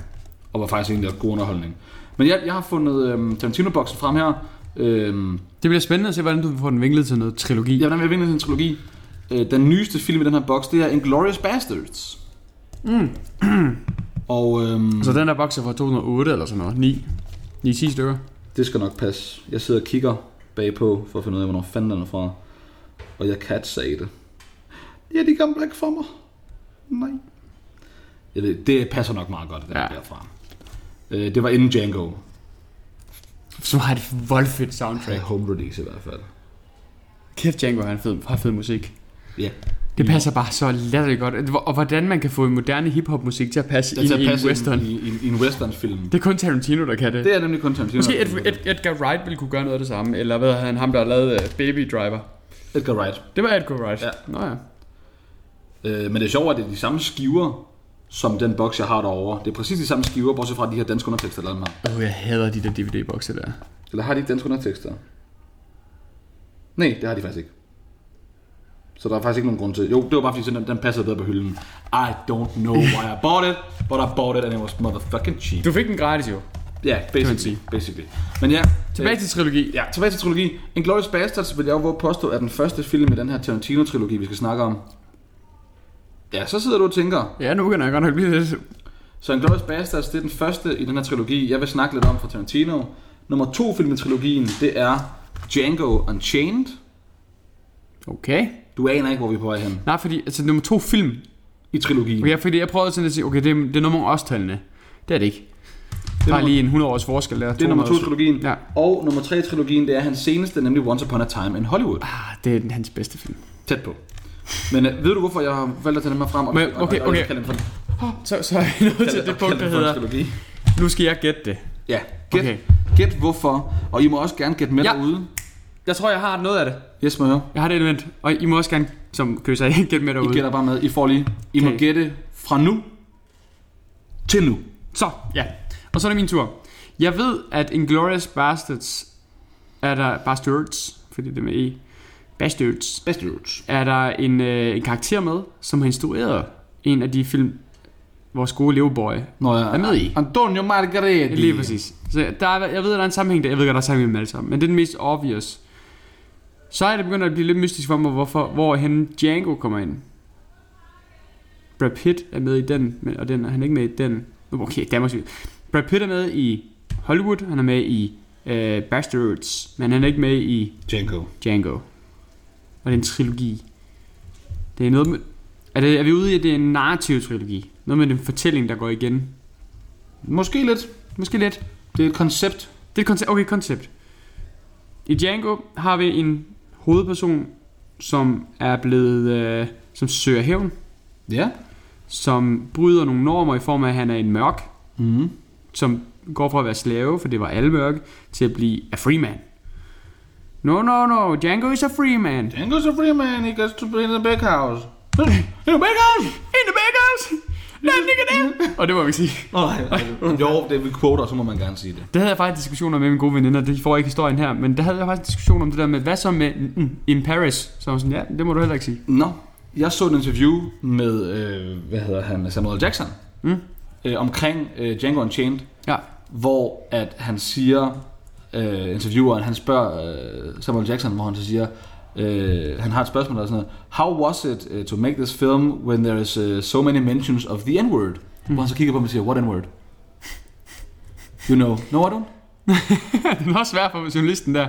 [SPEAKER 2] og var faktisk egentlig god underholdning. Men jeg, jeg har fundet øhm, Tarantino-boksen frem her. Øhm,
[SPEAKER 3] Det bliver spændende at se, hvordan du får den vinklet til noget trilogi.
[SPEAKER 2] jeg vil gerne vinde en trilogi. Øh, den nyeste film i den her boks, det er Inglourious Bastards. Mm. og øhm,
[SPEAKER 3] Så den der bokser fra 2008 eller sådan noget. 9. 9-10 stykker.
[SPEAKER 2] det skal nok passe. Jeg sidder og kigger bagpå for at finde ud af, hvornår fanden den er fra. Og jeg kan ikke sige det. Ja, de kom ikke for mig. Nej. Jeg ved, det passer nok meget godt, den ja.
[SPEAKER 3] Ja.
[SPEAKER 2] derfra. Øh, det var inden Django.
[SPEAKER 3] Som har et voldfedt soundtrack.
[SPEAKER 2] Home release i hvert fald.
[SPEAKER 3] Kæft, Django har, en fed, har fed musik.
[SPEAKER 2] Ja.
[SPEAKER 3] Det passer bare så latterligt godt. Hvor- Og hvordan man kan få moderne hiphopmusik til at passe
[SPEAKER 2] Det er til
[SPEAKER 3] ind
[SPEAKER 2] at
[SPEAKER 3] i
[SPEAKER 2] passe
[SPEAKER 3] en western.
[SPEAKER 2] I, i, i en westernfilm.
[SPEAKER 3] Det er kun Tarantino, der kan det.
[SPEAKER 2] Det er nemlig kun Tarantino.
[SPEAKER 3] Måske
[SPEAKER 2] der har
[SPEAKER 3] Ed,
[SPEAKER 2] fundet
[SPEAKER 3] Ed, Edgar Wright ville kunne gøre noget af det samme. Eller hvad hedder han, ham der har lavet øh, Baby Driver.
[SPEAKER 2] på. Edgar Wright.
[SPEAKER 3] Det var Edgar Wright.
[SPEAKER 2] Ja.
[SPEAKER 3] Nå ja.
[SPEAKER 2] Øh, men det er sjovt, at det er de samme skiver, som den boks, jeg har derovre. Det er præcis de samme skiver, bortset fra at de her danske undertekster, eller har.
[SPEAKER 3] Oh, jeg hader de der DVD-bokse der.
[SPEAKER 2] Eller har de ikke danske undertekster? Nej, det har de faktisk ikke. Så der er faktisk ikke nogen grund til. Jo, det var bare fordi, sådan, den, den passede bedre på hylden. I don't know why I bought it, but I bought it and it was motherfucking cheap.
[SPEAKER 3] Du fik den gratis jo.
[SPEAKER 2] Ja, yeah, basically,
[SPEAKER 3] man sige.
[SPEAKER 2] basically. Men ja,
[SPEAKER 3] Tilbage til trilogi.
[SPEAKER 2] Ja, tilbage til trilogi. Inglourious Bastards vil jeg jo våge at påstå er den første film i den her Tarantino-trilogi, vi skal snakke om. Ja, så sidder du og tænker.
[SPEAKER 3] Ja, nu kan jeg godt nok blive lidt...
[SPEAKER 2] Så Inglourious Bastards, det er den første i den her trilogi, jeg vil snakke lidt om fra Tarantino. Nummer to film i trilogien, det er Django Unchained.
[SPEAKER 3] Okay.
[SPEAKER 2] Du aner ikke, hvor vi er på vej hen.
[SPEAKER 3] Nej, fordi altså, nummer to film.
[SPEAKER 2] I trilogien.
[SPEAKER 3] Okay, fordi jeg prøvede sådan at sige, okay, det er, det er nummer årstallene. Det er det ikke. Det er
[SPEAKER 2] nummer-
[SPEAKER 3] bare lige en 100 års forskel der.
[SPEAKER 2] Det er nummer to i trilogien.
[SPEAKER 3] Ja.
[SPEAKER 2] Og nummer tre i trilogien, det er hans seneste, nemlig Once Upon a Time in Hollywood.
[SPEAKER 3] Ah, det er den- hans bedste film.
[SPEAKER 2] Tæt på. Men øh, ved du, hvorfor jeg har valgt at tage den her frem? Og,
[SPEAKER 3] Men,
[SPEAKER 2] og- og-
[SPEAKER 3] okay,
[SPEAKER 2] og, og,
[SPEAKER 3] okay.
[SPEAKER 2] jeg kalder den for,
[SPEAKER 3] Så, så er vi nået til det
[SPEAKER 2] kalder-
[SPEAKER 3] punkt,
[SPEAKER 2] kalder
[SPEAKER 3] der
[SPEAKER 2] den for en
[SPEAKER 3] hedder,
[SPEAKER 2] trilogi.
[SPEAKER 3] nu skal jeg gætte det.
[SPEAKER 2] Ja, gæt,
[SPEAKER 3] Okay.
[SPEAKER 2] okay. gæt hvorfor. Og I må også gerne gætte med
[SPEAKER 3] Ja.
[SPEAKER 2] ja. derude.
[SPEAKER 3] Jeg tror, jeg har noget af det.
[SPEAKER 2] Yes, må jeg høre.
[SPEAKER 3] Jeg har det element, og I må også gerne, som Køs sagde, gætte med
[SPEAKER 2] I
[SPEAKER 3] derude.
[SPEAKER 2] gætter bare med. I får lige. I okay.
[SPEAKER 3] Okay.
[SPEAKER 2] må gætte fra nu til nu.
[SPEAKER 3] Så, ja. Og så er det min tur. Jeg ved, at Inglourious Bastards er der... Bastards, fordi det er med E. Bastards.
[SPEAKER 2] Bedste roots.
[SPEAKER 3] Er der en, øh, en karakter med, som har instrueret en af de film, vores gode leveboy
[SPEAKER 2] Nå ja.
[SPEAKER 3] er med i.
[SPEAKER 2] Antonio Margaretti.
[SPEAKER 3] Lige præcis. Så der er, jeg ved, at der er en sammenhæng der. Jeg ved godt, der er sammenhæng mellem alle sammen. Men det er den mest obvious. Så er det begyndt at blive lidt mystisk for mig, hvorfor, hvor hen Django kommer ind. Brad Pitt er med i den, men, og den er han ikke med i den. Nå, Okay, Danmarks Brad Pitt er med i Hollywood, han er med i øh, Bastards, men han er ikke med i
[SPEAKER 2] Django.
[SPEAKER 3] Django. Og det er en trilogi. Det er noget med... Er, det, er vi ude i, at det er en narrativ trilogi? Noget med den fortælling, der går igen?
[SPEAKER 2] Måske lidt.
[SPEAKER 3] Måske lidt.
[SPEAKER 2] Det er et koncept.
[SPEAKER 3] Det er et koncept. Okay, koncept. I Django har vi en hovedperson, som er blevet... Øh, som søger hævn.
[SPEAKER 2] Ja.
[SPEAKER 3] Som bryder nogle normer i form af, at han er en mørk.
[SPEAKER 2] Mm.
[SPEAKER 3] Som går fra at være slave, for det var alle mørke, til at blive a free man. No, no, no. Django is a free man.
[SPEAKER 2] Django's a free man. He gets to be in the big house. In the big house!
[SPEAKER 3] In the backhouse! Let nigga down! Og det må vi ikke sige.
[SPEAKER 2] Nej, nej. jo, det er vi quoter, så må man gerne sige det.
[SPEAKER 3] Det havde jeg faktisk diskussioner med mine gode veninder, det får ikke historien her, men der havde jeg faktisk en diskussion om det der med, hvad så med mm, in Paris? Så var jeg sådan, ja, det må du heller ikke sige.
[SPEAKER 2] Nå, jeg så et interview med, øh, hvad hedder han, Samuel Jackson.
[SPEAKER 3] Mm.
[SPEAKER 2] Øh, omkring øh, Django Unchained.
[SPEAKER 3] Ja,
[SPEAKER 2] hvor at han siger, øh, intervieweren, han spørger øh, Samuel Jackson, hvor han så siger, øh, han har et spørgsmål, der er sådan noget, How was it uh, to make this film when there is uh, so many mentions of the N-word? Mm. Hvor han så kigger på mig og siger, what N-word? You know, no I don't.
[SPEAKER 3] det er også svært for journalisten der.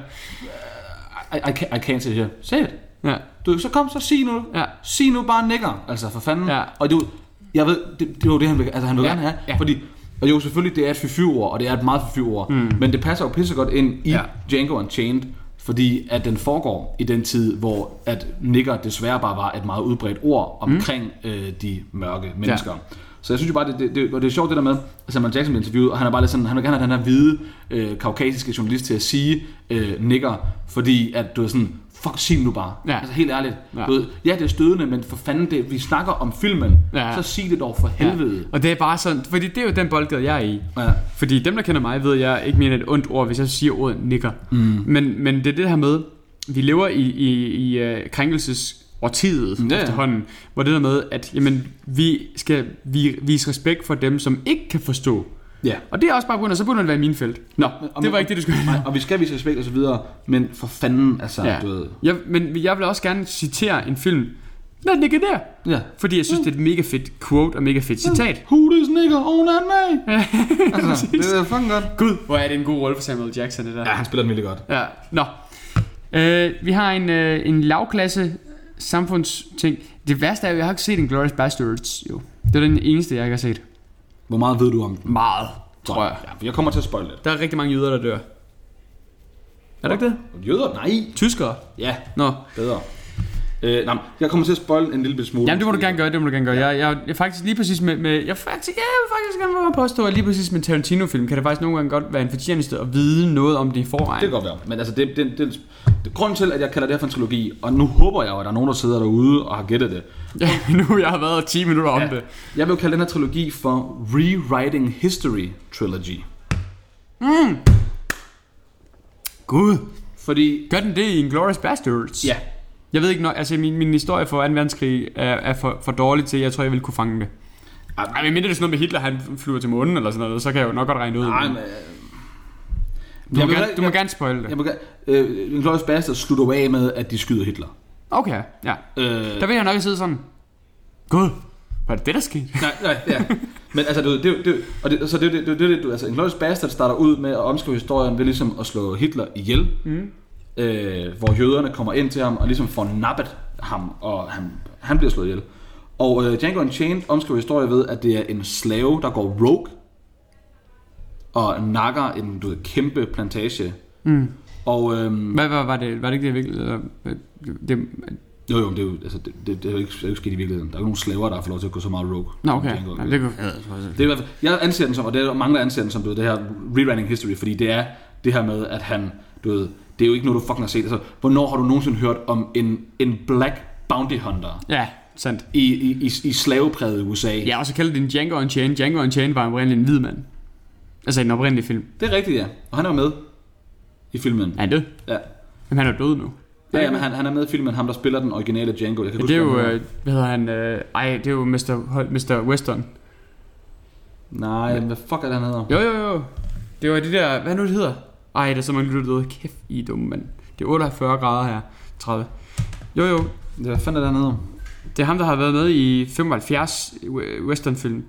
[SPEAKER 2] I, I, can't, I can't sit here. Say it.
[SPEAKER 3] Ja,
[SPEAKER 2] Du, så kom, så sig nu.
[SPEAKER 3] ja.
[SPEAKER 2] Sig nu bare nigger, altså for fanden.
[SPEAKER 3] Ja.
[SPEAKER 2] Og du, jeg ved, det, det var det, han vil, altså, han vil
[SPEAKER 3] Ja,
[SPEAKER 2] gerne have.
[SPEAKER 3] ja.
[SPEAKER 2] Fordi, og jo, selvfølgelig, det er et fyfyord, og det er et meget fyfyord, mm. men det passer jo pissegodt ind i
[SPEAKER 3] Ja.
[SPEAKER 2] ja. Django Unchained, fordi at den foregår i den tid, hvor at nigger desværre bare var et meget udbredt ord omkring mm. øh, de mørke mennesker. Så jeg synes jo bare, det, det, det, og det er sjovt det der med, at Samuel Jackson blev interviewet, og han er bare lidt sådan, han vil gerne have den her hvide, øh, kaukasiske journalist til at sige øh, nigger, fordi at du er sådan, fuck, sig det nu bare.
[SPEAKER 3] Ja.
[SPEAKER 2] Altså helt ærligt.
[SPEAKER 3] Ja.
[SPEAKER 2] Ja. Du ved, ja, det er stødende, men for fanden, det, vi snakker om filmen,
[SPEAKER 3] Ja.
[SPEAKER 2] ja. så sig det dog for helvede.
[SPEAKER 3] ja. Og det er bare sådan, fordi det er jo den boldgade, jeg er i.
[SPEAKER 2] Ja. ja.
[SPEAKER 3] Fordi dem, der kender mig, ved, at jeg ikke mener et ondt ord, hvis jeg siger ordet nikker. Mm. Men, men det er det her med, vi lever i, i, i uh, krænkelses årtiet
[SPEAKER 2] Ja,
[SPEAKER 3] ja.
[SPEAKER 2] ja.
[SPEAKER 3] efterhånden, hvor det der med, at jamen, vi skal vi, vise respekt for dem, som ikke kan forstå.
[SPEAKER 2] ja.
[SPEAKER 3] Og det er også bare grund, og så begynder det at være min felt. Nå,
[SPEAKER 2] men-
[SPEAKER 3] det var ikke det, du skulle
[SPEAKER 2] Nej, og vi skal vise respekt og så videre, men for fanden, altså,
[SPEAKER 3] Ja.
[SPEAKER 2] ja. du ved.
[SPEAKER 3] jeg, men jeg vil også gerne citere en film. Lad den ikke der.
[SPEAKER 2] Ja.
[SPEAKER 3] Fordi jeg synes, det er et mega fedt quote og mega fedt
[SPEAKER 2] Mm.
[SPEAKER 3] citat.
[SPEAKER 2] Who this nigga on that man? altså, det er fucking godt.
[SPEAKER 3] Gud, hvor er det en god rolle for Samuel Jackson, det der.
[SPEAKER 2] Ja, han spiller den virkelig godt.
[SPEAKER 3] Ja, nå. Øh, vi har en, øh, en lavklasse samfundsting. Det værste er jo, jeg har ikke set en Glorious Bastards, jo. Det er den eneste, jeg ikke har set.
[SPEAKER 2] Hvor meget ved du om den?
[SPEAKER 3] Meget, tror jeg.
[SPEAKER 2] Ja, for jeg kommer til at spoil lidt.
[SPEAKER 3] Der er rigtig mange jøder, der dør. Er det ikke det?
[SPEAKER 2] Jøder? Nej.
[SPEAKER 3] Tyskere?
[SPEAKER 2] Ja,
[SPEAKER 3] Nå.
[SPEAKER 2] bedre. Øh, nej, jeg kommer til at spoil en lille bitte smule.
[SPEAKER 3] Jamen det må du gerne gøre, det må du gerne gøre. Jeg, jeg, jeg er faktisk lige præcis med, med jeg faktisk, ja, jeg vil faktisk gerne våge at påstå, at lige præcis med Tarantino-film, kan det faktisk nogle gange godt være en fortjeneste at vide noget om det i forvejen.
[SPEAKER 2] Det kan godt være. Men altså, det, det, det, det, grunden til, at jeg kalder det her for en trilogi, og nu håber jeg jo, at der er nogen, der sidder derude og har gættet det.
[SPEAKER 3] Ja, nu jeg har været 10 minutter om det.
[SPEAKER 2] Jeg vil jo kalde den her trilogi for Rewriting History Trilogy.
[SPEAKER 3] Gud.
[SPEAKER 2] Fordi,
[SPEAKER 3] Gør den det i Inglourious Bastards?
[SPEAKER 2] ja,
[SPEAKER 3] Jeg ved ikke, når, altså min, min historie for 2. verdenskrig er, er for, for dårlig til, at jeg tror, jeg ville kunne fange det.
[SPEAKER 2] Ej,
[SPEAKER 3] Ej, men mindre det er sådan noget med Hitler, han flyver til månen eller sådan noget, så kan jeg jo nok godt regne ud.
[SPEAKER 2] nej,
[SPEAKER 3] men,
[SPEAKER 2] men, øh,
[SPEAKER 3] du, må
[SPEAKER 2] jeg vil-
[SPEAKER 3] gerne, du må
[SPEAKER 2] jeg-
[SPEAKER 3] gerne spoil det.
[SPEAKER 2] jeg vil gerne... Øh, Inglourious Basterds slutter jo af med, at de skyder Hitler.
[SPEAKER 3] Okay, ja.
[SPEAKER 2] Øh,
[SPEAKER 3] Der vil jeg nok sidde sådan, Gud, var det det, der skete?
[SPEAKER 2] Nej, nej, ja. Men altså, du ved, det, er jo- det, er jo- og det, så det, er jo det, det, er jo det, det, du, altså, Inglourious Bastard starter ud med at omskrive historien ved ligesom at slå Hitler ihjel. Mm. Øh, hvor jøderne kommer ind til ham og ligesom får nappet ham, og han, han bliver slået ihjel. Og øh, Django Unchained omskriver historien ved, at det er en slave, der går rogue og nakker en du ved, kæmpe plantage.
[SPEAKER 3] Mm.
[SPEAKER 2] Og øhm,
[SPEAKER 3] Hvad, hvad var det? Var det ikke det virkelig? Eller, øh, det,
[SPEAKER 2] jo, jo, men det er jo, altså, det, det, det er jo ikke, det er jo ikke sket i virkeligheden. Der er jo ikke nogen slaver, der har fået lov til at gå så meget rogue.
[SPEAKER 3] nå,
[SPEAKER 2] som
[SPEAKER 3] okay.
[SPEAKER 2] Django
[SPEAKER 3] Nå, det kunne,
[SPEAKER 2] Det er i hvert fald, jeg anser den som, og det er der mange, der anser den som, du ved, det her rewriting history, fordi det er det her med, at han, du ved, det er jo ikke noget, du fucking har set. Altså, hvornår har du nogensinde hørt om en, en black bounty hunter
[SPEAKER 3] ja, sandt.
[SPEAKER 2] i, i, i, i slavepræget USA?
[SPEAKER 3] Ja, og så kalder det en Django Unchained. Django Unchained var oprindeligt en hvid mand. Altså en oprindelig film.
[SPEAKER 2] Det er rigtigt, ja. Og han er jo med i filmen.
[SPEAKER 3] Er han død?
[SPEAKER 2] Ja.
[SPEAKER 3] Jamen, han er jo død nu.
[SPEAKER 2] Ja, ja men han, han er med i filmen, ham der spiller den originale Django. Jeg kan
[SPEAKER 3] Ja, det er jo,
[SPEAKER 2] hvad han hedder.
[SPEAKER 3] øh, hvad hedder han, øh, ej, det er jo Mr. Hol- Mr. Weston.
[SPEAKER 2] Nej, hvad fuck er det, han hedder?
[SPEAKER 3] Jo, jo, jo. Det var det der, hvad nu det hedder? Ej, der er så mange lytter døde. Kæft, I er dumme, mand. Det er 48 grader her. 30. Jo, jo.
[SPEAKER 2] Ja, Hvad fanden er det, han hedder?
[SPEAKER 3] Det er ham, der har været med i 75 we- westernfilm.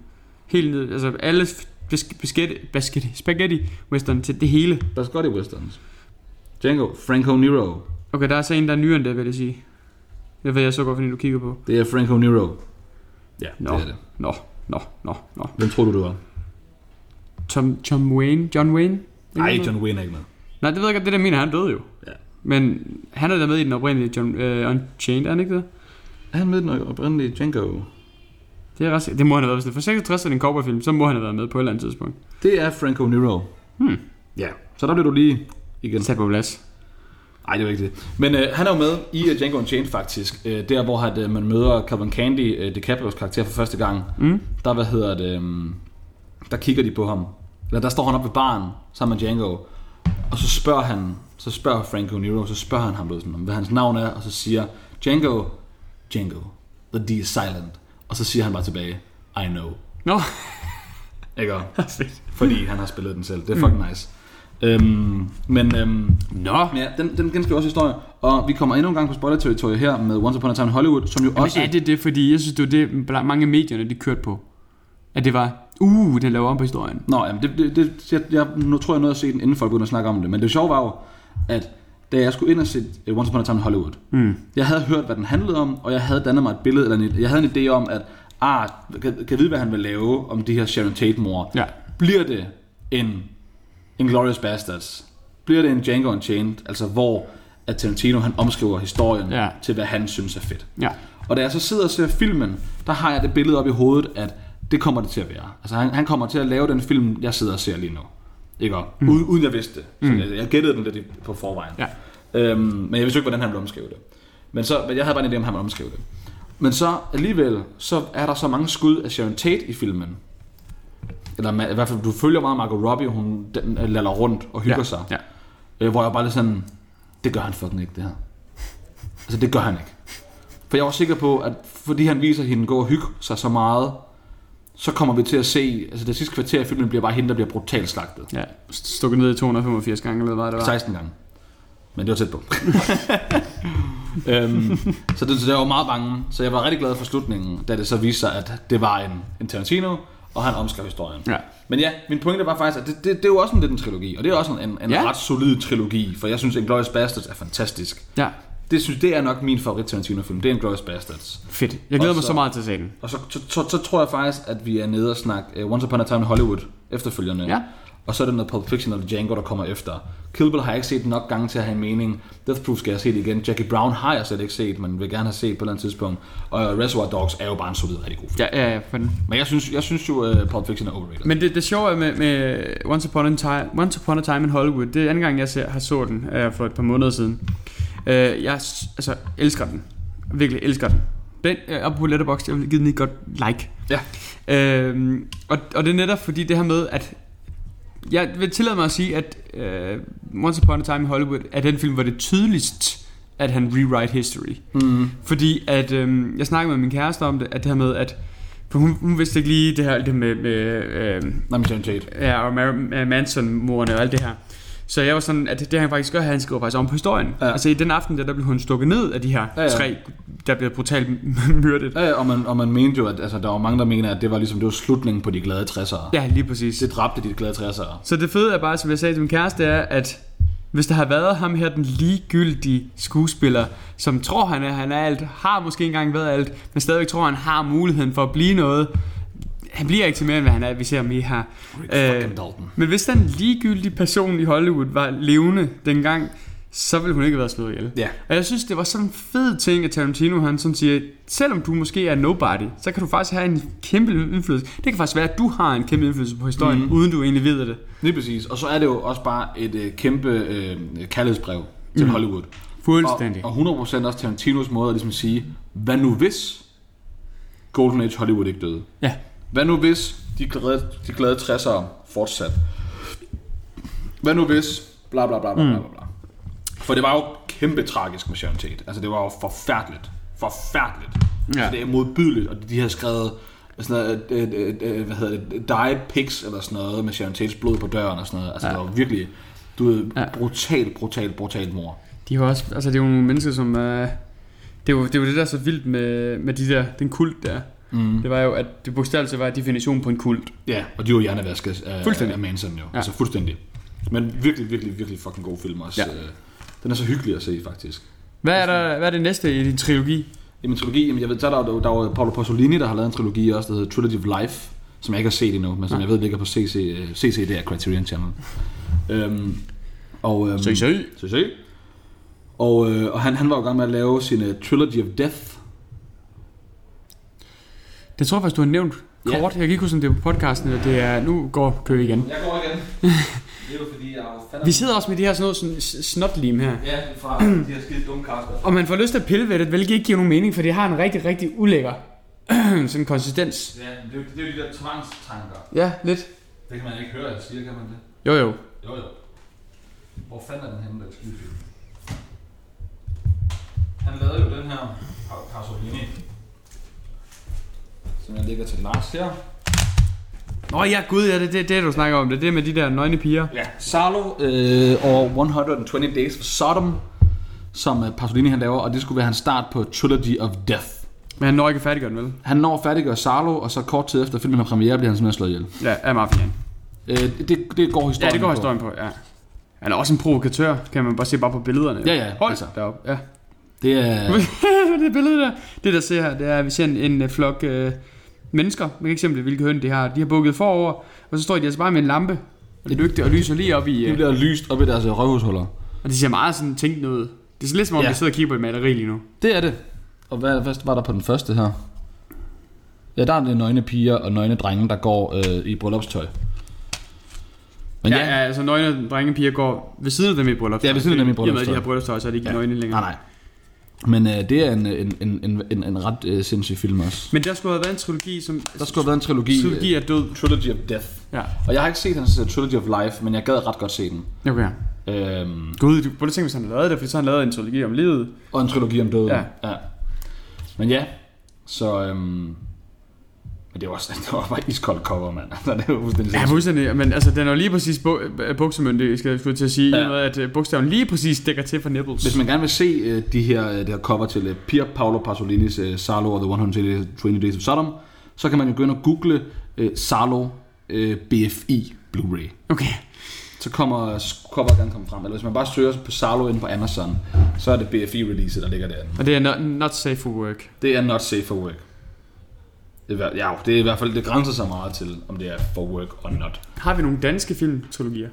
[SPEAKER 3] Helt ned, altså alle besk- basket, basket, spaghetti western til det hele.
[SPEAKER 2] Der Scotty Westerns. Django, Franco Nero.
[SPEAKER 3] Okay, der er så en, der er nyere end det, vil jeg sige. Jeg ved, jeg så godt, fordi du kigger på.
[SPEAKER 2] Det er Franco Nero. Ja,
[SPEAKER 3] Nå.
[SPEAKER 2] det er det.
[SPEAKER 3] Nå, nå, nå, nå.
[SPEAKER 2] Hvem tror du, du er?
[SPEAKER 3] Tom, Tom Wayne, John Wayne?
[SPEAKER 2] Nej, John Wayne er ikke med.
[SPEAKER 3] Nej, det ved jeg godt, det der mener, han døde jo.
[SPEAKER 2] Ja.
[SPEAKER 3] Men han er der med i den oprindelige John, uh, Unchained, er han ikke det?
[SPEAKER 2] Er han med i den oprindelige Django?
[SPEAKER 3] Det, er ret, sikkert. det må han have været. Hvis det er for 66 er det en cowboyfilm, så må han have været med på et eller andet tidspunkt.
[SPEAKER 2] Det er Franco Nero.
[SPEAKER 3] Hmm.
[SPEAKER 2] Ja. Så der blev du lige igen.
[SPEAKER 3] Sat på plads.
[SPEAKER 2] Nej, det var ikke det. Men øh, han er jo med i uh, Django Unchained faktisk. Øh, der, hvor at, øh, man møder Calvin Candy, øh, DiCaprios karakter for første gang.
[SPEAKER 3] Mm.
[SPEAKER 2] Der, hvad hedder det, øh, der kigger de på ham. Eller der står han oppe ved baren sammen med Django. Og så spørger han, så spørger Franco Nero, så spørger han ham, du ved, sådan, hvad hans navn er. Og så siger Django, Django, the D is silent. Og så siger han bare tilbage, I know.
[SPEAKER 3] Nå,
[SPEAKER 2] Ikke? Fordi han har spillet den selv. Det er fucking nice. Øhm, men øhm,
[SPEAKER 3] Nå.
[SPEAKER 2] ja, den, den genskriver også historie. Og vi kommer endnu en gang på spoiler-territoriet her med Once Upon a Time in Hollywood, som jo også...
[SPEAKER 3] Også. Men er det det, fordi jeg synes, det var det, bla- mange af medierne, de kørte på. At det var, uh, den laver om på historien.
[SPEAKER 2] Nå, jamen, det, det, det, jeg, jeg, nu tror jeg noget at se den, inden folk begynder at snakke om det. Men det sjove var jo, at da jeg skulle ind og se øh, Once Upon a Time in Hollywood,
[SPEAKER 3] Mm.
[SPEAKER 2] jeg havde hørt, hvad den handlede om, og jeg havde dannet mig et billede, eller en, jeg havde en idé om, at ah, kan, kan vide, hvad han vil lave om de her Sharon Tate-mor.
[SPEAKER 3] Ja.
[SPEAKER 2] Bliver det en Inglourious Bastards? Bliver det en Django Unchained? Altså hvor at Tarantino han omskriver historien
[SPEAKER 3] Ja.
[SPEAKER 2] til, hvad han synes er fedt.
[SPEAKER 3] Ja.
[SPEAKER 2] Og da jeg så sidder og ser filmen, der har jeg det billede op i hovedet, at det kommer det til at være. Altså han, han kommer til at lave den film, jeg sidder og ser lige nu. Ikke? Og Uden, uden jeg vidste det. Så jeg, jeg gættede den lidt i- på forvejen.
[SPEAKER 3] Hmm. Ja.
[SPEAKER 2] Øhm, men jeg vidste jo ikke, hvordan han ville omskrive det. Men, så, men jeg havde bare en idé om, at han ville omskrive det. Men så alligevel, så er der så mange skud af Sharon Tate i filmen. Eller ma- i hvert fald, du følger meget Margot Robbie, hun den, øh, laller rundt og hygger
[SPEAKER 3] ja.
[SPEAKER 2] sig.
[SPEAKER 3] Ja.
[SPEAKER 2] Øh, hvor jeg bare lidt sådan, det gør han fucking ikke, det her. Altså, det gør han ikke. For jeg var sikker på, at fordi han viser hende gå og hygge sig så meget, så kommer vi til at se, altså det sidste kvarter af filmen bliver bare hende, der bliver brutalt slagtet.
[SPEAKER 3] ja. St- Stukket ned i 285 gange, eller hvad det var.
[SPEAKER 2] 16 gange. Men det var tæt på. øhm, så, det, så det var meget bange. Så jeg var rigtig glad for slutningen, da det så viste sig, at det var en, en Tarantino, og han omskrev historien.
[SPEAKER 3] Ja.
[SPEAKER 2] Men ja, min pointe var faktisk, at det, det, det er jo også en lidt en trilogi, og det er også en, en
[SPEAKER 3] Ja.
[SPEAKER 2] ja. ret solid trilogi, for jeg synes, Inglourious Basterds er fantastisk.
[SPEAKER 3] Ja.
[SPEAKER 2] Det synes det er nok min favorit Tarantino-film, det er Inglourious Basterds.
[SPEAKER 3] Fedt. Jeg glæder
[SPEAKER 2] Og
[SPEAKER 3] mig så
[SPEAKER 2] så-
[SPEAKER 3] meget til at se den.
[SPEAKER 2] øh, Og så, så, så, så tror jeg faktisk, at vi er nede og snakke uh, Once Upon a Time in Hollywood efterfølgende.
[SPEAKER 3] Ja.
[SPEAKER 2] og så er det noget Pulp Fiction eller Django, der kommer efter. Kill Bill har jeg ikke set nok gange til at have en mening. Death Proof skal jeg se det igen. Jackie Brown har jeg slet ikke set, men vil gerne have set på et eller andet tidspunkt. Og øh, Reservoir Dogs er jo bare en solid, rigtig god film.
[SPEAKER 3] Ja, ja, ja, for den.
[SPEAKER 2] Men jeg synes, jeg synes jo, uh, Pulp Fiction er overrated.
[SPEAKER 3] Men det, det sjove er med, med Once, Upon a Time, Once Upon a Time in Hollywood, det er anden gang, jeg ser, har så den øh, for et par måneder siden. Øh, jeg s- altså, elsker den. Virkelig elsker den. Den øh, oppe på Letterboxd, jeg vil give den et godt like.
[SPEAKER 2] Ja.
[SPEAKER 3] Øh, og, og det er netop fordi det her med, at jeg vil tillade mig at sige, at øh, Once Upon a Time in Hollywood er den film, hvor det er tydeligst, at han rewrite history.
[SPEAKER 2] Mm.
[SPEAKER 3] Fordi at øhm, jeg snakkede med min kæreste om det, at det her med, at for hun, hun vidste ikke lige det her alt det med, med øhm,
[SPEAKER 2] Nej, men Sharon Tate.
[SPEAKER 3] ja, og Mar- øh, Manson-mordene og alt det her. Så jeg var sådan, at det, det han faktisk gør, han skriver faktisk om på historien.
[SPEAKER 2] Ja.
[SPEAKER 3] Ja. Altså i den aften, der, der blev hun stukket ned af de her
[SPEAKER 2] Ja, ja.
[SPEAKER 3] ja, ja. tre, der bliver brutalt myrdet.
[SPEAKER 2] Ja, og man, og man mente jo, at altså, der var mange, der mener, at det var ligesom det var slutningen på de glade 60'ere.
[SPEAKER 3] Ja, lige præcis.
[SPEAKER 2] Det dræbte de glade 60'ere.
[SPEAKER 3] Så det fede er bare, som jeg sagde til min kæreste, er, at hvis der har været ham her, den ligegyldige skuespiller, som tror, han er, han er alt, har måske engang været alt, men stadigvæk tror, han har muligheden for at blive noget. Han bliver ikke til mere, end hvad han er, vi ser ham i her.
[SPEAKER 2] Fucking
[SPEAKER 3] Øh,
[SPEAKER 2] Dalton.
[SPEAKER 3] men hvis den ligegyldige person i Hollywood var levende dengang, så ville hun ikke have været slået ihjel.
[SPEAKER 2] Ja.
[SPEAKER 3] Og jeg synes, det var sådan en fed ting, at Tarantino han sådan siger, selvom du måske er nobody, så kan du faktisk have en kæmpe indflydelse. Det kan faktisk være, at du har en kæmpe indflydelse på historien, mm. uden du egentlig ved det.
[SPEAKER 2] Lige præcis. Og så er det jo også bare et øh, kæmpe øh, kærlighedsbrev til mm. Hollywood.
[SPEAKER 3] Fuldstændig.
[SPEAKER 2] Og, og 100% også Tarantinos måde at ligesom sige, hvad nu hvis Golden Age Hollywood ikke døde?
[SPEAKER 3] Ja.
[SPEAKER 2] Hvad nu hvis de glade, de glade 60'ere fortsat? Hvad nu hvis bla bla bla bla
[SPEAKER 3] Mm.
[SPEAKER 2] bla, bla bla. For det var jo kæmpe tragisk med Sharon Tate. Altså det var jo forfærdeligt. Forfærdeligt. Ja.
[SPEAKER 3] Ja.
[SPEAKER 2] Altså, det er modbydeligt, og de har skrevet sådan noget, øh, øh, øh, hvad hedder det, die pics eller sådan noget med Sharon Tates blod på døren og sådan noget. Altså ja. det var virkelig, du ved,
[SPEAKER 3] Ja.
[SPEAKER 2] brutal, brutal, brutal mor.
[SPEAKER 3] De har også, altså det er jo nogle mennesker, som... Øh, det, er jo, det er jo det, der er så vildt med, med de der, den kult der. Mm. Det var jo, at det bogstaveligt talt var definitionen på en kult.
[SPEAKER 2] Ja, og de var hjernevasket af,
[SPEAKER 3] Fuldstændig.
[SPEAKER 2] af Manson jo. Ja.
[SPEAKER 3] Ja.
[SPEAKER 2] Altså fuldstændig. Men virkelig, virkelig, virkelig fucking god film også.
[SPEAKER 3] Ja.
[SPEAKER 2] Øh, Den er så hyggelig at se, faktisk.
[SPEAKER 3] Hvad er, der, hvad er det næste i din trilogi?
[SPEAKER 2] I min trilogi, jamen jeg ved, så er der, jo- der er jo Paolo Pasolini, der har lavet en trilogi også, der hedder Trilogy of Life, som jeg ikke har set endnu, men som jeg ved ligger på CC, øh, CC det er Criterion Channel. øhm, og, øhm,
[SPEAKER 3] Søg.
[SPEAKER 2] CC. Og, øh, og han, han var jo i gang med at lave sin uh, Trilogy of Death.
[SPEAKER 3] Det tror jeg faktisk, du har nævnt
[SPEAKER 2] Ja.
[SPEAKER 3] kort. Jeg kan ikke huske, om det er på podcasten, eller det er, nu går kø igen.
[SPEAKER 2] Jeg går igen. det er jo fordi, jeg har fandme...
[SPEAKER 3] Vi sidder også med det her sådan noget sådan s- snotlim her.
[SPEAKER 2] Ja, fra de her skide dumme kaster.
[SPEAKER 3] Og man får lyst til at pille ved det, hvilket ikke giver nogen mening, for det har en rigtig, rigtig ulækker sådan konsistens.
[SPEAKER 2] Ja, det er, jo, det er jo de der tvangstanker.
[SPEAKER 3] Ja, lidt.
[SPEAKER 2] Det kan man ikke høre, jeg siger, kan man det?
[SPEAKER 3] Jo, jo.
[SPEAKER 2] Jo, jo. Hvor fanden er den henne, der skide film? Han lavede jo den her Pa- Pasolini. Som jeg ligger til Lars her.
[SPEAKER 3] Nå ja, gud, ja, det er det, det, du snakker om. Det er det med de der nøgne piger.
[SPEAKER 2] Ja, Salo øh, og 120 Days of Sodom, som øh, Pasolini han laver, og det skulle være hans start på Trilogy of Death.
[SPEAKER 3] Men han når ikke at færdiggøre den, vel?
[SPEAKER 2] Han når at færdiggøre Salo, og så kort tid efter filmen har premiere, bliver han simpelthen slået ihjel.
[SPEAKER 3] Ja, af mafiaen.
[SPEAKER 2] Øh, det, det går
[SPEAKER 3] Ja,
[SPEAKER 2] historien
[SPEAKER 3] det går
[SPEAKER 2] på.
[SPEAKER 3] historien på, ja. Han er også en provokatør, kan man bare se bare på billederne.
[SPEAKER 2] Ja, ja,
[SPEAKER 3] Hold
[SPEAKER 2] altså.
[SPEAKER 3] altså. derop. Ja.
[SPEAKER 2] Det er...
[SPEAKER 3] det billede der. Det der ser her, det er, at vi ser en, en øh, flok øh, mennesker. Man kan ikke se, om det er, hvilke høn de har. De har bukket forover, og så står de altså bare med en lampe og lygte og lyser lige op i...
[SPEAKER 2] De
[SPEAKER 3] Øh,
[SPEAKER 2] bliver lyst op i deres øh, røvhushuller.
[SPEAKER 3] og de ser meget sådan tænkt ud. Det er lidt som om,
[SPEAKER 2] Ja.
[SPEAKER 3] ja. vi sidder og kigger på et maleri lige nu.
[SPEAKER 2] Det er det. Og hvad, hvad var der på den første her? Ja, der er det nøgne piger og nøgne drenge, der går øh, i bryllupstøj. Men
[SPEAKER 3] Ja,
[SPEAKER 2] ja,
[SPEAKER 3] ja, altså nøgne drenge og piger går ved siden af dem i bryllupstøj.
[SPEAKER 2] Ja, ved siden af dem i
[SPEAKER 3] I og med,
[SPEAKER 2] bryllupstøj.
[SPEAKER 3] at de har bryllupstøj, så er de ikke
[SPEAKER 2] Ja.
[SPEAKER 3] ja. nøgne længere.
[SPEAKER 2] nej, nej. Men øh, det er en, en, en, en, en, en ret øh, sindssyg film også.
[SPEAKER 3] Men der skulle have været en trilogi, som...
[SPEAKER 2] Der skulle have været en trilogi. øh.
[SPEAKER 3] Trilogi er død.
[SPEAKER 2] Trilogy of Death.
[SPEAKER 3] Ja,
[SPEAKER 2] Og jeg har ikke set hans øh, Trilogy of Life, men jeg gad ret godt se den.
[SPEAKER 3] okay.
[SPEAKER 2] Øhm,
[SPEAKER 3] Gud, du burde tænke, hvis han havde lavet det, for så har han lavet en trilogi om livet.
[SPEAKER 2] og en trilogi om døden.
[SPEAKER 3] Ja.
[SPEAKER 2] ja. Men ja, så... Øhm, men det var, også, det var bare iskoldt cover, mand. det var fuldstændig
[SPEAKER 3] Ja,
[SPEAKER 2] sindssygt.
[SPEAKER 3] fuldstændig. Men altså, den er jo lige præcis bu- øh, buksemyndig, skal jeg skulle til at sige.
[SPEAKER 2] Ja.
[SPEAKER 3] Ja. I og med, at øh, bogstaven lige præcis dækker til for nipples.
[SPEAKER 2] Hvis man gerne vil se øh, de her, øh, det her cover til øh, Pier Paolo Pasolinis øh, Salo og The 120 Days of Sodom, så kan man jo gå ind og google øh, Salo øh, BFI Blu-ray.
[SPEAKER 3] Okay.
[SPEAKER 2] Så kommer så cover gerne komme frem. Eller hvis man bare søger på Salo inde på Amazon, så er det BFI-release, der ligger derinde.
[SPEAKER 3] Og det er not, not safe for work.
[SPEAKER 2] Det er not safe for work. Det er i hver- Ja, det er i hvert fald, det grænser sig meget til, om det er for work or not.
[SPEAKER 3] Har vi nogle danske filmtrilogier?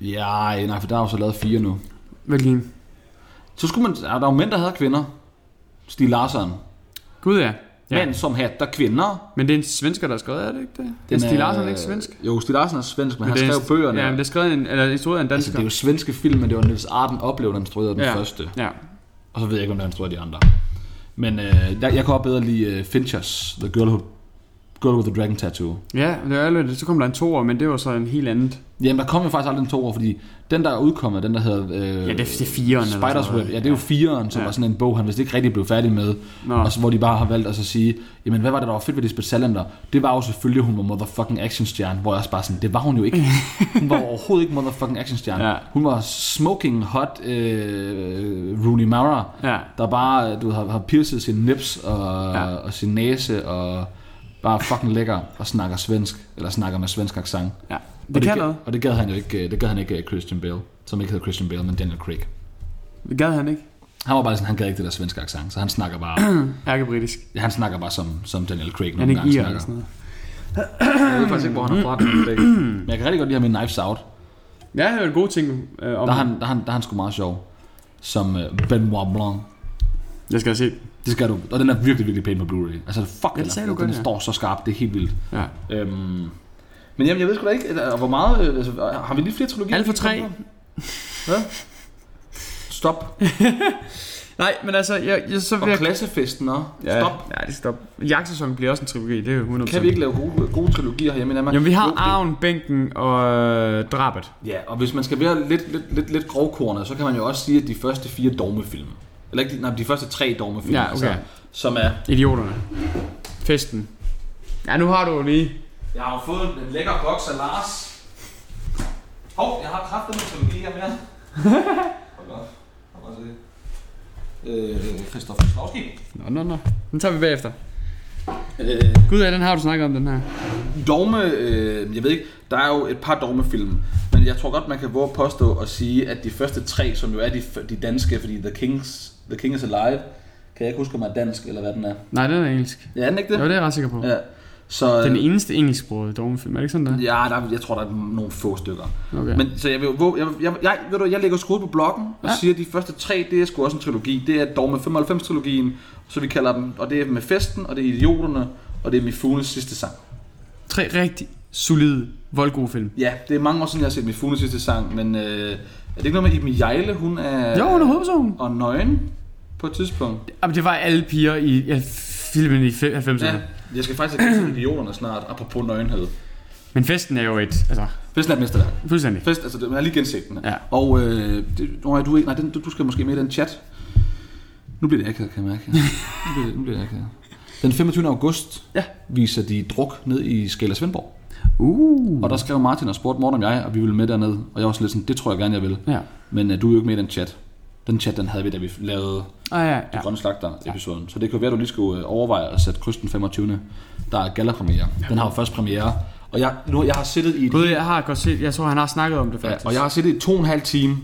[SPEAKER 2] Ja, nej, for der er jo så lavet fire nu.
[SPEAKER 3] Hvilken?
[SPEAKER 2] Så skulle man, ja, der er jo mænd, der havde kvinder. Stig Larsson.
[SPEAKER 3] Gud ja.
[SPEAKER 2] Ja.
[SPEAKER 3] ja.
[SPEAKER 2] Mænd som hat, der er kvinder.
[SPEAKER 3] Men det er en svensker, der har skrevet, er det ikke det? Den er Stig Larsson ikke svensk?
[SPEAKER 2] Jo, Stig Larsson er svensk, men, men
[SPEAKER 3] det
[SPEAKER 2] han
[SPEAKER 3] er en-
[SPEAKER 2] skrev bøgerne.
[SPEAKER 3] Ja, men det er skrevet en, eller instrueret af en
[SPEAKER 2] altså,
[SPEAKER 3] dansker.
[SPEAKER 2] det er jo svenske film, men det var Niels Arden oplevet, der instruerede den
[SPEAKER 3] ja.
[SPEAKER 2] første.
[SPEAKER 3] Ja.
[SPEAKER 2] Og så ved jeg ikke, om der er instrueret de andre. Men øh, jeg, jeg kan også bedre lide uh, Finchers, The Girl, Who, Girl with the Dragon Tattoo.
[SPEAKER 3] Ja, det er ærligt. Så kom der en toer, men det var så en helt andet.
[SPEAKER 2] Jamen, der kom jo faktisk aldrig en to år, fordi den, der er udkommet, den der hedder... Øh,
[SPEAKER 3] Ja, det er, det er fireren. eller sådan
[SPEAKER 2] Spiders
[SPEAKER 3] noget.
[SPEAKER 2] Web, ja, det er jo fireren, som ja.
[SPEAKER 3] Ja.
[SPEAKER 2] var sådan en bog, han vist ikke rigtig blev færdig med.
[SPEAKER 3] Nå.
[SPEAKER 2] Og så hvor de bare har valgt at så sige, jamen hvad var det, der var fedt ved Lisbeth Salander? Det var jo selvfølgelig, hun var motherfucking actionstjerne, hvor jeg også bare sådan, det var hun jo ikke. Hun var overhovedet ikke motherfucking actionstjerne.
[SPEAKER 3] Ja.
[SPEAKER 2] Hun var smoking hot øh, Rooney Mara,
[SPEAKER 3] Ja.
[SPEAKER 2] der bare, du ved, har, har pierced sin nips og, ja.
[SPEAKER 3] Ja.
[SPEAKER 2] og sin næse og bare er fucking lækker og snakker svensk, eller snakker med svensk accent.
[SPEAKER 3] ja.
[SPEAKER 2] Og
[SPEAKER 3] Det, det kan
[SPEAKER 2] gad-
[SPEAKER 3] noget.
[SPEAKER 2] Og det gad han jo ikke, øh, det gad han ikke øh, Christian Bale, som ikke hedder Christian Bale, men Daniel Craig.
[SPEAKER 3] Det gad han ikke.
[SPEAKER 2] Han var bare sådan, han gad ikke det der svenske accent, så han snakker bare,
[SPEAKER 3] Ærkebritisk.
[SPEAKER 2] ja, han snakker bare som, som Daniel Craig
[SPEAKER 3] Han er
[SPEAKER 2] nogle
[SPEAKER 3] ikke
[SPEAKER 2] gange
[SPEAKER 3] irer
[SPEAKER 2] snakker.
[SPEAKER 3] eller sådan noget.
[SPEAKER 2] Jeg ved faktisk ikke, hvor han er fra Daniel Craig. Men jeg kan rigtig godt lide ham i Knives Out.
[SPEAKER 3] Ja, det er en god ting øh, om...
[SPEAKER 2] Der er han, der er han, der er han sgu meget sjov. Som øh, Benoit Blanc.
[SPEAKER 3] Jeg skal have set.
[SPEAKER 2] Det skal du. Og den er virkelig, virkelig pæn på Blu-ray. Altså, fuck, den,
[SPEAKER 3] sagde
[SPEAKER 2] er,
[SPEAKER 3] du
[SPEAKER 2] den,
[SPEAKER 3] godt,
[SPEAKER 2] den
[SPEAKER 3] ja.
[SPEAKER 2] står så skarpt. Det er helt vildt.
[SPEAKER 3] Ja.
[SPEAKER 2] Øhm, men jamen, jeg ved sgu da ikke, øh, hvor meget... øh, Altså, har vi lige flere trilogier?
[SPEAKER 3] Alt for
[SPEAKER 2] vi kan
[SPEAKER 3] tre.
[SPEAKER 2] komme på? Hvad? Stop.
[SPEAKER 3] Nej, men altså, jeg, jeg så
[SPEAKER 2] Og
[SPEAKER 3] vil jeg...
[SPEAKER 2] klassefesten og
[SPEAKER 3] Ja,
[SPEAKER 2] stop.
[SPEAKER 3] Nej, det stop. Jagtsæsonen bliver også en trilogi, det er jo 100%.
[SPEAKER 2] Kan vi ikke lave gode, gode trilogier herhjemme i Danmark?
[SPEAKER 3] Jamen, vi har
[SPEAKER 2] Jo, det-
[SPEAKER 3] arven, bænken og øh, drabet.
[SPEAKER 2] Ja, og hvis man skal være lidt, lidt, lidt, lidt grovkornet, så kan man jo også sige, at de første fire dogmefilm, eller ikke, nej, de første tre dogmefilm, altså,
[SPEAKER 3] Ja, okay.
[SPEAKER 2] som er...
[SPEAKER 3] Idioterne. Festen. Ja, nu har du jo lige...
[SPEAKER 2] Jeg har jo fået en lækker boks af Lars. Hov, jeg har kraftet med trilogi her mere. Hold op. Hold op. Øh, Christoffer Slavski.
[SPEAKER 3] Nå, nå, nå. Den tager vi bagefter.
[SPEAKER 2] Øh,
[SPEAKER 3] Gud ja, den har du snakket om, den her.
[SPEAKER 2] dogme, øh, jeg ved ikke, der er jo et par dogmefilm, men jeg tror godt, man kan våge at påstå og sige, at de første tre, som jo er de, f- de danske, fordi The, Kings, The King is Alive, kan jeg ikke huske, om er dansk, eller hvad den er.
[SPEAKER 3] Nej, den er engelsk.
[SPEAKER 2] Ja, er den ikke
[SPEAKER 3] Jo,
[SPEAKER 2] det?
[SPEAKER 3] det er jeg ret sikker på.
[SPEAKER 2] Ja. Så
[SPEAKER 3] Den
[SPEAKER 2] den
[SPEAKER 3] eneste engelsksprogede dogmefilm, er det ikke sådan der?
[SPEAKER 2] ja, der, er- jeg tror, der er nogle få stykker.
[SPEAKER 3] Okay. Men,
[SPEAKER 2] Men så jeg, vil, hvor- jeg, jeg, jeg, ved du, jeg lægger skud på bloggen og ja.
[SPEAKER 3] Ja.
[SPEAKER 2] siger, at de første tre, det er sgu også en trilogi. Det er dog med 95-trilogien, så vi kalder dem, og det er med festen, og det er idioterne, og det er Mifunes sidste sang.
[SPEAKER 3] tre rigtig solide, voldgode film.
[SPEAKER 2] Ja, det er mange år siden, jeg har set Mifunes sidste sang, men øh, er det ikke noget med Iben Jejle? Hun er...
[SPEAKER 3] Jo, hun er hovedpersonen.
[SPEAKER 2] Og nøgen på et tidspunkt.
[SPEAKER 3] Jamen, det var alle piger i ja, filmen i fe- 90'erne.
[SPEAKER 2] Ja,
[SPEAKER 3] Ja.
[SPEAKER 2] jeg skal faktisk have set idioterne snart, apropos nøgenhed.
[SPEAKER 3] Men festen er jo et, altså,
[SPEAKER 2] Festen er et mesterværk.
[SPEAKER 3] fuldstændig.
[SPEAKER 2] Fest, altså det- man har lige genset den.
[SPEAKER 3] Ja.
[SPEAKER 2] Og øh, det, nej, du, er ikke- nej, den, du, du skal måske med i den chat. Nu bliver det akavet, kan jeg mærke. Nu bliver, det- nu bliver det akavet. Den 25. august
[SPEAKER 3] Ja.
[SPEAKER 2] viser de druk ned i Skala Svendborg.
[SPEAKER 3] Uh.
[SPEAKER 2] Og der skrev Martin og spurgte Morten om jeg, og vi ville med derned. Og jeg var sådan lidt sådan, det tror jeg gerne, jeg vil.
[SPEAKER 3] Ja.
[SPEAKER 2] Men øh, du er jo ikke med i den chat. Den chat, den havde vi, da vi lavede
[SPEAKER 3] Ah, ja,
[SPEAKER 2] ja.
[SPEAKER 3] ja.
[SPEAKER 2] Grønne Slagter-episoden. Så det kan jo være, at du lige skulle øh, overveje at sætte kryds den 25. Der er gala-premiere. Den har jo først premiere. Og jeg, nu, jeg har siddet i et
[SPEAKER 3] Gud, jeg har godt set, jeg tror, han har snakket om det
[SPEAKER 2] Ja,
[SPEAKER 3] faktisk.
[SPEAKER 2] og jeg har siddet i to og en halv time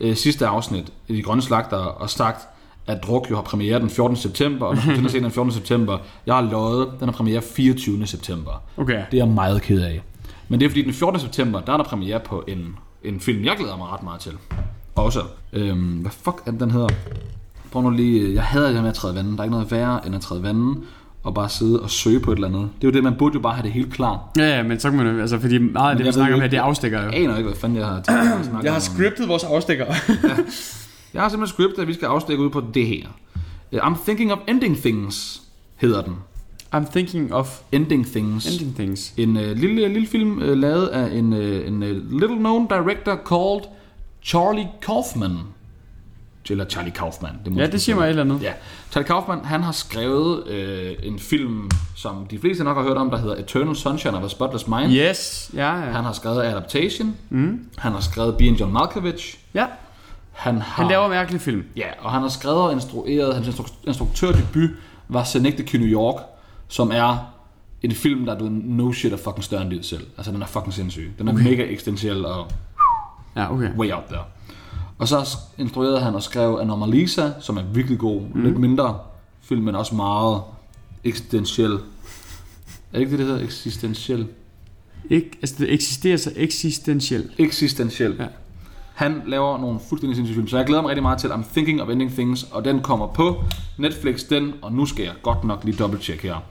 [SPEAKER 2] øh, sidste afsnit i De Grønne Slagter og sagt, at Druk jo har premiere den 14. september, og man skal se den 14. september. Jeg har løjet, den har premiere 24. september.
[SPEAKER 3] Okay.
[SPEAKER 2] Det er jeg meget ked af. Men det er fordi den 14. september, der er der premiere på en, en film, jeg glæder mig ret meget til. Også. Øhm, hvad fuck er det, den hedder? Prøv nu lige, øh, jeg hader det her med at træde vandet. Der er ikke noget værre end at træde vandet og bare sidde og søge på et eller andet. Det er jo det, man burde jo bare have det helt klart.
[SPEAKER 3] Ja, ja, men så kan man jo, altså, fordi meget af
[SPEAKER 2] jeg
[SPEAKER 3] det, vi
[SPEAKER 2] ved jo
[SPEAKER 3] snakker om her,
[SPEAKER 2] ikke-
[SPEAKER 3] det er afstikker jo.
[SPEAKER 2] Jeg aner ikke, hvad fanden jeg har tænkt mig at snakke om.
[SPEAKER 3] scriptet vores afstikker.
[SPEAKER 2] Jeg har simpelthen scriptet, at vi skal afstikke ud på det her. Øh, I'm thinking of ending things, hedder den.
[SPEAKER 3] I'm thinking of
[SPEAKER 2] Ending things. Ending.
[SPEAKER 3] ending things.
[SPEAKER 2] En øh, lille, lille film øh, lavet af en, øh, en øh, little known director called Charlie Kaufman. Eller Charlie Kaufman. må
[SPEAKER 3] Ja,
[SPEAKER 2] man
[SPEAKER 3] det siger mig et eller andet.
[SPEAKER 2] Ja. Charlie Kaufman, han har skrevet øh, en film, som de fleste nok har hørt om, der hedder Eternal Sunshine of a Spotless Mind.
[SPEAKER 3] Yes, ja, ja.
[SPEAKER 2] Han har skrevet Adaptation. Mm. Han har skrevet Being John Malkovich.
[SPEAKER 3] Ja,
[SPEAKER 2] Han har...
[SPEAKER 3] han laver mærkelige film.
[SPEAKER 2] Ja, og han har skrevet og instrueret, hans instru- instruktørdebut var Synecdoche New York, som er en film, der du no shit er fucking større end livet selv. Altså, den er fucking sindssyg. Den er okay. mega eksistentiel og
[SPEAKER 3] Ja, okay.
[SPEAKER 2] way out there. Og så s- instruerede han og skrev Anomalisa, som er virkelig god. Mm. Lidt mindre film, men også meget Eksistentiel. Er det ikke det, det hedder? Eksistentiel.
[SPEAKER 3] Ikke, altså det eksisterer så eksistentielt.
[SPEAKER 2] Eksistentiel.
[SPEAKER 3] Ja.
[SPEAKER 2] Ja. Han laver nogle fuldstændig sindssyge film, så jeg glæder mig rigtig meget til I'm Thinking of Ending Things, og den kommer på Netflix den, og nu skal jeg godt nok lige dobbelttjekke her.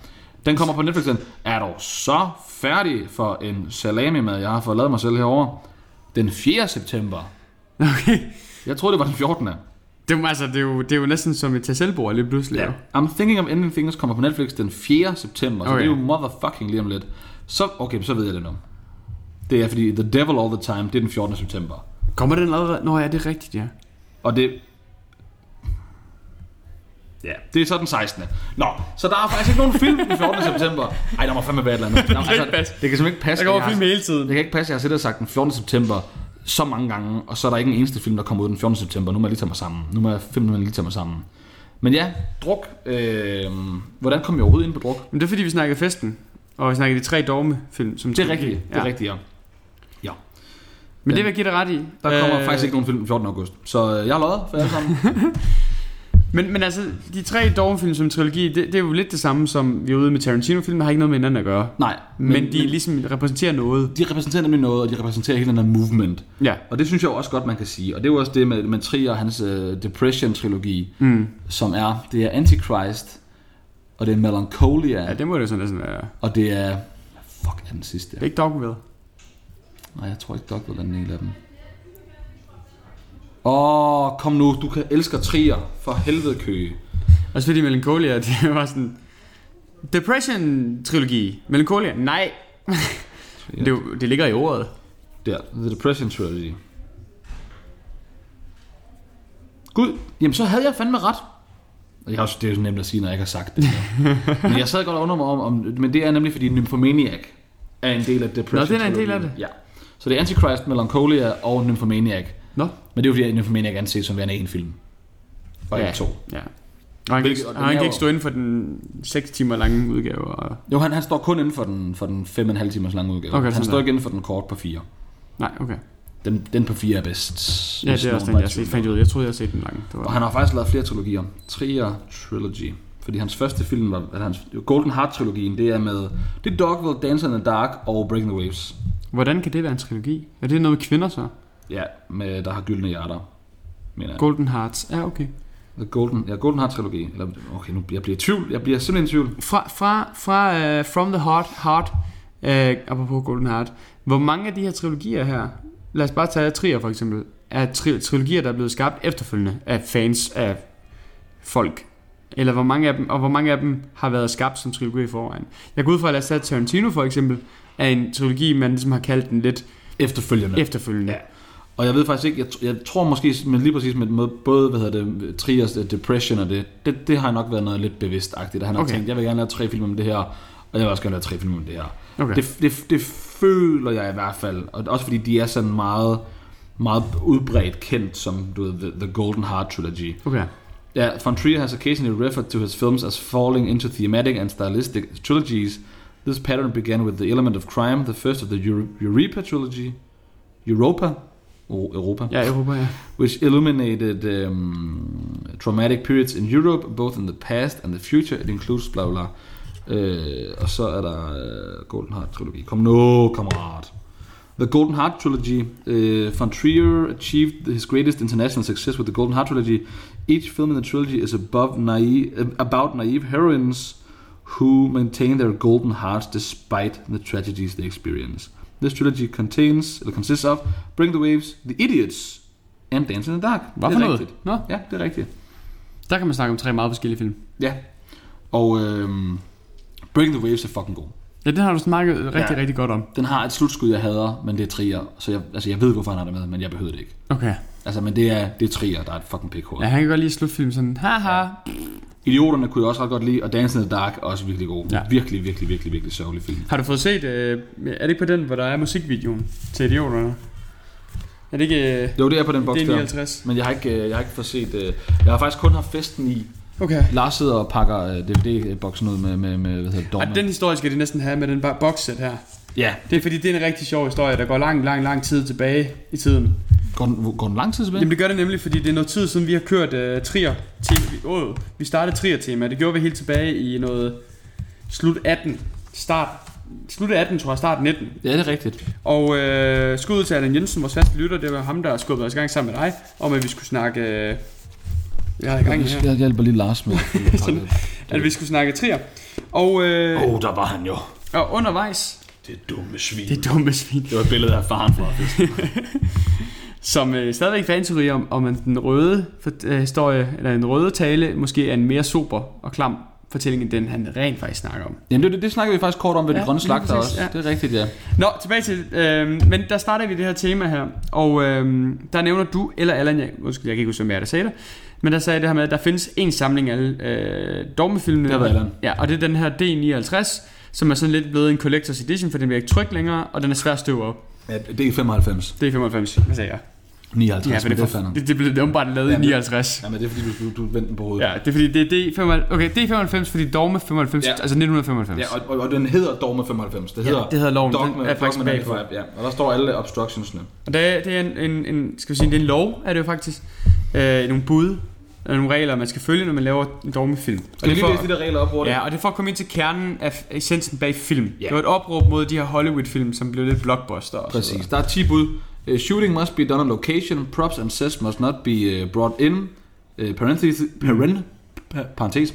[SPEAKER 2] Den kommer på Netflix den. Er du så færdig for en salami med, jeg har fået lavet mig selv herover Den 4. september.
[SPEAKER 3] Okay.
[SPEAKER 2] Jeg troede, det var den 14.
[SPEAKER 3] Det, er- altså, det, er jo, det er jo næsten som et tag selvbord lige pludselig.
[SPEAKER 2] Ja.
[SPEAKER 3] jo.
[SPEAKER 2] I'm Thinking of Ending Things kommer på Netflix den 4. september, så
[SPEAKER 3] Okay.
[SPEAKER 2] det er jo motherfucking lige om lidt. Så, okay, så ved jeg det nu. Det er fordi The Devil All The Time, det er den 14. september.
[SPEAKER 3] Kommer den allerede? Nå ja, det er rigtigt, ja.
[SPEAKER 2] Og det... Ja, det er så den 16. Nå, så der er faktisk ikke nogen film den 14. september. Ej, der må fandme være et eller andet. Der,
[SPEAKER 3] ikke passe.
[SPEAKER 2] det kan simpelthen ikke passe.
[SPEAKER 3] Der
[SPEAKER 2] at
[SPEAKER 3] kommer
[SPEAKER 2] jeg har-
[SPEAKER 3] film hele tiden.
[SPEAKER 2] Det kan ikke passe, at jeg har siddet og sagt den 14. september så mange gange, og så er der ikke en eneste film, der kommer ud den 14. september. Nu må jeg lige tage mig sammen. Nu må jeg filmen lige tage mig sammen. Men ja, druk. Øh, hvordan kom jeg overhovedet ind på druk?
[SPEAKER 3] Men det er fordi, vi snakkede festen. Og vi snakkede de tre dogme-film. Som
[SPEAKER 2] Det er
[SPEAKER 3] trilogi.
[SPEAKER 2] rigtigt.
[SPEAKER 3] Ja.
[SPEAKER 2] Det er rigtigt, ja.
[SPEAKER 3] Men det vil jeg give dig ret i.
[SPEAKER 2] Der kommer øh... faktisk ikke nogen film den 14. august. Så øh, jeg har løjet for alle sammen.
[SPEAKER 3] Men, men altså, de tre dogmefilm som trilogi, det, det er jo lidt det samme som vi er ude med Tarantino-film, der har ikke noget med hinanden at gøre.
[SPEAKER 2] Nej,
[SPEAKER 3] Men, men de ligesom repræsenterer noget.
[SPEAKER 2] de repræsenterer nemlig noget, og de repræsenterer hele den her movement.
[SPEAKER 3] Ja.
[SPEAKER 2] Og det synes jeg jo også godt, man kan sige. Og det er jo også det med, med Trier og hans øh, Depression-trilogi,
[SPEAKER 3] Mm.
[SPEAKER 2] som er, det er Antichrist, og det er Melancholia,
[SPEAKER 3] Ja, det må det jo sådan næsten være.
[SPEAKER 2] og det er... Fuck, er den sidste?
[SPEAKER 3] Det er ikke dogmeved.
[SPEAKER 2] Nej, jeg tror ikke, Dogville er den ene af dem. Åh, kom nu, du kan elsker Trier, for helvede køge.
[SPEAKER 3] Også fordi Melancholia, det var sådan... Depression-trilogi. Melancholia? Nej. det, er jo- det ligger i ordet.
[SPEAKER 2] Der, The Depression Trilogy. Gud, jamen så havde jeg fandme ret. Og Jeg har, også- det er jo nemt at sige, når jeg ikke har sagt det. så. men jeg sad godt og undrede mig om, om, men det er nemlig fordi Nymphomaniac er en del af Depression
[SPEAKER 3] Nå, den er en del af
[SPEAKER 2] Trilogien. Ja. Så det er Antichrist, Melancholia og Nymphomaniac.
[SPEAKER 3] Nå.
[SPEAKER 2] Men det er jo fordi, at Nymphomaniac anses som værende en film. Og
[SPEAKER 3] Ja.
[SPEAKER 2] ikke to.
[SPEAKER 3] Ja. Og han, kan,
[SPEAKER 2] Hvilket-
[SPEAKER 3] ikke-
[SPEAKER 2] og
[SPEAKER 3] og
[SPEAKER 2] den
[SPEAKER 3] han
[SPEAKER 2] er
[SPEAKER 3] kan
[SPEAKER 2] jo-
[SPEAKER 3] ikke stå inden for den 6 timer lange udgave. Og...
[SPEAKER 2] Jo, han, han står kun inden for den, for den 5,5 timers lange udgave.
[SPEAKER 3] Okay, sådan
[SPEAKER 2] han står
[SPEAKER 3] der.
[SPEAKER 2] ikke inden for den kort på 4.
[SPEAKER 3] Nej, okay.
[SPEAKER 2] Den, den på 4 er bedst.
[SPEAKER 3] Ja,
[SPEAKER 2] hvis
[SPEAKER 3] det er også
[SPEAKER 2] nogen
[SPEAKER 3] den,
[SPEAKER 2] var i
[SPEAKER 3] jeg har set,
[SPEAKER 2] tvivl.
[SPEAKER 3] fandt ud af. Jeg troede, jeg havde set den lange. Det
[SPEAKER 2] Og
[SPEAKER 3] var...
[SPEAKER 2] han har faktisk lavet flere trilogier. Trier Trilogy. Fordi hans første film var, eller hans, Golden Heart-trilogien, det er med, det er Dogville, Dancer in the Dark og Breaking the Waves.
[SPEAKER 3] Hvordan kan det være en trilogi? Er det noget med kvinder så?
[SPEAKER 2] Ja, med, der har gyldne hjerter. Mener jeg.
[SPEAKER 3] Golden Hearts. Ja, okay.
[SPEAKER 2] The Golden, ja, Golden Heart-trilogi. Eller, okay, nu jeg bliver i tvivl. Jeg bliver simpelthen i tvivl.
[SPEAKER 3] Fra, fra, fra uh, From the Heart, Heart uh, apropos Golden Heart, hvor mange af de her trilogier her, lad os bare tage trier for eksempel, er tri- trilogier, der er blevet skabt efterfølgende af fans af folk? Eller hvor mange af dem, og hvor mange af dem har været skabt som trilogi i forvejen? Jeg går ud fra, at lad os tage Tarantino for eksempel, er en trilogi, man ligesom har kaldt den lidt
[SPEAKER 2] Efterfølgende.
[SPEAKER 3] ja. efterfølgende.
[SPEAKER 2] Ja. Og jeg ved faktisk ikke, jeg, tr- jeg tror måske, men lige præcis med, med både, hvad hedder det, Triers øh, Depression og det, det, det har nok været noget lidt bevidstagtigt. at Han har
[SPEAKER 3] Okay.
[SPEAKER 2] okay. tænkt, jeg vil gerne lave tre film om det her, og jeg vil også gerne lave tre film om det her.
[SPEAKER 3] Okay.
[SPEAKER 2] Det, det, det føler jeg i hvert fald, og også fordi de er sådan meget, meget udbredt kendt som du ved, the, the Golden Heart Trilogy.
[SPEAKER 3] Okay.
[SPEAKER 2] Yeah, Von Trier has occasionally referred to his films as falling into thematic and stylistic trilogies. This pattern began with The Element of Crime, the first of the Euro- Europa trilogy, Europa, oh, Europa,
[SPEAKER 3] Ja, jeg håber, ja.
[SPEAKER 2] which illuminated um, traumatic periods in Europe, both in the past and the future. It includes bla bla. Øh, og så er der øh, Golden Heart trilogi. Kom nu, kammerat. The Golden Heart Trilogy. Uh, von Trier achieved his greatest international success with the Golden Heart Trilogy. Each film in the trilogy is above naive, about naive heroines who maintain their golden hearts despite the tragedies they experience. This trilogy contains, eller consists of Bring the Waves, The Idiots, and Dance in the Dark.
[SPEAKER 3] Hvad
[SPEAKER 2] det
[SPEAKER 3] for
[SPEAKER 2] er
[SPEAKER 3] noget?
[SPEAKER 2] rigtigt.
[SPEAKER 3] Nå,
[SPEAKER 2] Ja, det er rigtigt.
[SPEAKER 3] der kan man snakke om tre meget forskellige film.
[SPEAKER 2] Ja. Og øhm, Bring the Waves er fucking god.
[SPEAKER 3] Ja, den har du snakket rigtig, ja.
[SPEAKER 2] Ja.
[SPEAKER 3] rigtig godt om.
[SPEAKER 2] Den har et slutskud, jeg hader, men det er trier. Så jeg, altså, jeg ved, hvorfor han har det med, men jeg behøver det ikke.
[SPEAKER 3] Okay.
[SPEAKER 2] Altså, men det er, det er trier, der er et fucking pikhoved.
[SPEAKER 3] Ja,
[SPEAKER 2] Ja.
[SPEAKER 3] han kan godt lide slutfilm sådan, haha.
[SPEAKER 2] Idioterne kunne jeg også ret godt lide, og Dance in the Dark er også virkelig god.
[SPEAKER 3] Ja.
[SPEAKER 2] Ja. Virkelig, virkelig, virkelig, virkelig sørgelig film.
[SPEAKER 3] Har du fået set, øh, er det ikke på den, hvor der er musikvideoen til idioterne? Er det ikke, øh,
[SPEAKER 2] Jo, det er på den boks
[SPEAKER 3] det er
[SPEAKER 2] der.
[SPEAKER 3] 59?
[SPEAKER 2] Men jeg har ikke, øh, jeg har ikke fået set... øh, Jeg har faktisk kun haft festen i.
[SPEAKER 3] Okay.
[SPEAKER 2] Lars sidder og pakker øh, DVD-boksen ud med, med, med hvad hedder det,
[SPEAKER 3] Ej,
[SPEAKER 2] Dorman.
[SPEAKER 3] den historie skal de næsten have med den ba- boxset her.
[SPEAKER 2] Ja.
[SPEAKER 3] Det er fordi, det er en rigtig sjov historie, der går lang, lang, lang tid tilbage i tiden.
[SPEAKER 2] Går den, går den lang tid tilbage?
[SPEAKER 3] Jamen det gør det nemlig, fordi det er noget tid siden, vi har kørt øh, trier tema. Vi, åh, vi startede trier tema. Det gjorde vi helt tilbage i noget slut 18, start, slut 18 tror jeg, start 19.
[SPEAKER 2] Ja, det er rigtigt.
[SPEAKER 3] Og øh, skud ud til Allan Jensen, vores faste lytter, det var ham, der skubbede os i gang sammen med dig, om at vi skulle snakke... Øh, jeg har gang i her.
[SPEAKER 2] Jeg hjælper lige Lars med.
[SPEAKER 3] At vi skulle snakke trier. Og, øh,
[SPEAKER 2] Åh, oh, der var han jo.
[SPEAKER 3] og undervejs,
[SPEAKER 2] Det dumme svin.
[SPEAKER 3] det dumme svin,
[SPEAKER 2] Det var et billede af faren fra festen.
[SPEAKER 3] som øh, stadigvæk fanteori om, om at den røde for, øh, historie, eller en røde tale, måske er en mere sober og klam fortælling, end den han rent faktisk snakker om.
[SPEAKER 2] Jamen, det, det, det snakker vi faktisk kort om ved ja,
[SPEAKER 3] Ja,
[SPEAKER 2] de grønne
[SPEAKER 3] lige
[SPEAKER 2] slagter
[SPEAKER 3] præcis,
[SPEAKER 2] også.
[SPEAKER 3] ja.
[SPEAKER 2] Ja. Det er rigtigt, ja.
[SPEAKER 3] Nå, tilbage til, øh, men der starter vi det her tema her, og øh, der nævner du, eller Allan, jeg, undskyld, jeg kan ikke huske, hvem jeg er, der sagde det, men der sagde det her med, at der findes en samling af alle øh, dogmefilmene.
[SPEAKER 2] Det var Allan.
[SPEAKER 3] Ja, og det er den her D59, som er sådan lidt blevet en collector's edition, for den bliver ikke trykt længere, og den er svær at støve op.
[SPEAKER 2] ja. Det er 95.
[SPEAKER 3] Det er 95, hvad sagde jeg?
[SPEAKER 2] 59,
[SPEAKER 3] Ja,
[SPEAKER 2] ja,
[SPEAKER 3] for
[SPEAKER 2] men det,
[SPEAKER 3] det,
[SPEAKER 2] er for...
[SPEAKER 3] det, det blev åbenbart lavet i
[SPEAKER 2] Jamen.
[SPEAKER 3] 59.
[SPEAKER 2] Jamen, det er fordi, du, du, du vendte den på hovedet.
[SPEAKER 3] Ja, det er fordi, det er D95, okay, D95, fordi dogme 95, ja.
[SPEAKER 2] Ja.
[SPEAKER 3] altså 1995.
[SPEAKER 2] Ja, og, og, og, den hedder Dogme 95. Det
[SPEAKER 3] Ja,
[SPEAKER 2] hedder,
[SPEAKER 3] det hedder loven.
[SPEAKER 2] Dogme,
[SPEAKER 3] Den er faktisk
[SPEAKER 2] Dogme
[SPEAKER 3] bagpå.
[SPEAKER 2] 95, ja. Og der står alle obstructionsne.
[SPEAKER 3] Og det er, det er en, en, en, skal vi sige, det er en lov, er det jo faktisk. Øh, nogle bud, og nogle regler, man skal følge, når man laver en dogmefilm.
[SPEAKER 2] Skal jeg lige læse
[SPEAKER 3] for,
[SPEAKER 2] de der regler op hurtigt?
[SPEAKER 3] ja, og det er for at komme ind til kernen af essensen bag film.
[SPEAKER 2] Ja.
[SPEAKER 3] Det var et opråb mod de her Hollywood-film, som blev lidt blockbuster. Og så
[SPEAKER 2] Præcis. Der er 10 bud. Uh, shooting must be done on location. Props and sets must not be uh, brought in. Uh, parentheses, paren, pa- parentes.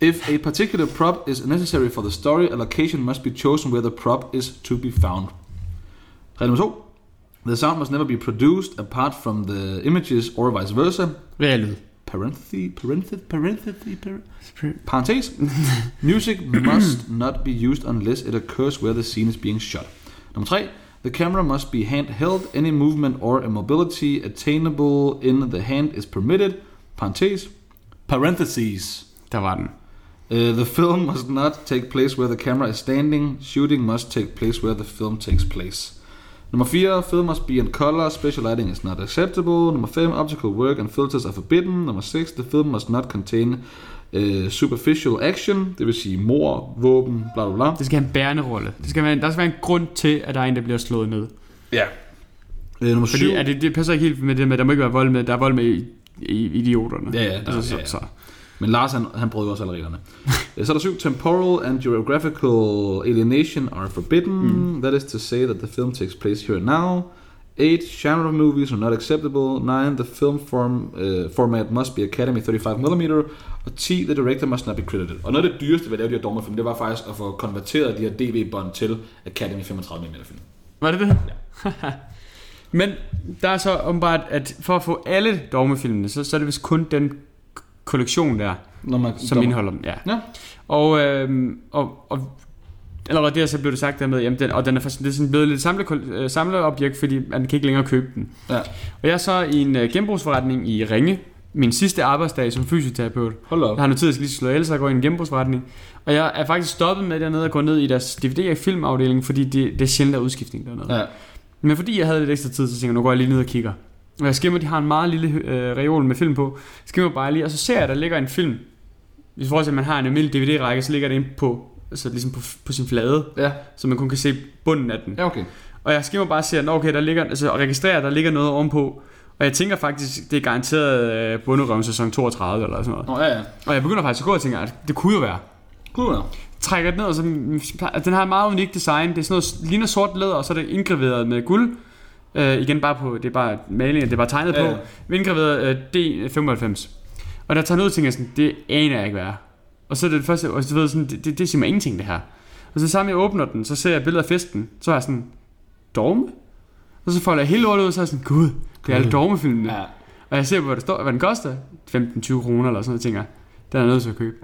[SPEAKER 2] If a particular prop is necessary for the story, a location must be chosen where the prop is to be found. Regel nummer 2. The sound must never be produced apart from the images or vice versa.
[SPEAKER 3] videre. Real lyd.
[SPEAKER 2] Parenthesis, parenthesis, parenthesis, par- parentes. Music must not be used unless it occurs where the scene is being shot. Nummer 3. The camera must be handheld. Any movement or immobility attainable in the hand is permitted. Parentes. Parentheses.
[SPEAKER 3] Der var den.
[SPEAKER 2] Uh, the film must not take place where the camera is standing. Shooting must take place where the film takes place. Nummer 4. Film must be in color. Special lighting is not acceptable. Nummer 5. Optical work and filters are forbidden. Nummer 6. The film must not contain uh, superficial action. Det vil sige mor, våben, bla bla bla.
[SPEAKER 3] Det skal have en bærende rolle. Det skal være, der skal være en grund til, at der er en, der bliver slået ned.
[SPEAKER 2] Ja. Uh, nummer 7.
[SPEAKER 3] Fordi er det, det passer ikke helt med det med, at der må ikke være vold med, der er vold med i, i idioterne.
[SPEAKER 2] Ja, ja, der-
[SPEAKER 3] altså, så,
[SPEAKER 2] ja, ja.
[SPEAKER 3] Så.
[SPEAKER 2] Men Lars, han, han brød jo også alle reglerne. Øh, Så er der syv. Temporal and geographical alienation are forbidden. Mm. That is to say that the film takes place here and now. Eight. Genre movies are not acceptable. Nine. The film form, uh, format must be Academy 35mm. Og 10. The director must not be credited. Og noget af det dyreste ved at lave de her dommerfilm, det var faktisk at få konverteret de her DV-bånd til Academy 35mm film.
[SPEAKER 3] Var det det? Men der er så åbenbart, at for at få alle dogmefilmene, så, så er det vist kun den k- kollektion der,
[SPEAKER 2] Når man,
[SPEAKER 3] som indeholder dem. Ja.
[SPEAKER 2] Ja.
[SPEAKER 3] Og, øhm, og, og allerede der så blev det sagt der med, jamen den, og den er, faktisk, det er sådan blevet lidt samle, øh, samleobjekt, fordi man kan ikke længere købe den.
[SPEAKER 2] ja.
[SPEAKER 3] Og jeg er så i en øh, genbrugsforretning i Ringe, min sidste arbejdsdag som fysioterapeut.
[SPEAKER 2] Hold op.
[SPEAKER 3] Jeg har noteret, at jeg skal lige slå ihjel, så jeg går i en genbrugsforretning. Og jeg er faktisk stoppet med dernede og gå ned i deres DVD- og filmafdeling, fordi det, det er sjældent, der er udskiftning dernede.
[SPEAKER 2] Ja.
[SPEAKER 3] Men fordi jeg havde lidt ekstra tid, så tænkte jeg, nu går jeg lige ned og kigger. Og jeg skimmer, de har en meget lille øh, reol med film på. Skimmer bare lige, og så ser jeg, at der ligger en film. Hvis forhold til, at man har en almindelig DVD-række, så ligger det ind på, altså ligesom på, på sin flade,
[SPEAKER 2] Ja.
[SPEAKER 3] så man kun kan se bunden af den.
[SPEAKER 2] ja, okay.
[SPEAKER 3] Og jeg skimmer bare og ser, "Nå, okay, der ligger, altså, og registrerer, at der ligger noget ovenpå. Og jeg tænker faktisk, det er garanteret øh, bunderøven sæson 32 eller sådan noget.
[SPEAKER 2] Nå, ja, ja.
[SPEAKER 3] Og jeg begynder faktisk at gå og tænker, at det kunne jo være
[SPEAKER 2] Cool, ja.
[SPEAKER 3] trækker den ned, og så, altså, den har en meget unik design. Det er sådan noget, ligner sort læder, og så er det indgraveret med guld. Øh, igen bare på, det er bare maling, det er bare tegnet
[SPEAKER 2] Ja,
[SPEAKER 3] ja.
[SPEAKER 2] ja.
[SPEAKER 3] på. Men Indgraveret øh, D95. Og der tager noget ting, sådan, det aner jeg ikke, hvad er. Og så er det, det første, og så ved jeg sådan, det, det, det siger mig ingenting, det her. Og så samme jeg åbner den, så ser jeg billeder af festen, så er jeg sådan, dorme? Og så folder jeg hele lortet ud, og så er jeg sådan, gud, det er alle dormefilmene.
[SPEAKER 2] Mm. ja.
[SPEAKER 3] Og jeg ser, hvad, det står, hvad den koster. 15-20 kroner eller sådan noget, tænker jeg. Den er jeg nødt til at købe.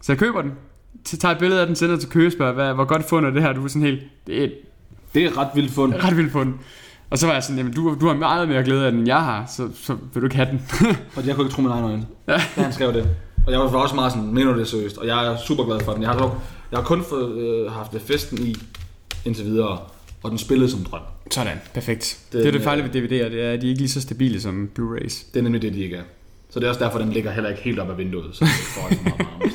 [SPEAKER 3] Så jeg køber den. Så tager et billede af den, sender til Køge og spørger, hvad, hvor godt fundet er det her? Du er sådan helt, det er et
[SPEAKER 2] Det er et ret vildt fund.
[SPEAKER 3] ret vildt fundet. Og så var jeg sådan, jamen du, du har meget mere glæde af den, end jeg har, så, så vil du ikke have den.
[SPEAKER 2] Og jeg kunne ikke tro mine egne øjne,
[SPEAKER 3] Ja.
[SPEAKER 2] ja. da han skrev det. Og jeg var også meget sådan, mener du det seriøst? Og jeg er super glad for den. Jeg har, dog, jeg har kun fået, øh, haft festen i indtil videre, og den spillede som drøm.
[SPEAKER 3] sådan, perfekt.
[SPEAKER 2] Den,
[SPEAKER 3] det er det
[SPEAKER 2] øh,
[SPEAKER 3] farlige ved DVD'er, det er, at de er ikke lige så stabile som Blu-rays.
[SPEAKER 2] Det er nemlig det, de ikke er. Så det er også derfor, den ligger heller ikke helt op ad vinduet, så det får ikke så meget varme.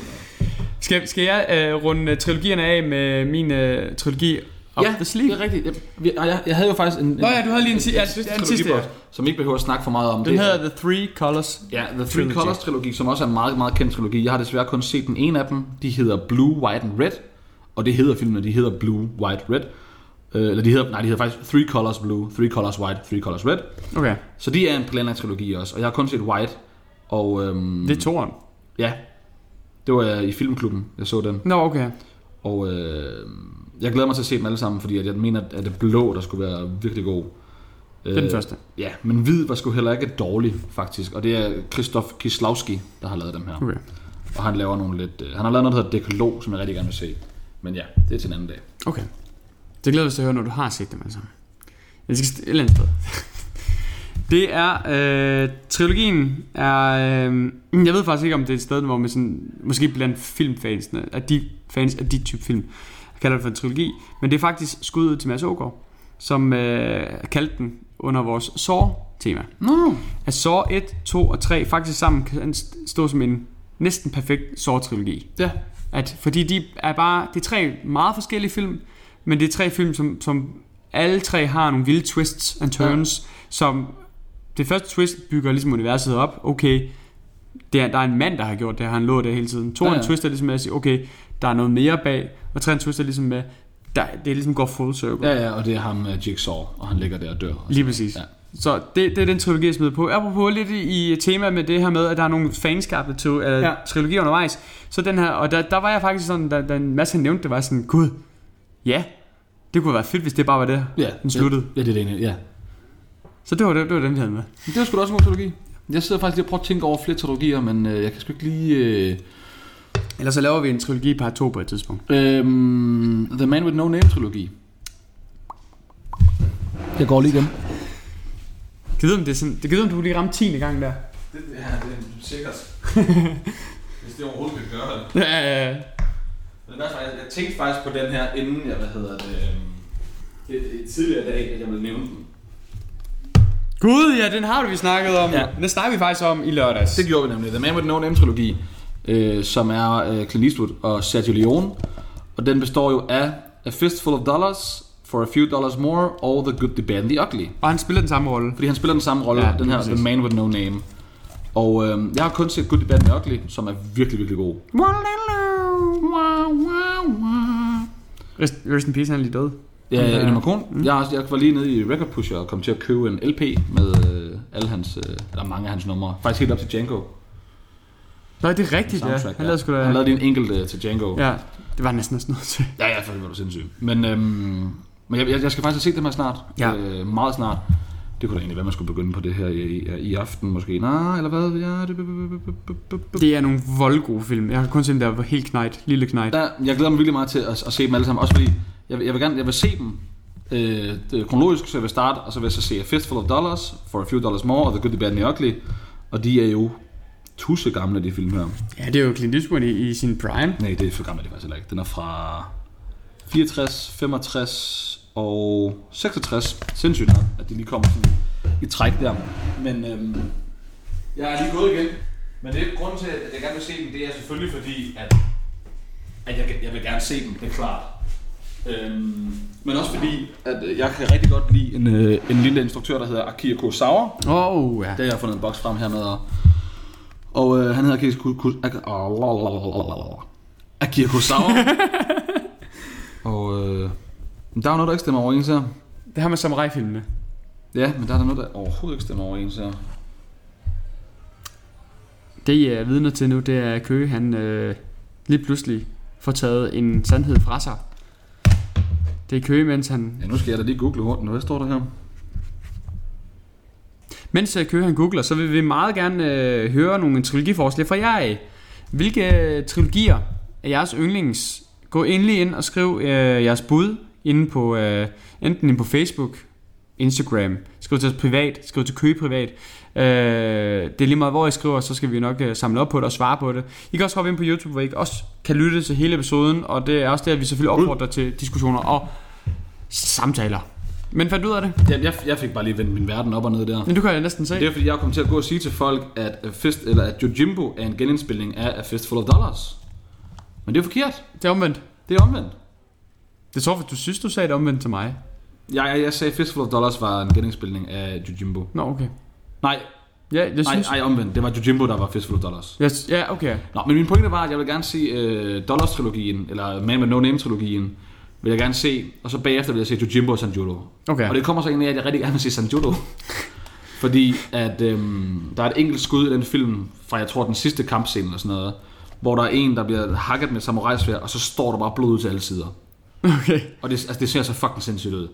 [SPEAKER 3] Skal, skal jeg øh, runde øh, trilogierne af med min øh, trilogi Up
[SPEAKER 2] ja,
[SPEAKER 3] the sleeve.
[SPEAKER 2] det er rigtigt. Jeg, vi- og jeg, jeg havde jo faktisk en, en,
[SPEAKER 3] Nå ja, du havde lige en, si- ja, ja, en sidste. Ja.
[SPEAKER 2] trilogiboks, som vi ikke behøver at snakke for meget om.
[SPEAKER 3] Den
[SPEAKER 2] Det er-
[SPEAKER 3] hedder The Three Colors.
[SPEAKER 2] Ja, The Three
[SPEAKER 3] Trilogy.
[SPEAKER 2] Colors trilogi, som også er en meget, meget kendt trilogi. Jeg har desværre kun set den ene af dem. De hedder Blue, White and Red. Og det hedder filmen, de hedder Blue, White, Red. Øh, eller de hedder, nej, de hedder faktisk Three Colors Blue, Three Colors White, Three Colors Red.
[SPEAKER 3] Okay,
[SPEAKER 2] Så de er en planlagt trilogi også. Og jeg har kun set White. Og øhm,
[SPEAKER 3] det er toren.
[SPEAKER 2] ja, det var øh, i filmklubben, jeg så den.
[SPEAKER 3] Nå, okay.
[SPEAKER 2] Og øh, jeg glæder mig til at se dem alle sammen, fordi at jeg mener, at det blå, der skulle være virkelig god. Øh,
[SPEAKER 3] Det er den første.
[SPEAKER 2] Ja, men hvid var sgu heller ikke dårlig, faktisk. Og det er Krzysztof Kieslowski, der har lavet dem her.
[SPEAKER 3] Okay.
[SPEAKER 2] Og han laver nogle lidt... Øh, han har lavet noget, der hedder Dekolog, som jeg rigtig gerne vil se. Men ja, det er til en anden dag.
[SPEAKER 3] Okay. Det glæder vi os til at høre, når du har set dem altså. Jeg skal st- et eller andet sted. Det er, øh, trilogien er, øh, jeg ved faktisk ikke, om det er et sted, hvor man sådan, måske blandt filmfansene, at de fans af de type film, kalder det for en trilogi, men det er faktisk skud ud til Mads Ågaard, som øh, kaldte den under vores Saw-tema.
[SPEAKER 2] Nå,
[SPEAKER 3] At Saw 1, 2 og 3 faktisk sammen kan st- stå som en næsten perfekt Saw-trilogi.
[SPEAKER 2] ja.
[SPEAKER 3] At, fordi de er bare, det er tre meget forskellige film, men det er tre film, som, som alle tre har nogle vilde twists and turns, ja. som det første twist bygger ligesom universet op. Okay, det er, der er en mand, der har gjort det, her, han lå der hele tiden. To ja,
[SPEAKER 2] Ja,
[SPEAKER 3] ja.
[SPEAKER 2] ja.
[SPEAKER 3] twist er ligesom med at sige, okay, der er noget mere bag, og tre twist er ligesom med, der, det ligesom går full circle.
[SPEAKER 2] Ja, ja, og det er ham, øh, Jigsaw, og han ligger der og dør.
[SPEAKER 3] Lige præcis.
[SPEAKER 2] Ja.
[SPEAKER 3] Ja. Så det, det er den trilogi, jeg smider på. Apropos lidt i i tema med det her med, at der er nogle fanskabte to, uh, ja.
[SPEAKER 2] Ja.
[SPEAKER 3] trilogier undervejs. Så den her, og der, der var jeg faktisk sådan, da, da en masse nævnte det, var jeg sådan, gud, ja, det kunne være fedt, hvis det bare var det.
[SPEAKER 2] Ja,
[SPEAKER 3] Den sluttede.
[SPEAKER 2] Ja, det er det ene, ja.
[SPEAKER 3] Så det var, det, det var den, vi havde med.
[SPEAKER 2] Men det var sgu da også en god trilogi. Jeg sidder faktisk lige og prøver at tænke over flere trilogier, men øh, jeg kan sgu ikke lige... Øh,
[SPEAKER 3] Ellers så laver vi en trilogi par to på et tidspunkt.
[SPEAKER 2] øh, The Man With No Name trilogi. Jeg går lige igen.
[SPEAKER 3] Kan du, om det er sådan, det kan du, om du lige ramte 10. gang der?
[SPEAKER 2] Det, ja, det er sikkert. Hvis det overhovedet kan gøre det.
[SPEAKER 3] Ja, ja, ja.
[SPEAKER 2] Men hvad, jeg, jeg tænkte faktisk på den her, inden jeg, hvad hedder det, øhm, det, det tidligere i dag, at jeg ville nævne den.
[SPEAKER 3] Gud, ja, den har vi snakket om. Ja.
[SPEAKER 2] Ja.
[SPEAKER 3] Den snakker vi faktisk om i lørdags.
[SPEAKER 2] Det gjorde vi nemlig. The Man With No Name trilogi, øh, som er øh, Clint Eastwood og Sergio Leone. Og den består jo af A Fistful of Dollars, For a Few Dollars More og The Good, The Bad and The Ugly.
[SPEAKER 3] Og han spiller den samme rolle.
[SPEAKER 2] Fordi han spiller den samme rolle,
[SPEAKER 3] Ja,
[SPEAKER 2] ja, den her
[SPEAKER 3] præcis.
[SPEAKER 2] The Man With No Name. Og øh, jeg har kun set Good, The Bad and The Ugly, som er virkelig, virkelig god.
[SPEAKER 3] Rest, rest in peace, han er lige død.
[SPEAKER 2] Ja,
[SPEAKER 3] Ja.
[SPEAKER 2] ja. Anna Macron. Mm. Jeg, har- jeg var lige nede i Record Pusher og kom til at købe en LP med øh, alle hans, øh, eller mange af hans numre. Faktisk helt op til Django
[SPEAKER 3] Nå, det er rigtigt, ja.
[SPEAKER 2] soundtrack.
[SPEAKER 3] Han lavede sgu da...
[SPEAKER 2] han lavede lige en enkelt øh, til Django. Ja,
[SPEAKER 3] Ja, det var han næsten også nødt til.
[SPEAKER 2] ja, ja for det var du sindssyg. Men, øhm, men jeg, jeg, jeg, skal faktisk have set dem her snart.
[SPEAKER 3] Ja.
[SPEAKER 2] Øh, meget snart. Det kunne da egentlig være, man skulle begynde på det her i, i, i aften måske. Nej, eller hvad? Ja, det, bu- bu- bu- bu- bu- bu- bu-
[SPEAKER 3] Det er nogle voldgode film. Jeg har kun set den der var helt knejt, lille knejt.
[SPEAKER 2] der, jeg glæder mig virkelig meget til at, at se dem alle sammen. Også fordi, jeg, vil- jeg vil gerne jeg vil se dem øh, det er kronologisk, så jeg vil starte, og så vil jeg så se A Fistful of Dollars, For a Few Dollars More, og The Good, The Bad and The Ugly. Og de er jo tusse gamle, de film her.
[SPEAKER 3] Ja, det er jo Clint Eastwood i, i sin prime.
[SPEAKER 2] Nej, det er for gammel, det er faktisk heller ikke. Den er fra 64, 65 og 66. Sindssygt nok, at de lige kommer sådan i træk der. Men øhm, jeg er lige gået igen. Men det er grunden til, at jeg gerne vil se dem, det er selvfølgelig fordi, at, at jeg, jeg vil gerne se dem, det er klart. Øhm, men også fordi, at øh, jeg kan rigtig godt lide en, øh, en lille instruktør, der hedder Akira Kurosawa.
[SPEAKER 3] Åh, oh, ja.
[SPEAKER 2] Det har jeg fundet en boks frem her med. Og, og øh, han hedder Akira Ku- Ku- Ak- Lalalala. Akira Kurosawa. og øh, men der er jo noget, der ikke stemmer overens her.
[SPEAKER 3] Det har med samurai-filmene.
[SPEAKER 2] Ja, men der er der noget, der overhovedet ikke stemmer overens her.
[SPEAKER 3] Det, jeg er vidner til nu, det er, at Køge, han øh, lige pludselig får taget en sandhed fra sig. Det er Køge, mens han...
[SPEAKER 2] Ja, nu skal jeg da lige google hurtigt. Hvad står der her?
[SPEAKER 3] Mens øh, Køge, han googler, så vil vi meget gerne øh, høre nogle trilogiforslag fra jer af. Hvilke øh, trilogier er jeres yndlings? Gå endelig ind og skriv øh, jeres bud inde på, øh, enten inde på Facebook, Instagram, skriv til os privat, skriv til Køge privat. Øh, det er lige meget, hvor I skriver, så skal vi nok øh, samle op på det og svare på det. I kan også hoppe ind på YouTube, hvor I også kan lytte til hele episoden, og det er også der, vi selvfølgelig opfordrer til diskussioner og samtaler. Men fandt du ud af det?
[SPEAKER 2] Jeg, jeg, jeg fik bare lige vendt min verden op og ned der.
[SPEAKER 3] Men du kan jeg næsten se.
[SPEAKER 2] Det er fordi, jeg kom til at gå og sige til folk, at, A Fist, eller at Jojimbo er en genindspilning af A Fistful of Dollars. Men det er jo forkert.
[SPEAKER 3] Det er omvendt.
[SPEAKER 2] Det er omvendt.
[SPEAKER 3] Det tror jeg, du synes, du sagde det omvendt til mig.
[SPEAKER 2] Jeg, jeg, jeg sagde, Fistful of Dollars var en genindspilning af Jojimbo.
[SPEAKER 3] Nå, okay.
[SPEAKER 2] Nej,
[SPEAKER 3] Ja, jeg
[SPEAKER 2] nej,
[SPEAKER 3] synes...
[SPEAKER 2] nej, omvendt. Det var Jojimbo, der var Fistful of Dollars.
[SPEAKER 3] Jeg, s- ja, okay.
[SPEAKER 2] Nå, men min pointe var, at jeg vil gerne se øh, Dollars-trilogien, eller Man with No Name-trilogien, vil jeg gerne se, og så bagefter vil jeg se Jojimbo og Sanjuro.
[SPEAKER 3] Okay.
[SPEAKER 2] Ja. Og det kommer så egentlig af, at jeg rigtig gerne vil se Sanjuro. Fordi at øhm, der er et enkelt skud i den film, fra jeg tror den sidste kampscene eller sådan noget, hvor der er en, der bliver hakket med et samurajsværd, og så står der bare blod ud til alle sider.
[SPEAKER 3] Okay.
[SPEAKER 2] Og det, altså, det ser så fucking sindssygt ud.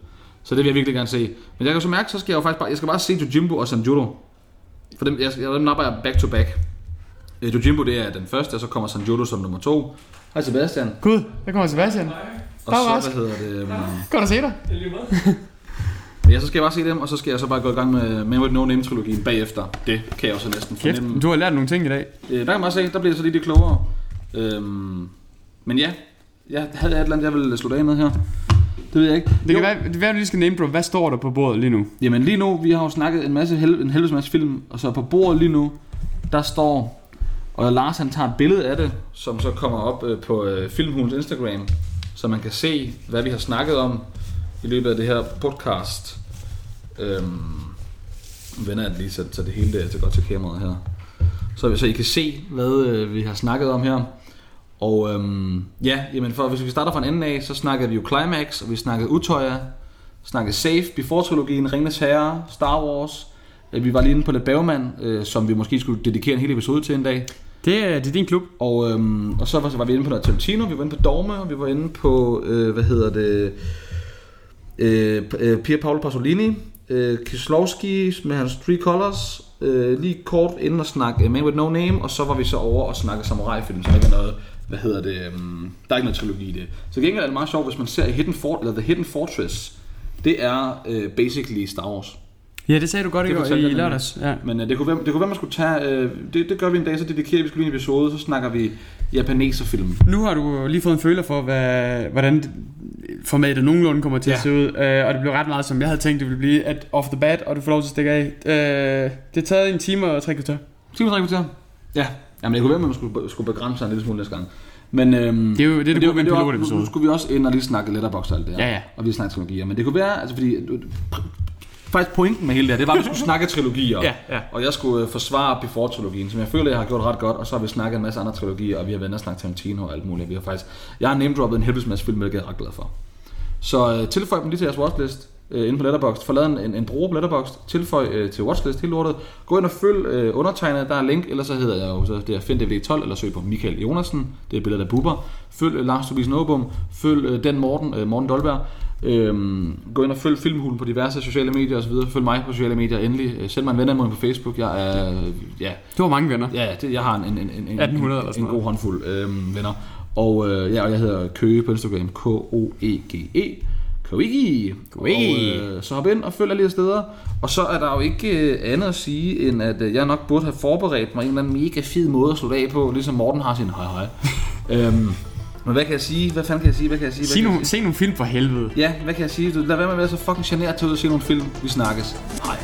[SPEAKER 2] Så det vil jeg virkelig gerne se. Men jeg kan så mærke, så skal jeg jo faktisk bare, jeg skal bare se Jojimbo og Sanjuro. For dem, jeg, jeg, dem napper jeg back to back. Øh, Jojimbo det er den første, og så kommer Sanjuro som nummer to. Hej Sebastian.
[SPEAKER 3] Gud, der kommer Sebastian.
[SPEAKER 2] Og
[SPEAKER 3] Der
[SPEAKER 2] så,
[SPEAKER 3] var
[SPEAKER 2] hvad hedder det? øhm,
[SPEAKER 3] Godt at se dig.
[SPEAKER 2] Men ja, så skal jeg bare se dem, og så skal jeg så bare gå i gang med Man with No Name-trilogien bagefter. Det kan jeg jo så næsten fornemme.
[SPEAKER 3] Kæft, du har lært nogle ting i dag.
[SPEAKER 2] Øh, der kan man også se, der bliver jeg så lige det klogere. Øhm, men ja, jeg havde et eller andet, jeg ville slutte af med her. Det ved jeg ikke.
[SPEAKER 3] Det kan være, det kan være, du lige skal name drop. Hvad står der på bordet lige nu?
[SPEAKER 2] Jamen lige nu, vi har jo snakket en masse hel- en helvedes masse film, og så på bordet lige nu, der står, og Lars han tager et billede af det, som så kommer op øh, på øh, Filmhulens Instagram, så man kan se, hvad vi har snakket om i løbet af det her podcast. Øhm, vender jeg det lige, så, så det hele det godt til kameraet her. Så, så I kan se, hvad øh, vi har snakket om her. Og øhm, ja, jamen for, hvis vi starter fra en ende af, så snakkede vi jo Climax, og vi snakkede Utøya, snakkede Safe, Before-trilogien, Ringenes Herre, Star Wars. Øh, Vi var lige inde på Le Bagman, øh, som vi måske skulle dedikere en hel episode til en dag.
[SPEAKER 3] Det er, det er din klub.
[SPEAKER 2] Og, øhm, og så var, så var vi inde på noget Tarantino, vi var inde på Dogme, og vi var inde på, øh, hvad hedder det, øh, P- øh, Pier Paolo Pasolini, øh, Kieslowski med hans Three Colors, øh, lige kort inden at snakke øh, Man With No Name, og så var vi så over og snakke samurai-film, så der ikke er noget, hvad hedder det, øh, der er ikke noget trilogi i det. Så gengæld er det meget sjovt, hvis man ser Hidden Fort, eller The Hidden Fortress, det er øh, basically Star Wars.
[SPEAKER 3] Ja, det sagde du godt
[SPEAKER 2] Det
[SPEAKER 3] i, går,
[SPEAKER 2] fortalte
[SPEAKER 3] i
[SPEAKER 2] jeg nemlig.
[SPEAKER 3] lørdags. Ja.
[SPEAKER 2] Men øh, det, kunne være, det kunne være, man skulle tage... Øh, det, det gør vi en dag, så dedikerer vi skulle lige en episode, så snakker vi japaneserfilm.
[SPEAKER 3] Nu har du lige fået en føler for, hvad, hvordan formatet nogenlunde kommer til ja. at
[SPEAKER 2] Ja.
[SPEAKER 3] se ud. Øh, og det blev ret meget, som jeg havde tænkt, det ville blive at off the bat, og du får lov til at stikke af. Øh, det er taget en time og tre kvarter.
[SPEAKER 2] Time og tre kvarter? Ja. Jamen, det kunne være, at man skulle, skulle begrænse sig en lille smule næste gang. Men, øhm,
[SPEAKER 3] Det er jo det, der
[SPEAKER 2] men
[SPEAKER 3] burde være en
[SPEAKER 2] var-
[SPEAKER 3] pilotepisode.
[SPEAKER 2] Nu, nu skulle vi også ind og lige snakke letterbox og alt det her.
[SPEAKER 3] Ja, ja.
[SPEAKER 2] Og vi snakker trilogier. Men det kunne være, altså fordi... du- pr- Faktisk pointen med hele det her, det var, at vi skulle snakke trilogier.
[SPEAKER 3] Ja, ja.
[SPEAKER 2] Og jeg skulle øh, forsvare Before-trilogien, som jeg føler, jeg har gjort ret godt. Og så har vi snakket en masse andre trilogier, og vi har været inde og snakke Tarantino og alt muligt. Vi har faktisk, jeg har name-droppet en helvedes masse film, hvilket jeg er ret glad for. Så øh, tilføj dem lige til jeres watchlist øh, inde på Letterboxd. Få lavet en, en, en bruger på Letterboxd. Tilføj øh, til watchlist hele lortet. Gå ind og følg øh, undertegnet. Der er link, ellers så hedder jeg jo så det er Find DVD 12, eller søg på Michael Jonasen. Det er billedet af Bubber. Følg øh, Lars Tobias Nåbom. Følg øh, Dan Morten, øh, Morten Dolberg. Øhm, gå ind og følg Filmhulen på diverse sociale medier osv. Følg mig på sociale medier endelig. Øh, send mig en venneanmodning på Facebook. Jeg er, øh, ja,
[SPEAKER 3] Du har mange venner. Ja.
[SPEAKER 2] Ja, det, jeg har en, en, en, en,
[SPEAKER 3] 1800 eller sådan
[SPEAKER 2] en, en god håndfuld øh, venner. Og, øh, ja, og jeg hedder Køge på Instagram. K-O-E-G-E. Køge.
[SPEAKER 3] Køge.
[SPEAKER 2] Og, øh, så hop ind og følg alle de her steder. Og så er der jo ikke øh, andet at sige, end at øh, jeg nok burde have forberedt mig en eller anden mega fed måde at slutte af på, ligesom Morten har sin hej hej. øhm, men hvad kan jeg sige? Hvad fanden kan jeg sige? Hvad kan jeg sige? Hvad
[SPEAKER 3] Sig
[SPEAKER 2] kan jeg
[SPEAKER 3] nogle, se nogle film for helvede.
[SPEAKER 2] sige? Ja, hvad kan jeg sige? Du, lad være med at være så fucking generet til at ud og se nogle film. Vi snakkes. Hej.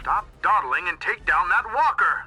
[SPEAKER 1] Stop dawdling and take down that walker!